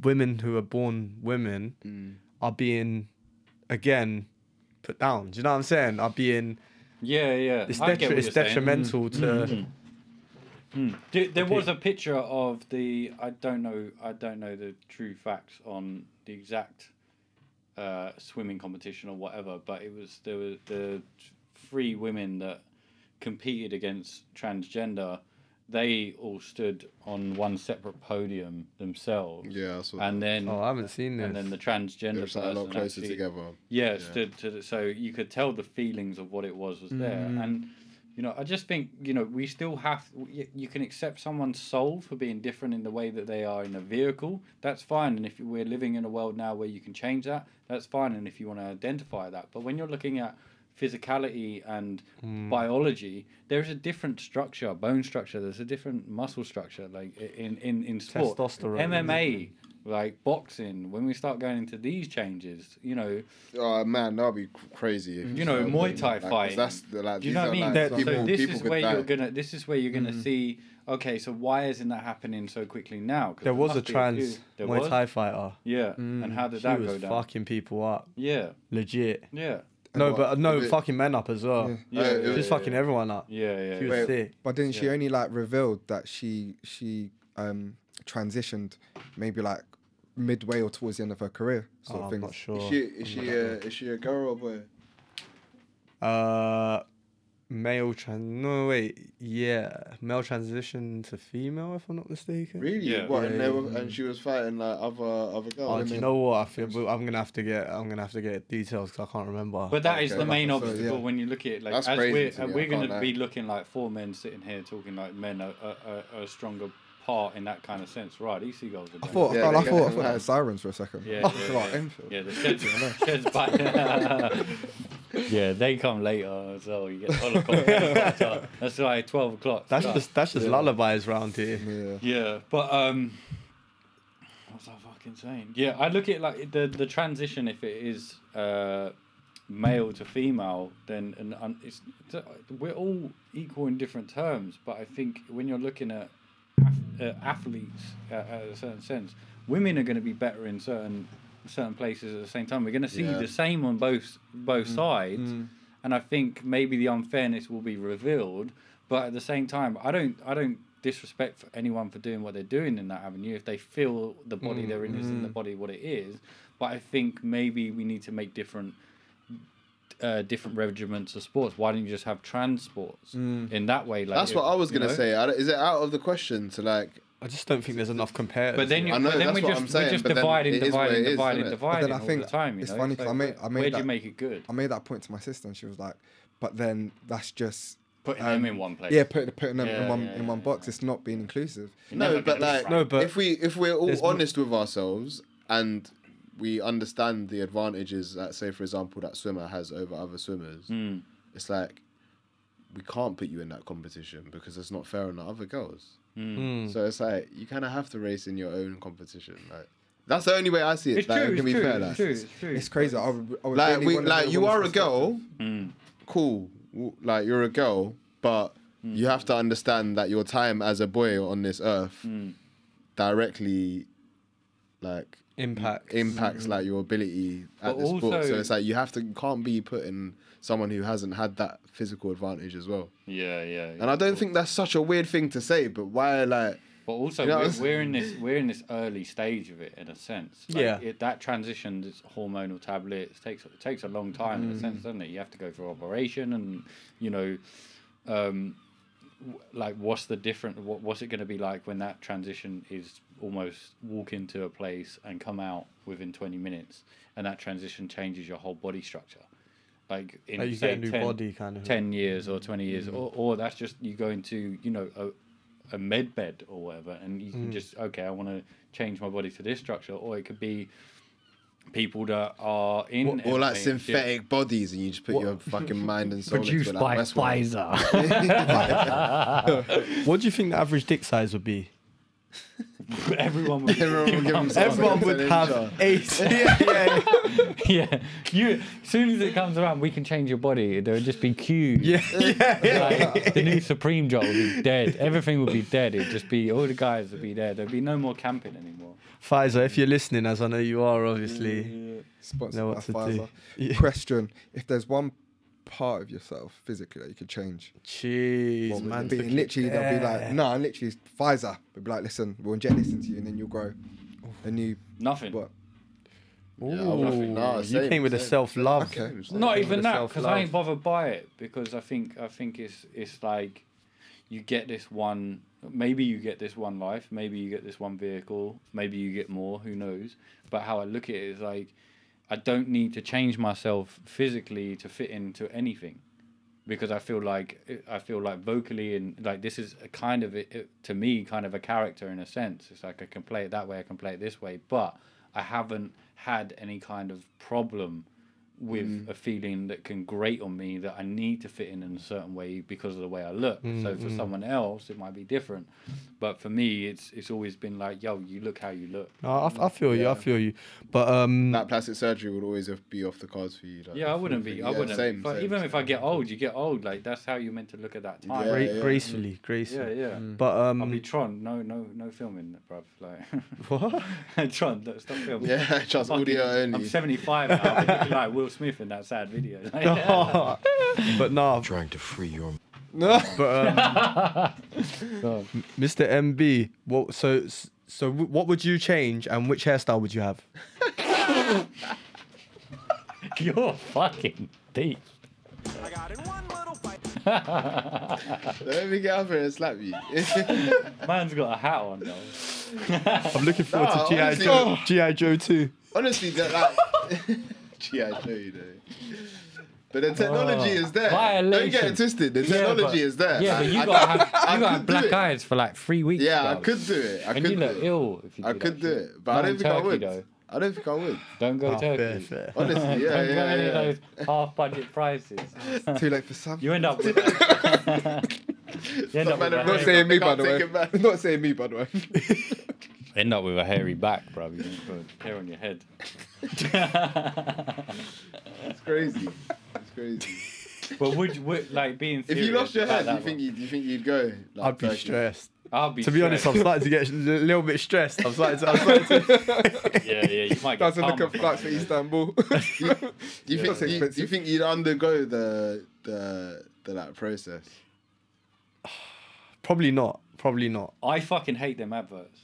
I: women who are born women are being again put down. Do you know what I'm saying? Are being
M: yeah, yeah.
I: it's,
M: I get
I: detri-
M: what
I: it's
M: you're saying. Mm.
I: detrimental to.
M: Do, there
I: Okay.
M: was a picture of the I don't know I don't know the true facts on the exact uh, swimming competition or whatever, but it was there were the three women that competed against transgender. They all stood on one separate podium themselves.
F: Yeah, I saw
M: and
F: that.
M: then
I: Oh, I haven't seen
M: And
I: this.
M: then the transgender
F: They were sat a lot
M: person
F: closer
M: actually-
F: together.
M: Yeah,
F: Yeah.
M: stood to the, so you could tell the feelings of what it was was there,
I: Mm-hmm.
F: Mm.
M: and you know, I just think, you know, we still have, you, you can accept someone's soul for being different in the way that they are in a vehicle. That's fine. And if you- we're living in a world now where you can change that, that's fine. And if you want to identify that. But when you're looking at physicality and
I: Mm.
M: biology, there's a different structure, bone structure, there's a different muscle structure, like i- in, in, in sport.
I: Testosterone,
M: MMA, like boxing, when we start going into these changes, you know,
F: Oh man, that'd be cr- crazy. If
M: you know, Muay Thai
F: fight.
M: fighting.
F: That's the, like,
M: Do you
F: these
M: know what
F: are,
M: I mean?
F: like,
M: That-
F: people,
M: so this
F: people
M: is
F: could
M: where
F: die.
M: you're gonna. This is where you're gonna see. Okay, so why isn't that happening so quickly now? 'Cause
I: There was a
M: must be few-
I: trans
M: there
I: Muay
M: was?
I: Thai fighter.
M: Yeah, and how did
I: she
M: that
I: was
M: go down?
I: Fucking people up.
M: Yeah.
I: Legit.
M: Yeah.
I: No,
H: what?
I: but no,
H: Is it-
I: fucking men up as well.
M: Yeah,
I: Just
M: yeah, yeah,
I: fucking
M: yeah.
I: everyone up.
M: Yeah, yeah.
I: She was
H: Wait,
I: sick.
H: But didn't she only like revealed that she she um transitioned maybe like midway or towards the end of her career sort
I: Oh,
H: of
I: I'm
H: thing?
I: not sure.
F: Is she, is, she a, is she a girl or a boy?
I: Uh, male trans. No, wait. Yeah, male transition to female, if I'm not mistaken.
F: Really? What? and, they were, and she was fighting like other other girls.
I: Oh, do you know what? I feel well, I'm gonna have to get. I'm gonna have to get details because I can't remember.
M: But that is the main
I: So,
M: obstacle
I: yeah.
M: when you look at it. Like,
I: That's
M: as
I: crazy
M: we're,
I: to
M: and
I: me, I
M: we're going
I: can't
M: to
I: lie.
M: be looking like four men sitting here talking like men are, are, are, are stronger
A: part in that kind of sense. Right, these seagulls are.
H: I
A: doing
H: thought,
A: it.
H: I, thought, I thought it was sirens for a second.
A: Yeah,
H: oh,
A: yeah,
H: like
A: yeah.
H: Enfield.
A: Yeah, the sheds,
H: I know.
A: sheds back. yeah, they come later as well. You get Holocaust. that's like twelve o'clock.
I: That's
A: start.
I: just that's just
A: Yeah.
I: lullabies round here.
H: Yeah.
A: Yeah, but um, what's I fucking saying? Yeah, I look at it like the the transition. If it is uh, male to female, then and, and it's we're all equal in different terms. But I think when you're looking at ath- uh, athletes uh, at a certain sense, women are going to be better in certain certain places at the same time. We're going to see
F: Yeah. Mm.
A: the same on both both sides, and I think maybe the unfairness will be revealed. But at the same time, I don't I don't disrespect for anyone for doing what they're doing in that avenue if they feel the body
I: Mm,
A: they're in is in the
I: mm.
A: body what it is. But I think maybe we need to make different uh, different regiments of sports. Why don't you just have trans sports
F: Mm.
A: in that way? Like
F: That's what I was gonna say. I don't- Is it out of the question to like?
I: I just don't think there's enough compared.
A: But then, you,
F: I know,
A: but then
F: that's
A: we
F: what
A: just,
F: I'm
A: we
F: saying,
A: just
F: but then
A: divide
F: it
A: and
F: is
A: divide
F: what
A: and
F: it is,
A: divide
F: isn't
A: and
F: it?
A: divide
H: But then I
A: all
H: think
A: the time. You
H: it's
A: know?
H: funny because
A: like,
H: I made I made
A: where
H: that,
A: do you make it good?
H: I made that point to my sister, and she was like, "But then that's just
A: Putting them in one place.
H: Yeah, putting putting them
A: Yeah,
H: in one
A: yeah,
H: in one box. It's not being inclusive.
F: No, but like,
H: no, but
F: if we if we're all
H: there's-
F: honest with ourselves and we understand the advantages that, say, for example, that swimmer has over other swimmers,
H: Hmm.
F: it's like we can't put you in that competition because it's not fair on the other girls.
H: Hmm.
A: Hmm.
I: Mm.
F: So it's like you kind of have to race in your own competition. Like that's the only way I see it.
A: It's
F: like,
A: true,
F: it
A: it's
F: can be
A: true,
F: fair.
A: it's
F: like.
A: true, it's true.
H: it's crazy. I would, I would
F: Like
H: really
F: we,
H: wanna
F: like
H: know
F: you
H: women's
F: are a
H: perspective.
F: girl, cool. w- Like you're a girl, but you have to understand that your time as a boy on this earth directly, like
I: Impacts.
F: impacts like your ability at
A: Mm. But
F: this sport. So
A: also-
F: it's like you have to you can't be putting someone who hasn't had that physical advantage as well.
A: Yeah, yeah.
F: And I don't think that's such a weird thing to say, but why like?
A: But also,
F: You know,
A: we're,
F: it's-
A: we're in this we're in this early stage of it in a sense.
I: Yeah.
A: it, that transition, this hormonal tablets takes it takes a long time in a
I: Mm.
A: sense, doesn't it? You have to go through operation, and you know, um, w- like what's the different? What, what's it going to be like when that transition is almost walk into a place and come out within twenty minutes, and that transition changes your whole body structure. Like in
I: Like you
A: say,
I: get a new
A: 10
I: body kind
F: Mm-hmm.
I: of.
A: 10 years or 20 years or, or that's just you go into you know a, a med bed or whatever and you can
I: Mm.
A: just okay i want to change my body to this structure or it could be people that are in
F: Or like
A: everything, just-
F: synthetic bodies, and you just put your fucking mind and soul
A: Produced
F: into it.
A: by
F: Like Westworld.
I: what do you think the average dick size would be?
A: everyone would,
F: Everyone would give themselves
I: Everyone
F: an
I: would
F: inch
I: have
F: up.
I: eight. yeah, yeah,
A: yeah you as soon as it comes around we can change your body there would just be cues
I: yeah, yeah,
A: like, the new Supreme job would be dead. Everything would be dead. It'd just be all the guys would be there. There'd be no more camping anymore.
I: Pfizer, if you're listening, as I know you are, obviously.
H: Sponsored
I: Know what
H: by
I: to do.
H: Pfizer.
I: Yeah.
H: Question: If there's one part of yourself physically that you could change,
I: Jeez,
H: what would
I: man.
H: it be? And literally, they'll be like, "No, literally, Pfizer." They'll be like, "Listen, we'll inject this into you, and then you'll grow a new."
A: Nothing.
H: What?
F: Yeah, I would-
I: Ooh,
F: nah,
I: you
F: same,
I: came with a
F: same,
I: self love.
H: Okay.
A: Not even
I: the
A: that, because I
I: self-love.
A: ain't bothered by it because I think I think it's it's like you get this one. Maybe you get this one life. Maybe you get this one vehicle. Maybe you get more. Who knows? But how I look at it is like I don't need to change myself physically to fit into anything because I feel like I feel like vocally and like this is a kind of it, to me kind of a character in a sense. It's like I can play it that way, I can play it this way, but I haven't had any kind of problem
F: Mm.
A: with a feeling that can grate on me that I need to fit in in a certain way because of the way I look.
F: Mm,
A: So for someone else, it might be different, but for me, it's it's always been like, yo, you look how you look.
I: No, I, f- I feel you. I feel you. But um,
F: That plastic surgery would always have- be off the cards for you. Like,
A: Yeah, I
F: if you
A: wouldn't
F: think-
A: be. I
F: yeah,
A: wouldn't.
F: Same,
A: but
F: same,
A: even
F: same.
A: if I get old, you get old. Like that's how you're meant to look at that time.
F: Yeah,
I: gra-
F: yeah.
I: gracefully, gracefully.
A: Yeah, yeah.
I: But
A: I'll be
I: um,
A: Tron. No, no, no filming, bruv. Like
I: what?
A: Tron, no, stop filming.
F: Yeah, just
A: Fucking-
F: audio only.
A: I'm 75 now. I'm looking like Will Smith in that sad video.
I: but nah,
L: Trying to free your.
I: but um, Mr. MB, what? So so w- what would you change, and which hairstyle would you have?
A: You're fucking deep.
B: I got in one little fight.
F: Let me get up here and slap you.
A: Man's got a hat on though.
I: I'm looking forward
F: Nah,
I: to GI
F: honestly-
I: Joe. GI Joe too.
F: Honestly, that like, gee, I know you know. But the technology
A: Oh,
F: is there. Don't get
A: violation.
F: it twisted. The
A: Yeah,
F: technology
A: but-
F: is there.
A: Yeah, but
F: Like,
A: you
F: I-
A: got to
F: I
A: have, you got to
F: could
A: have
F: do
A: black
F: it.
A: eyes for like three weeks.
F: Yeah, I
A: bruv.
F: could do it. I
A: and
F: could
A: you
F: do
A: look
F: it.
A: ill if you
F: I
A: do that
F: could do
A: shit.
F: it, but I
A: Not in
F: don't think I
A: Turkey,
F: would.
A: Though.
F: I don't think I would.
A: Don't go
I: Ah,
F: Oh, fair,
A: Turkey.
F: fair. Honestly, yeah,
A: don't go
F: yeah,
A: any
F: yeah.
A: of those half-budget prices.
H: Too late for some.
A: You end up with. you end up with a
H: Not
A: hairy-
H: saying me, by the way. Not saying me, by the way.
A: End up with a hairy back, bruv. You don't put hair on your head.
F: It's crazy. It's crazy.
A: But would you, would, like being
F: If
A: serious
F: you lost your
A: about
F: head, do
A: that
F: you think you'd, do you think you'd go? Like,
I: I'd be
F: Turkey?
I: stressed.
A: I'll be
I: to be honest, I'm
A: stressed.
I: starting to get a little bit stressed. I'm starting to. I'm starting to
A: yeah, yeah, you might
H: That's
A: get
H: a look
A: karma
H: at
A: from
H: flights
A: that.
H: for Istanbul.
F: Do you
H: Yeah.
F: think
H: That's
F: do you, do you
H: expensive.
F: think you'd undergo the the the like process?
I: probably not. Probably not.
A: I fucking hate them adverts.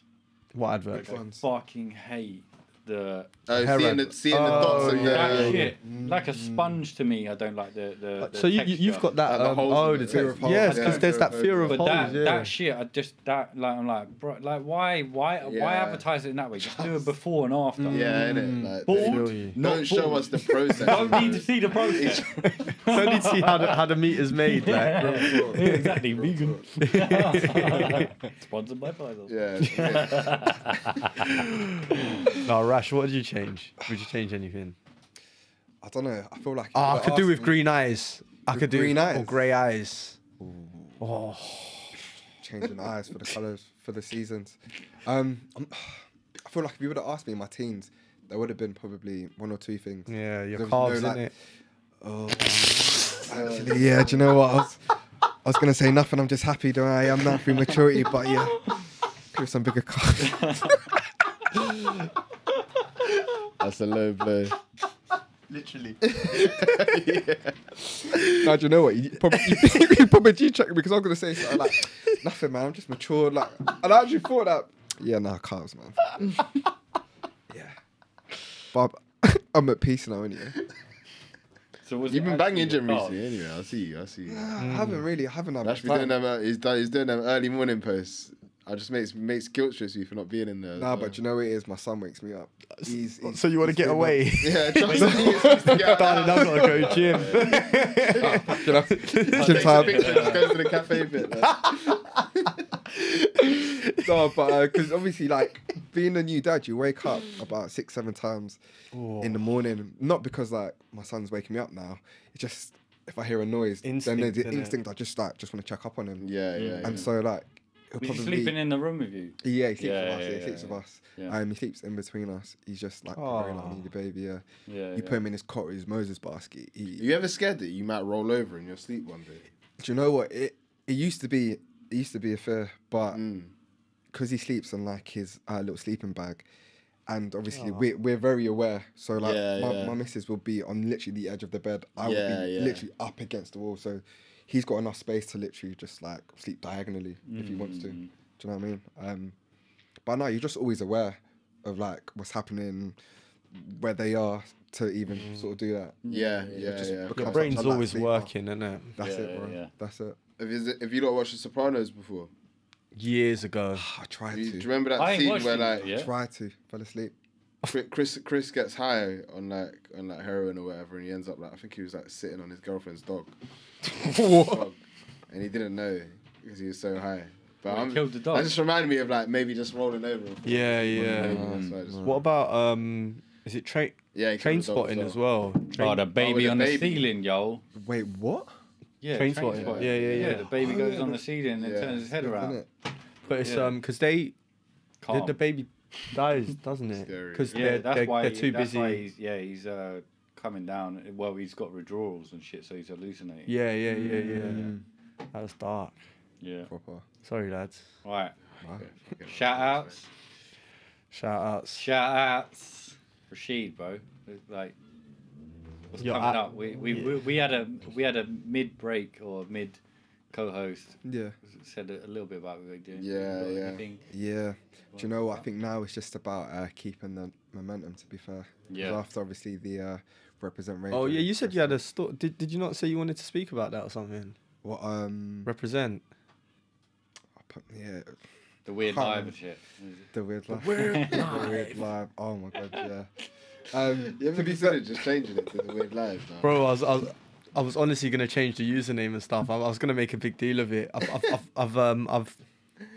I: What advert?
A: I fucking hate the.
F: Oh,
I: Hair
F: seeing
I: advert.
F: the seeing the dots and the
A: that
F: yeah,
A: shit,
I: Mm.
A: like a sponge to me. I don't like the the.
I: Like,
A: the
I: so you, you-
A: texture.
I: you've got that.
F: Like the
I: um,
F: holes
I: oh,
F: in
I: the
F: it.
I: te-
F: Fear of holes,
I: yes,
F: yeah.
I: because there's that fear of
A: But
I: holes.
A: that
I: yeah.
A: that shit, I just that like I'm like, bro, like why why why
F: Yeah. Mm.
A: advertise it in that way? Just do it before and after.
F: yeah, innit? Like,
A: Bald?
F: don't-
I: you.
F: Don't show
A: bald.
F: us the process.
A: Don't need to see the process.
I: so I need to see how the, how the meat is made. Like.
A: Yeah, exactly, vegan. Sponsored by Pfizer.
F: yeah, yeah.
I: No, Rash, what did you change? Would you change anything?
H: I don't know. I feel like.
I: Oh, I
H: if
I: could
H: you
I: do
H: asked
I: with
H: me-
I: green eyes. I
H: With
I: could do
H: green
I: or
H: eyes?
I: grey eyes. Oh,
H: changing eyes for the colours for the seasons. Um, I'm, I feel like if you would have asked me in my teens, there would have been probably one or two things.
I: yeah,
H: There
I: your
H: was
I: calves,
H: no,
I: innit?
H: like- Oh. Actually, yeah. Do you know what? I was, I was gonna say nothing. I'm just happy that I am now through maturity, but yeah, could have some bigger calves.
F: That's a low blow.
I: Literally.
H: No, do you know what? You probably, you probably G-checked me because I'm gonna say something like nothing, man. I'm just mature. Like, and I actually thought that. Yeah, nah, calves, man. yeah, but I'm- I'm at peace now, anyway.
A: So was
F: You've
A: it
F: been
A: actually
F: banging
A: your
F: gym
A: calves?
F: recently, anyway. I see you. I see you.
H: I haven't really. I haven't had
F: Rash
H: much
F: be
H: time.
F: doing them. uh, He's, done- he's doing them early morning posts. I just makes makes guilt trips you for not being in there. as
H: Nah,
F: well.
H: but you know what it is. My son wakes me up. He's, he's,
I: So you want to
H: he's
I: get
H: been
I: away?
F: yeah, trust me, it's just to get out
I: Darling,
F: the
I: I've
F: house.
I: got to go gym.
H: up, You know, gym
F: Takes a
H: time.
F: picture, just goes to the cafe bit. like.
H: No, but because obviously, like being a new dad, you wake up about six, seven times in the morning. Not because like my son's waking me up now. It's just if I hear a noise, then
I: Instinct,
H: the
I: innit?
H: instinct I just like just want to check up on him.
F: Yeah, yeah. yeah.
H: And so like he'll
A: Was he
H: probably
A: sleeping in the room with you?
H: Yeah, he sleeps
A: Yeah,
H: with
A: yeah,
H: us. Yeah, he
A: yeah,
H: sleeps
A: yeah.
H: with us.
A: Yeah.
H: Um, he sleeps in between us. He's just like a very like,
I: Aw.
H: needy baby. Yeah.
A: Yeah,
H: you
A: yeah.
H: put him in his cot, his Moses basket. He,
F: You ever scared that you might roll over in your sleep one day?
H: do you know what it it used to be it used to be a fear but
F: Mm.
H: because he sleeps on like his uh, little sleeping bag and obviously we're, we're very aware so like
F: Oh. Yeah,
H: my,
F: yeah.
H: my missus will be on literally the edge of the bed
F: Yeah,
H: i will be
F: yeah.
H: literally up against the wall so he's got enough space to literally just like sleep diagonally if he wants
F: Mm.
H: to do you know what i mean um but no you're just always aware of like what's happening where they are to even
F: Mm.
H: sort of do that
F: Yeah, yeah,
H: just
F: yeah.
H: become
I: Your
H: such
I: brain's
H: a
I: always
H: lightweight-
I: working, isn't it?
H: that's
A: Yeah,
H: it bro
A: yeah.
H: that's it
F: Have you, have you not watched The Sopranos before?
I: Years ago.
H: Ah, i tried
F: Do you, do
H: to
F: you remember that
A: I ain't
F: scene
A: watched
F: where
A: it
F: like
A: yet.
H: Try to fell asleep.
F: Chri- Chris Chris gets high on like on like heroin or whatever, and he ends up like I think he was like sitting on his girlfriend's dog, Dog. and he didn't know because he was so high. But
A: Well, he
F: I'm,
A: killed the dog.
F: That just reminded me of like maybe just rolling over. and falling
I: Yeah,
F: asleep on the
I: yeah.
F: baby, that's why I just-
I: What about um? Is it train?
F: Yeah, he
I: Train
F: killed the dog as
I: spotting
F: well.
I: as well.
A: Oh,
I: Train,
A: the baby
F: the
A: on the
F: baby.
A: ceiling, yo.
H: Wait, what?
A: Yeah,
I: Train spotting. Yeah, yeah, yeah.
A: The baby
H: Oh,
A: goes
H: yeah,
A: on the
H: that's-
A: ceiling and
F: yeah.
A: turns his head around.
H: Innit?
I: but it's
A: yeah.
I: um because they the,
A: Calm.
I: the baby dies, doesn't it?
F: Scary.
I: Because
A: yeah,
I: they're,
A: that's
I: they're,
A: why
I: they're too
A: that's
I: busy.
A: Why he's, yeah, he's uh, coming down. Well, he's got withdrawals and shit, so he's hallucinating.
I: Yeah, yeah, yeah, yeah. That was dark.
A: yeah.
H: Proper.
I: Sorry, lads.
A: Right.
H: Wow.
A: Shout outs.
I: Shout outs.
A: Shout outs. Rashid, bro. Like, what's
I: Yo,
A: coming
I: I-
A: up? We we,
I: yeah.
A: we we had a we had a mid break or mid co-host
H: Yeah.
A: said a, a little bit about what we're doing.
F: Yeah,
A: Got
F: yeah.
A: anything?
H: Yeah. Do you know what? I think now it's just about uh, keeping the momentum. To be fair. 'Cause
A: Yeah.
H: After obviously the uh, represent Ranger.
I: Oh yeah, you said you had a story. Did, did you not say you wanted to speak about that or something?
H: What? Um.
I: Represent.
H: I put, yeah.
A: The weird
H: Can't
A: live and
H: remember.
A: shit.
H: The weird life. The weird live. Oh my god. Yeah. Um.
F: You ever
H: to be
F: considered
H: fair,
F: just changing it to the weird lives now?
I: Bro, I was, I was I was honestly gonna change the username and stuff. I, I was gonna make a big deal of it. I've, I've, I've, I've um, I've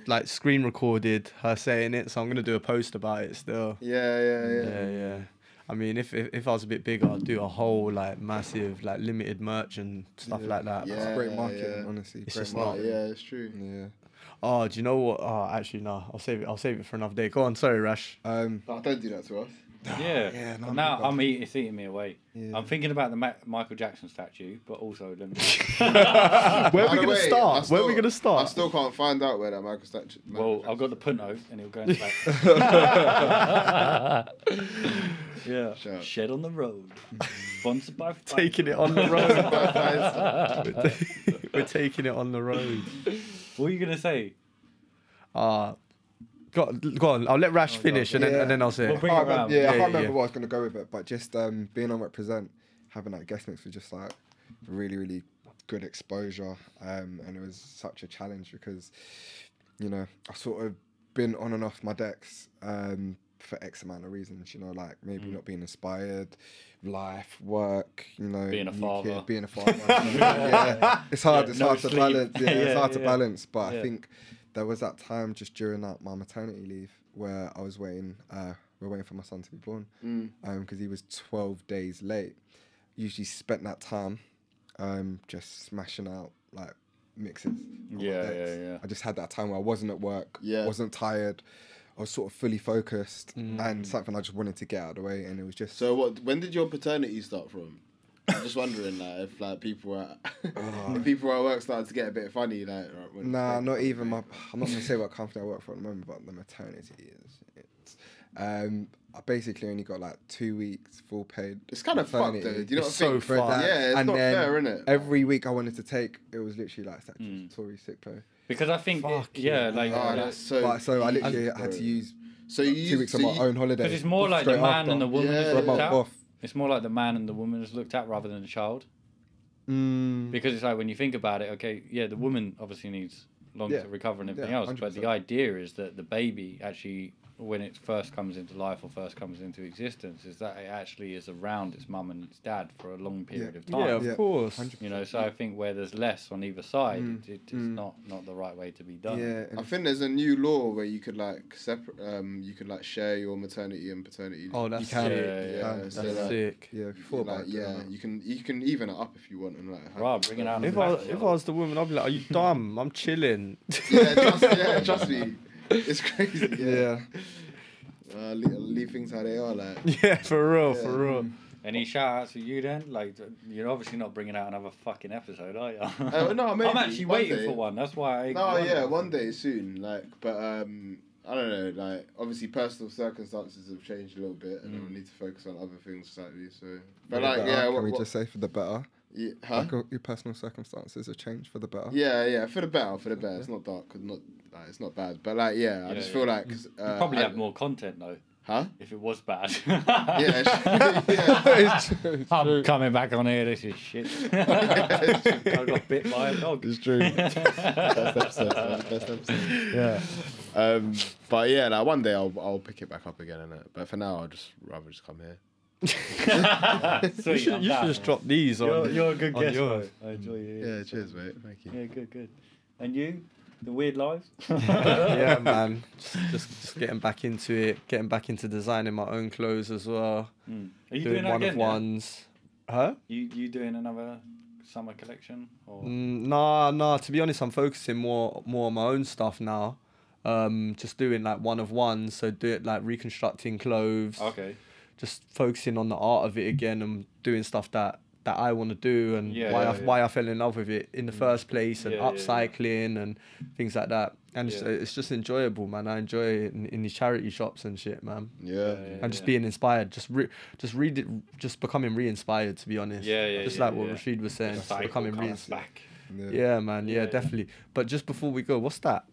I: like screen recorded her saying it, so I'm gonna do a post about it still.
F: Yeah, yeah, yeah.
I: yeah, yeah. I mean, if, if if I was a bit bigger, I'd do a whole like massive like limited merch and stuff like that.
H: It's
I: but-
H: great marketing, honestly.
I: It's
H: great
I: just not. Mm.
H: marketing.
F: Yeah, it's true.
H: Yeah.
I: Oh, do you know what? Oh, actually, no. I'll save it. I'll save it for another day. Go on. Sorry, Rash.
H: Um,
F: Oh, don't do that to us.
A: Yeah.
H: Yeah, no,
A: now
H: I'm-
A: I'm eating. It's eating me away. I'm thinking about the Ma- Michael Jackson statue, but also let
I: Where
A: me.
I: are we
F: By the
I: gonna
F: way,
I: start?
F: I
I: Where are we
F: still-
I: gonna
F: I
I: start?
F: still can't find out where that Michael statue.
A: well, I've got the punto, and it'll go into that. yeah.
F: Sure.
A: Shed on the road. Sponsored by.
I: Taking it on the road. We're ta- We're taking it on the road.
A: What were you gonna say?
I: Uh go, go on. I'll let
A: Oh,
I: Rash finish and then and then I'll say.
H: I
I: it.
H: can't remember- Oh, yeah, I can't remember what I was gonna go with it, but just um, being on represent, having that guest mix was just like really, really good exposure, um, and it was such a challenge because, you know, I sort of been on and off my decks um, for X amount of reasons. You know, like maybe
A: Mm.
H: not being inspired, life, work. You know,
A: Being a
H: new
A: father.
H: kid, being a father. yeah, it's hard.
A: Yeah,
H: it's
A: no
H: hard to
A: sleep.
H: balance. Yeah,
A: Yeah,
H: it's hard to
A: yeah.
H: balance. But
A: Yeah.
H: I think there was that time just during that my maternity leave where I was waiting. Uh, we're waiting for my son to be born because
F: Mm.
H: he was 12 days late. Usually spent that time um, just smashing out like mixes. on my
A: Yeah,
H: decks.
A: yeah, yeah.
H: I just had that time where I wasn't at work,
F: Yeah.
H: wasn't tired. I was sort of fully focused
A: Mm.
H: and something I just wanted to get out of the way. And it was just
F: So what? When did your paternity start from? I'm just wondering, like, if like people are, if people at work started to get a bit funny, like. Right, when
H: Nah, not even my. I'm not gonna say what company I work for at the moment, but the maternity is. It's, um, I basically only got like two weeks full paid.
F: It's kinda fucked,
H: maternity.
F: though. Do you know
H: It's
F: what I mean?
H: So fucked.
F: Yeah, it's
H: and
F: not
H: then
F: fair, innit? Mm.
H: Every week I wanted to take, it was literally like statutory sick pay.
A: Because I think, it, yeah, like.
F: Oh, that's so.
H: But- so I
F: easy,
H: literally had
F: bro.
H: to use
F: So you
H: two
F: used-
H: weeks of
F: so
H: my
F: you-
H: own holiday.
A: Because it's more like the
H: straight
A: man
H: after.
A: and the woman
F: Yeah,
A: is
F: For
A: looked
H: about
A: at.
H: both.
A: It's more like the man and the woman is looked at rather than the child.
H: Mm,
A: Because it's like when you think about it, okay, yeah, the woman obviously needs long
H: Yeah.
A: to recover and everything
H: Yeah,
A: else, but the
H: 100%.
A: idea is that the baby actually, when it first comes into life or first comes into existence, is that it actually is around its mum and its dad for a long period of time.
I: Yeah, of course.
A: You know, so I think where there's less on either side,
H: Mm,
A: it, it, it's
H: mm.
A: not not the right way to be done.
H: yeah, and
F: I think there's a new law where you could like separate, um, you could like share your maternity and paternity.
I: Oh, that's
H: You can,
A: yeah,
I: sick.
F: yeah,
H: yeah,
F: so
I: That's
F: like,
I: sick.
H: yeah,
F: you
H: before
F: like,
H: about it, I
F: yeah,
H: don't know.
F: you can you can even it up if you want and like. have-
A: Right, bring it out.
I: If I if I was the woman, I'd be like, "Are you dumb? I'm chilling."
F: yeah, trust, yeah, trust me, it's crazy. Yeah,
H: yeah.
F: Uh, leave, leave things how they are. Like,
I: yeah, for real, for
F: Yeah.
I: real.
A: Any shout outs to you then? Like, you're obviously not bringing out another fucking episode, are you?
F: Uh, no, maybe,
A: I'm actually
F: one
A: waiting
F: day.
A: for one. That's why. I
F: No, yeah, one day soon. Like, but um, I don't know. Like, obviously, personal circumstances have changed a little bit,
H: Mm.
F: and I need to focus on other things slightly. So, but
H: For the
F: like,
H: better,
F: yeah,
H: can
F: what,
H: we
F: what-
H: just say for the better?
F: yeah, huh?
H: Like, uh, your personal circumstances have changed for the better.
F: yeah, yeah, for the better, for the better. It's not dark, not like, it's not bad, but like, yeah, I
A: Yeah,
F: just
A: yeah.
F: feel like 'cause, uh,
A: You probably
F: I-
A: have more content though.
F: Huh?
A: If it was bad.
F: Yeah, yeah.
H: It's true, it's
A: I'm
H: true.
A: coming back on here. This is shit. I got bit by a dog.
F: It's true. Best episode, man. Best episode. Um, but yeah, like one day I'll I'll pick it back up again, innit? But for now, I'll just rather just come here.
A: Sweet,
I: you should,
A: I'm
I: you should
A: down.
I: just drop these
A: You're,
I: on.
A: you're a good
I: on
A: guest.
I: yours.
A: bro. I enjoy you.
F: Yeah, cheers, mate. Thank you.
A: Yeah, good, good. And you, the weird life.
I: yeah, man. Just, just just getting back into it, getting back into designing my own clothes as well.
A: Hmm. Mm. Are you doing, that
I: one
A: again?
I: of
A: yeah?
I: ones. Huh?
A: You you doing another summer collection or?
I: Mm, Nah, nah. To be honest, I'm focusing more more on my own stuff now. Um, just doing like one of ones. So do it like reconstructing clothes.
A: Okay.
I: Just focusing on the art of it again and doing stuff that that I want to do and
A: Yeah,
I: why
A: yeah,
I: I,
A: yeah.
I: why I fell in love with it in the first place and
A: Yeah, yeah, yeah.
I: upcycling and things like that. And it's,
A: Yeah.
I: it's just enjoyable, man. I enjoy it in, in the charity shops and shit, man.
F: Yeah.
A: Yeah,
I: and just
A: yeah.
I: being inspired, just re- just read, just becoming re-inspired. To be honest,
A: Yeah, yeah,
I: just
A: yeah,
I: like what
A: yeah.
I: Rashid was saying,
A: The
I: just
A: cycle
I: becoming re
A: comes back.
I: Yeah, man. Yeah,
A: Yeah, yeah.
I: definitely. But just before we go, what's that?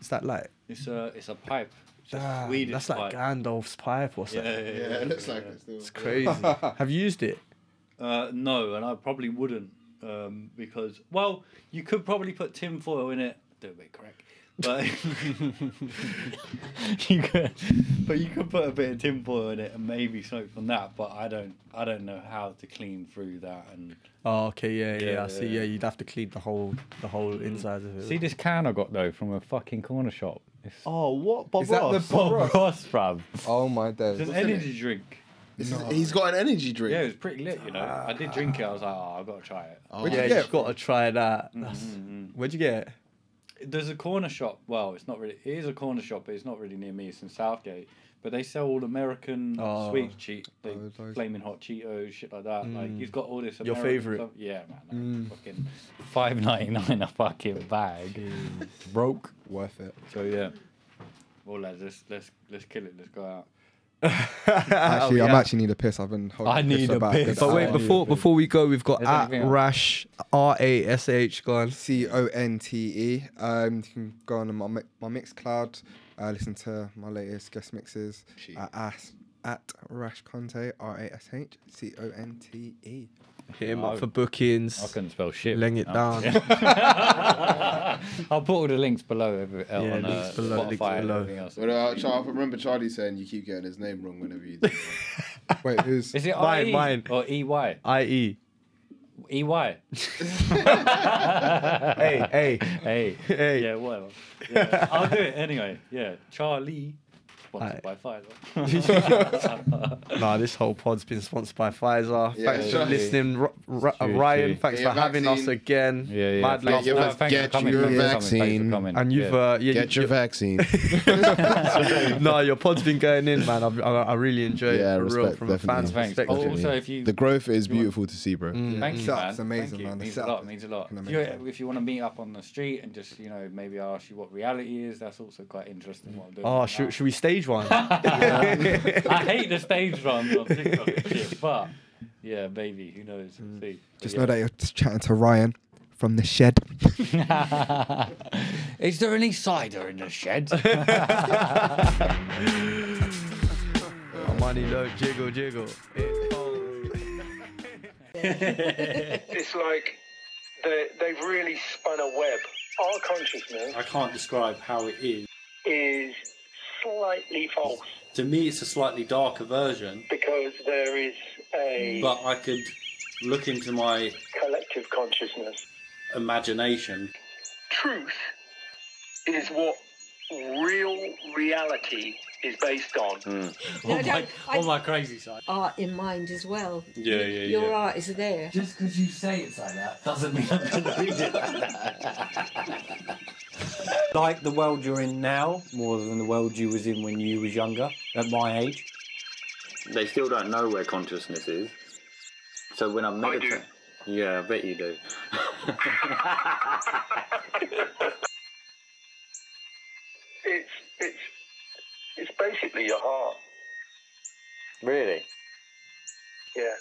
I: Is that like?
A: It's a it's a pipe. It's a
I: Damn,
A: Swedish
I: that's
A: pipe.
I: like Gandalf's pipe. What's
A: yeah,
I: that?
A: yeah,
F: Yeah,
A: yeah.
F: it looks like it still.
I: It's crazy. Have you used it?
A: Uh, no, and I probably wouldn't um, because well, you could probably put tin foil in it. Do a bit correct. But you could, but you could put a bit of tinfoil in it and maybe smoke from that. But I don't, I don't know how to clean through that. And
I: Oh, okay, yeah, yeah, I see.
A: Yeah.
I: Yeah, Mm. you'd have to clean the whole, the whole inside of it.
A: see this can I got though from a fucking corner shop. It's
I: Oh, what Bob
A: Is that the
I: Ross?
A: Bob Ross? bruv.
H: Oh my days.
A: It's an energy drink.
F: He's got an energy drink.
A: Yeah, it was pretty lit. You know, I did drink it. I was like, oh, I've got to try it.
I: Oh, yeah, you've got to try that. That's- Where'd you get it?
A: There's a corner shop. Well, it's not really. It is a corner shop, but it's not really near me. It's in Southgate. But they sell all American
I: Oh.
A: sweet cheat, like flaming hot Cheetos, shit like that. Like
I: Mm.
A: you've got all this.
I: Your Mm.
A: American
I: favourite.
A: stuff- Yeah, man. like, Fucking five ninety nine a fucking bag. Broke.
H: Worth it.
A: So yeah. Well, lads, let's let's let's kill it. Let's go out.
H: Actually,
I: Oh,
H: I'm
I: yeah.
H: actually need a piss. I've been holding
A: I
H: for
A: need a
H: about
A: piss.
H: good
I: But
H: hour.
I: wait, before before we go, we've got
H: Is there
I: at
H: anything else?
I: Rash R A S H gone.
H: C O N T E. Um, you can go on my mi- my Mixcloud, uh, listen to my latest guest mixes at Ash at Rash Conte R A S H C O N T E.
I: Hit him up for bookings. I
A: couldn't spell shit.
I: Laying it
A: No.
I: down.
A: I'll put all the links below every, uh,
I: Yeah,
A: on uh,
I: links below,
A: Spotify
I: links
A: and
I: below.
A: everything else.
F: But uh, Char- I remember Charlie saying you keep getting his name wrong whenever you do.
H: Wait, who's
A: Is it E?
I: Mine,
A: IE
I: mine.
A: or EY?
I: I E.
A: EY. oh.
I: Hey, hey,
A: Hey.
I: hey.
A: Yeah, whatever. Yeah, I'll do it anyway. Yeah, Charlie. Sponsored by Pfizer.
I: nah, this whole pod's been sponsored by Pfizer.
A: Yeah,
I: thanks
A: sure.
I: for listening, R- R-
A: True,
I: Ryan.
A: true.
I: Thanks
F: Get
I: for
F: your
I: having us
F: vaccine.
I: again.
A: Yeah, yeah.
I: Mad love.
F: your-
A: No, thanks for
F: get
A: coming.
F: your
A: Thanks for coming. Thanks
F: vaccine.
A: for coming.
I: And you've,
A: yeah.
I: uh, yeah,
F: Get
I: you-
F: your vaccine.
I: you- no, your pod's been going in, man. I've, I, I really enjoyed
F: Yeah,
I: it for real
F: respect,
I: from a fan's
A: Thanks.
I: perspective.
A: Oh, also, if you Mm.
F: the growth is beautiful to see, bro.
A: Thank you, man.
H: Setup's amazing,
A: Thank you.
H: man. The
A: means a
H: setup
A: lot.
H: is
A: Means a lot.
H: fucking
A: If you,
H: amazing.
A: if you want to meet up on the street and just you know maybe ask you what reality is, that's also quite interesting. What I'm doing.
I: Oh,
A: right
I: should, should we stage one?
A: now. I hate the stage runs on TikTok, and shit, but yeah, maybe who knows?
H: Mm.
A: We'll see. But
H: Just
A: yeah.
H: know that you're just chatting to Ryan from the shed.
A: Is there any cider in the shed?
I: Money, look, jiggle, jiggle.
C: it's like they, they've really spun a web. Our consciousness
D: I can't describe how it is.
C: is slightly false
D: To me, it's a slightly darker version,
C: because there is a
D: but I could look into my
C: collective consciousness.
D: imagination.
C: truth is what real reality is based on.
G: Mm,
D: Oh
L: No, don't.
E: Oh
L: I-
D: crazy side.
L: art in mind as well.
D: Yeah, yeah,
L: Your
D: yeah.
L: art is there.
B: Just because you say it's like that doesn't mean I'm going to read it like that.
E: Like the world you're in now, more than the world you was in when you was younger, at my age.
G: They still don't know where consciousness is. So when I'm meditating. Yeah, I bet you do.
C: It's it's it's basically your heart.
G: Really?
C: Yeah.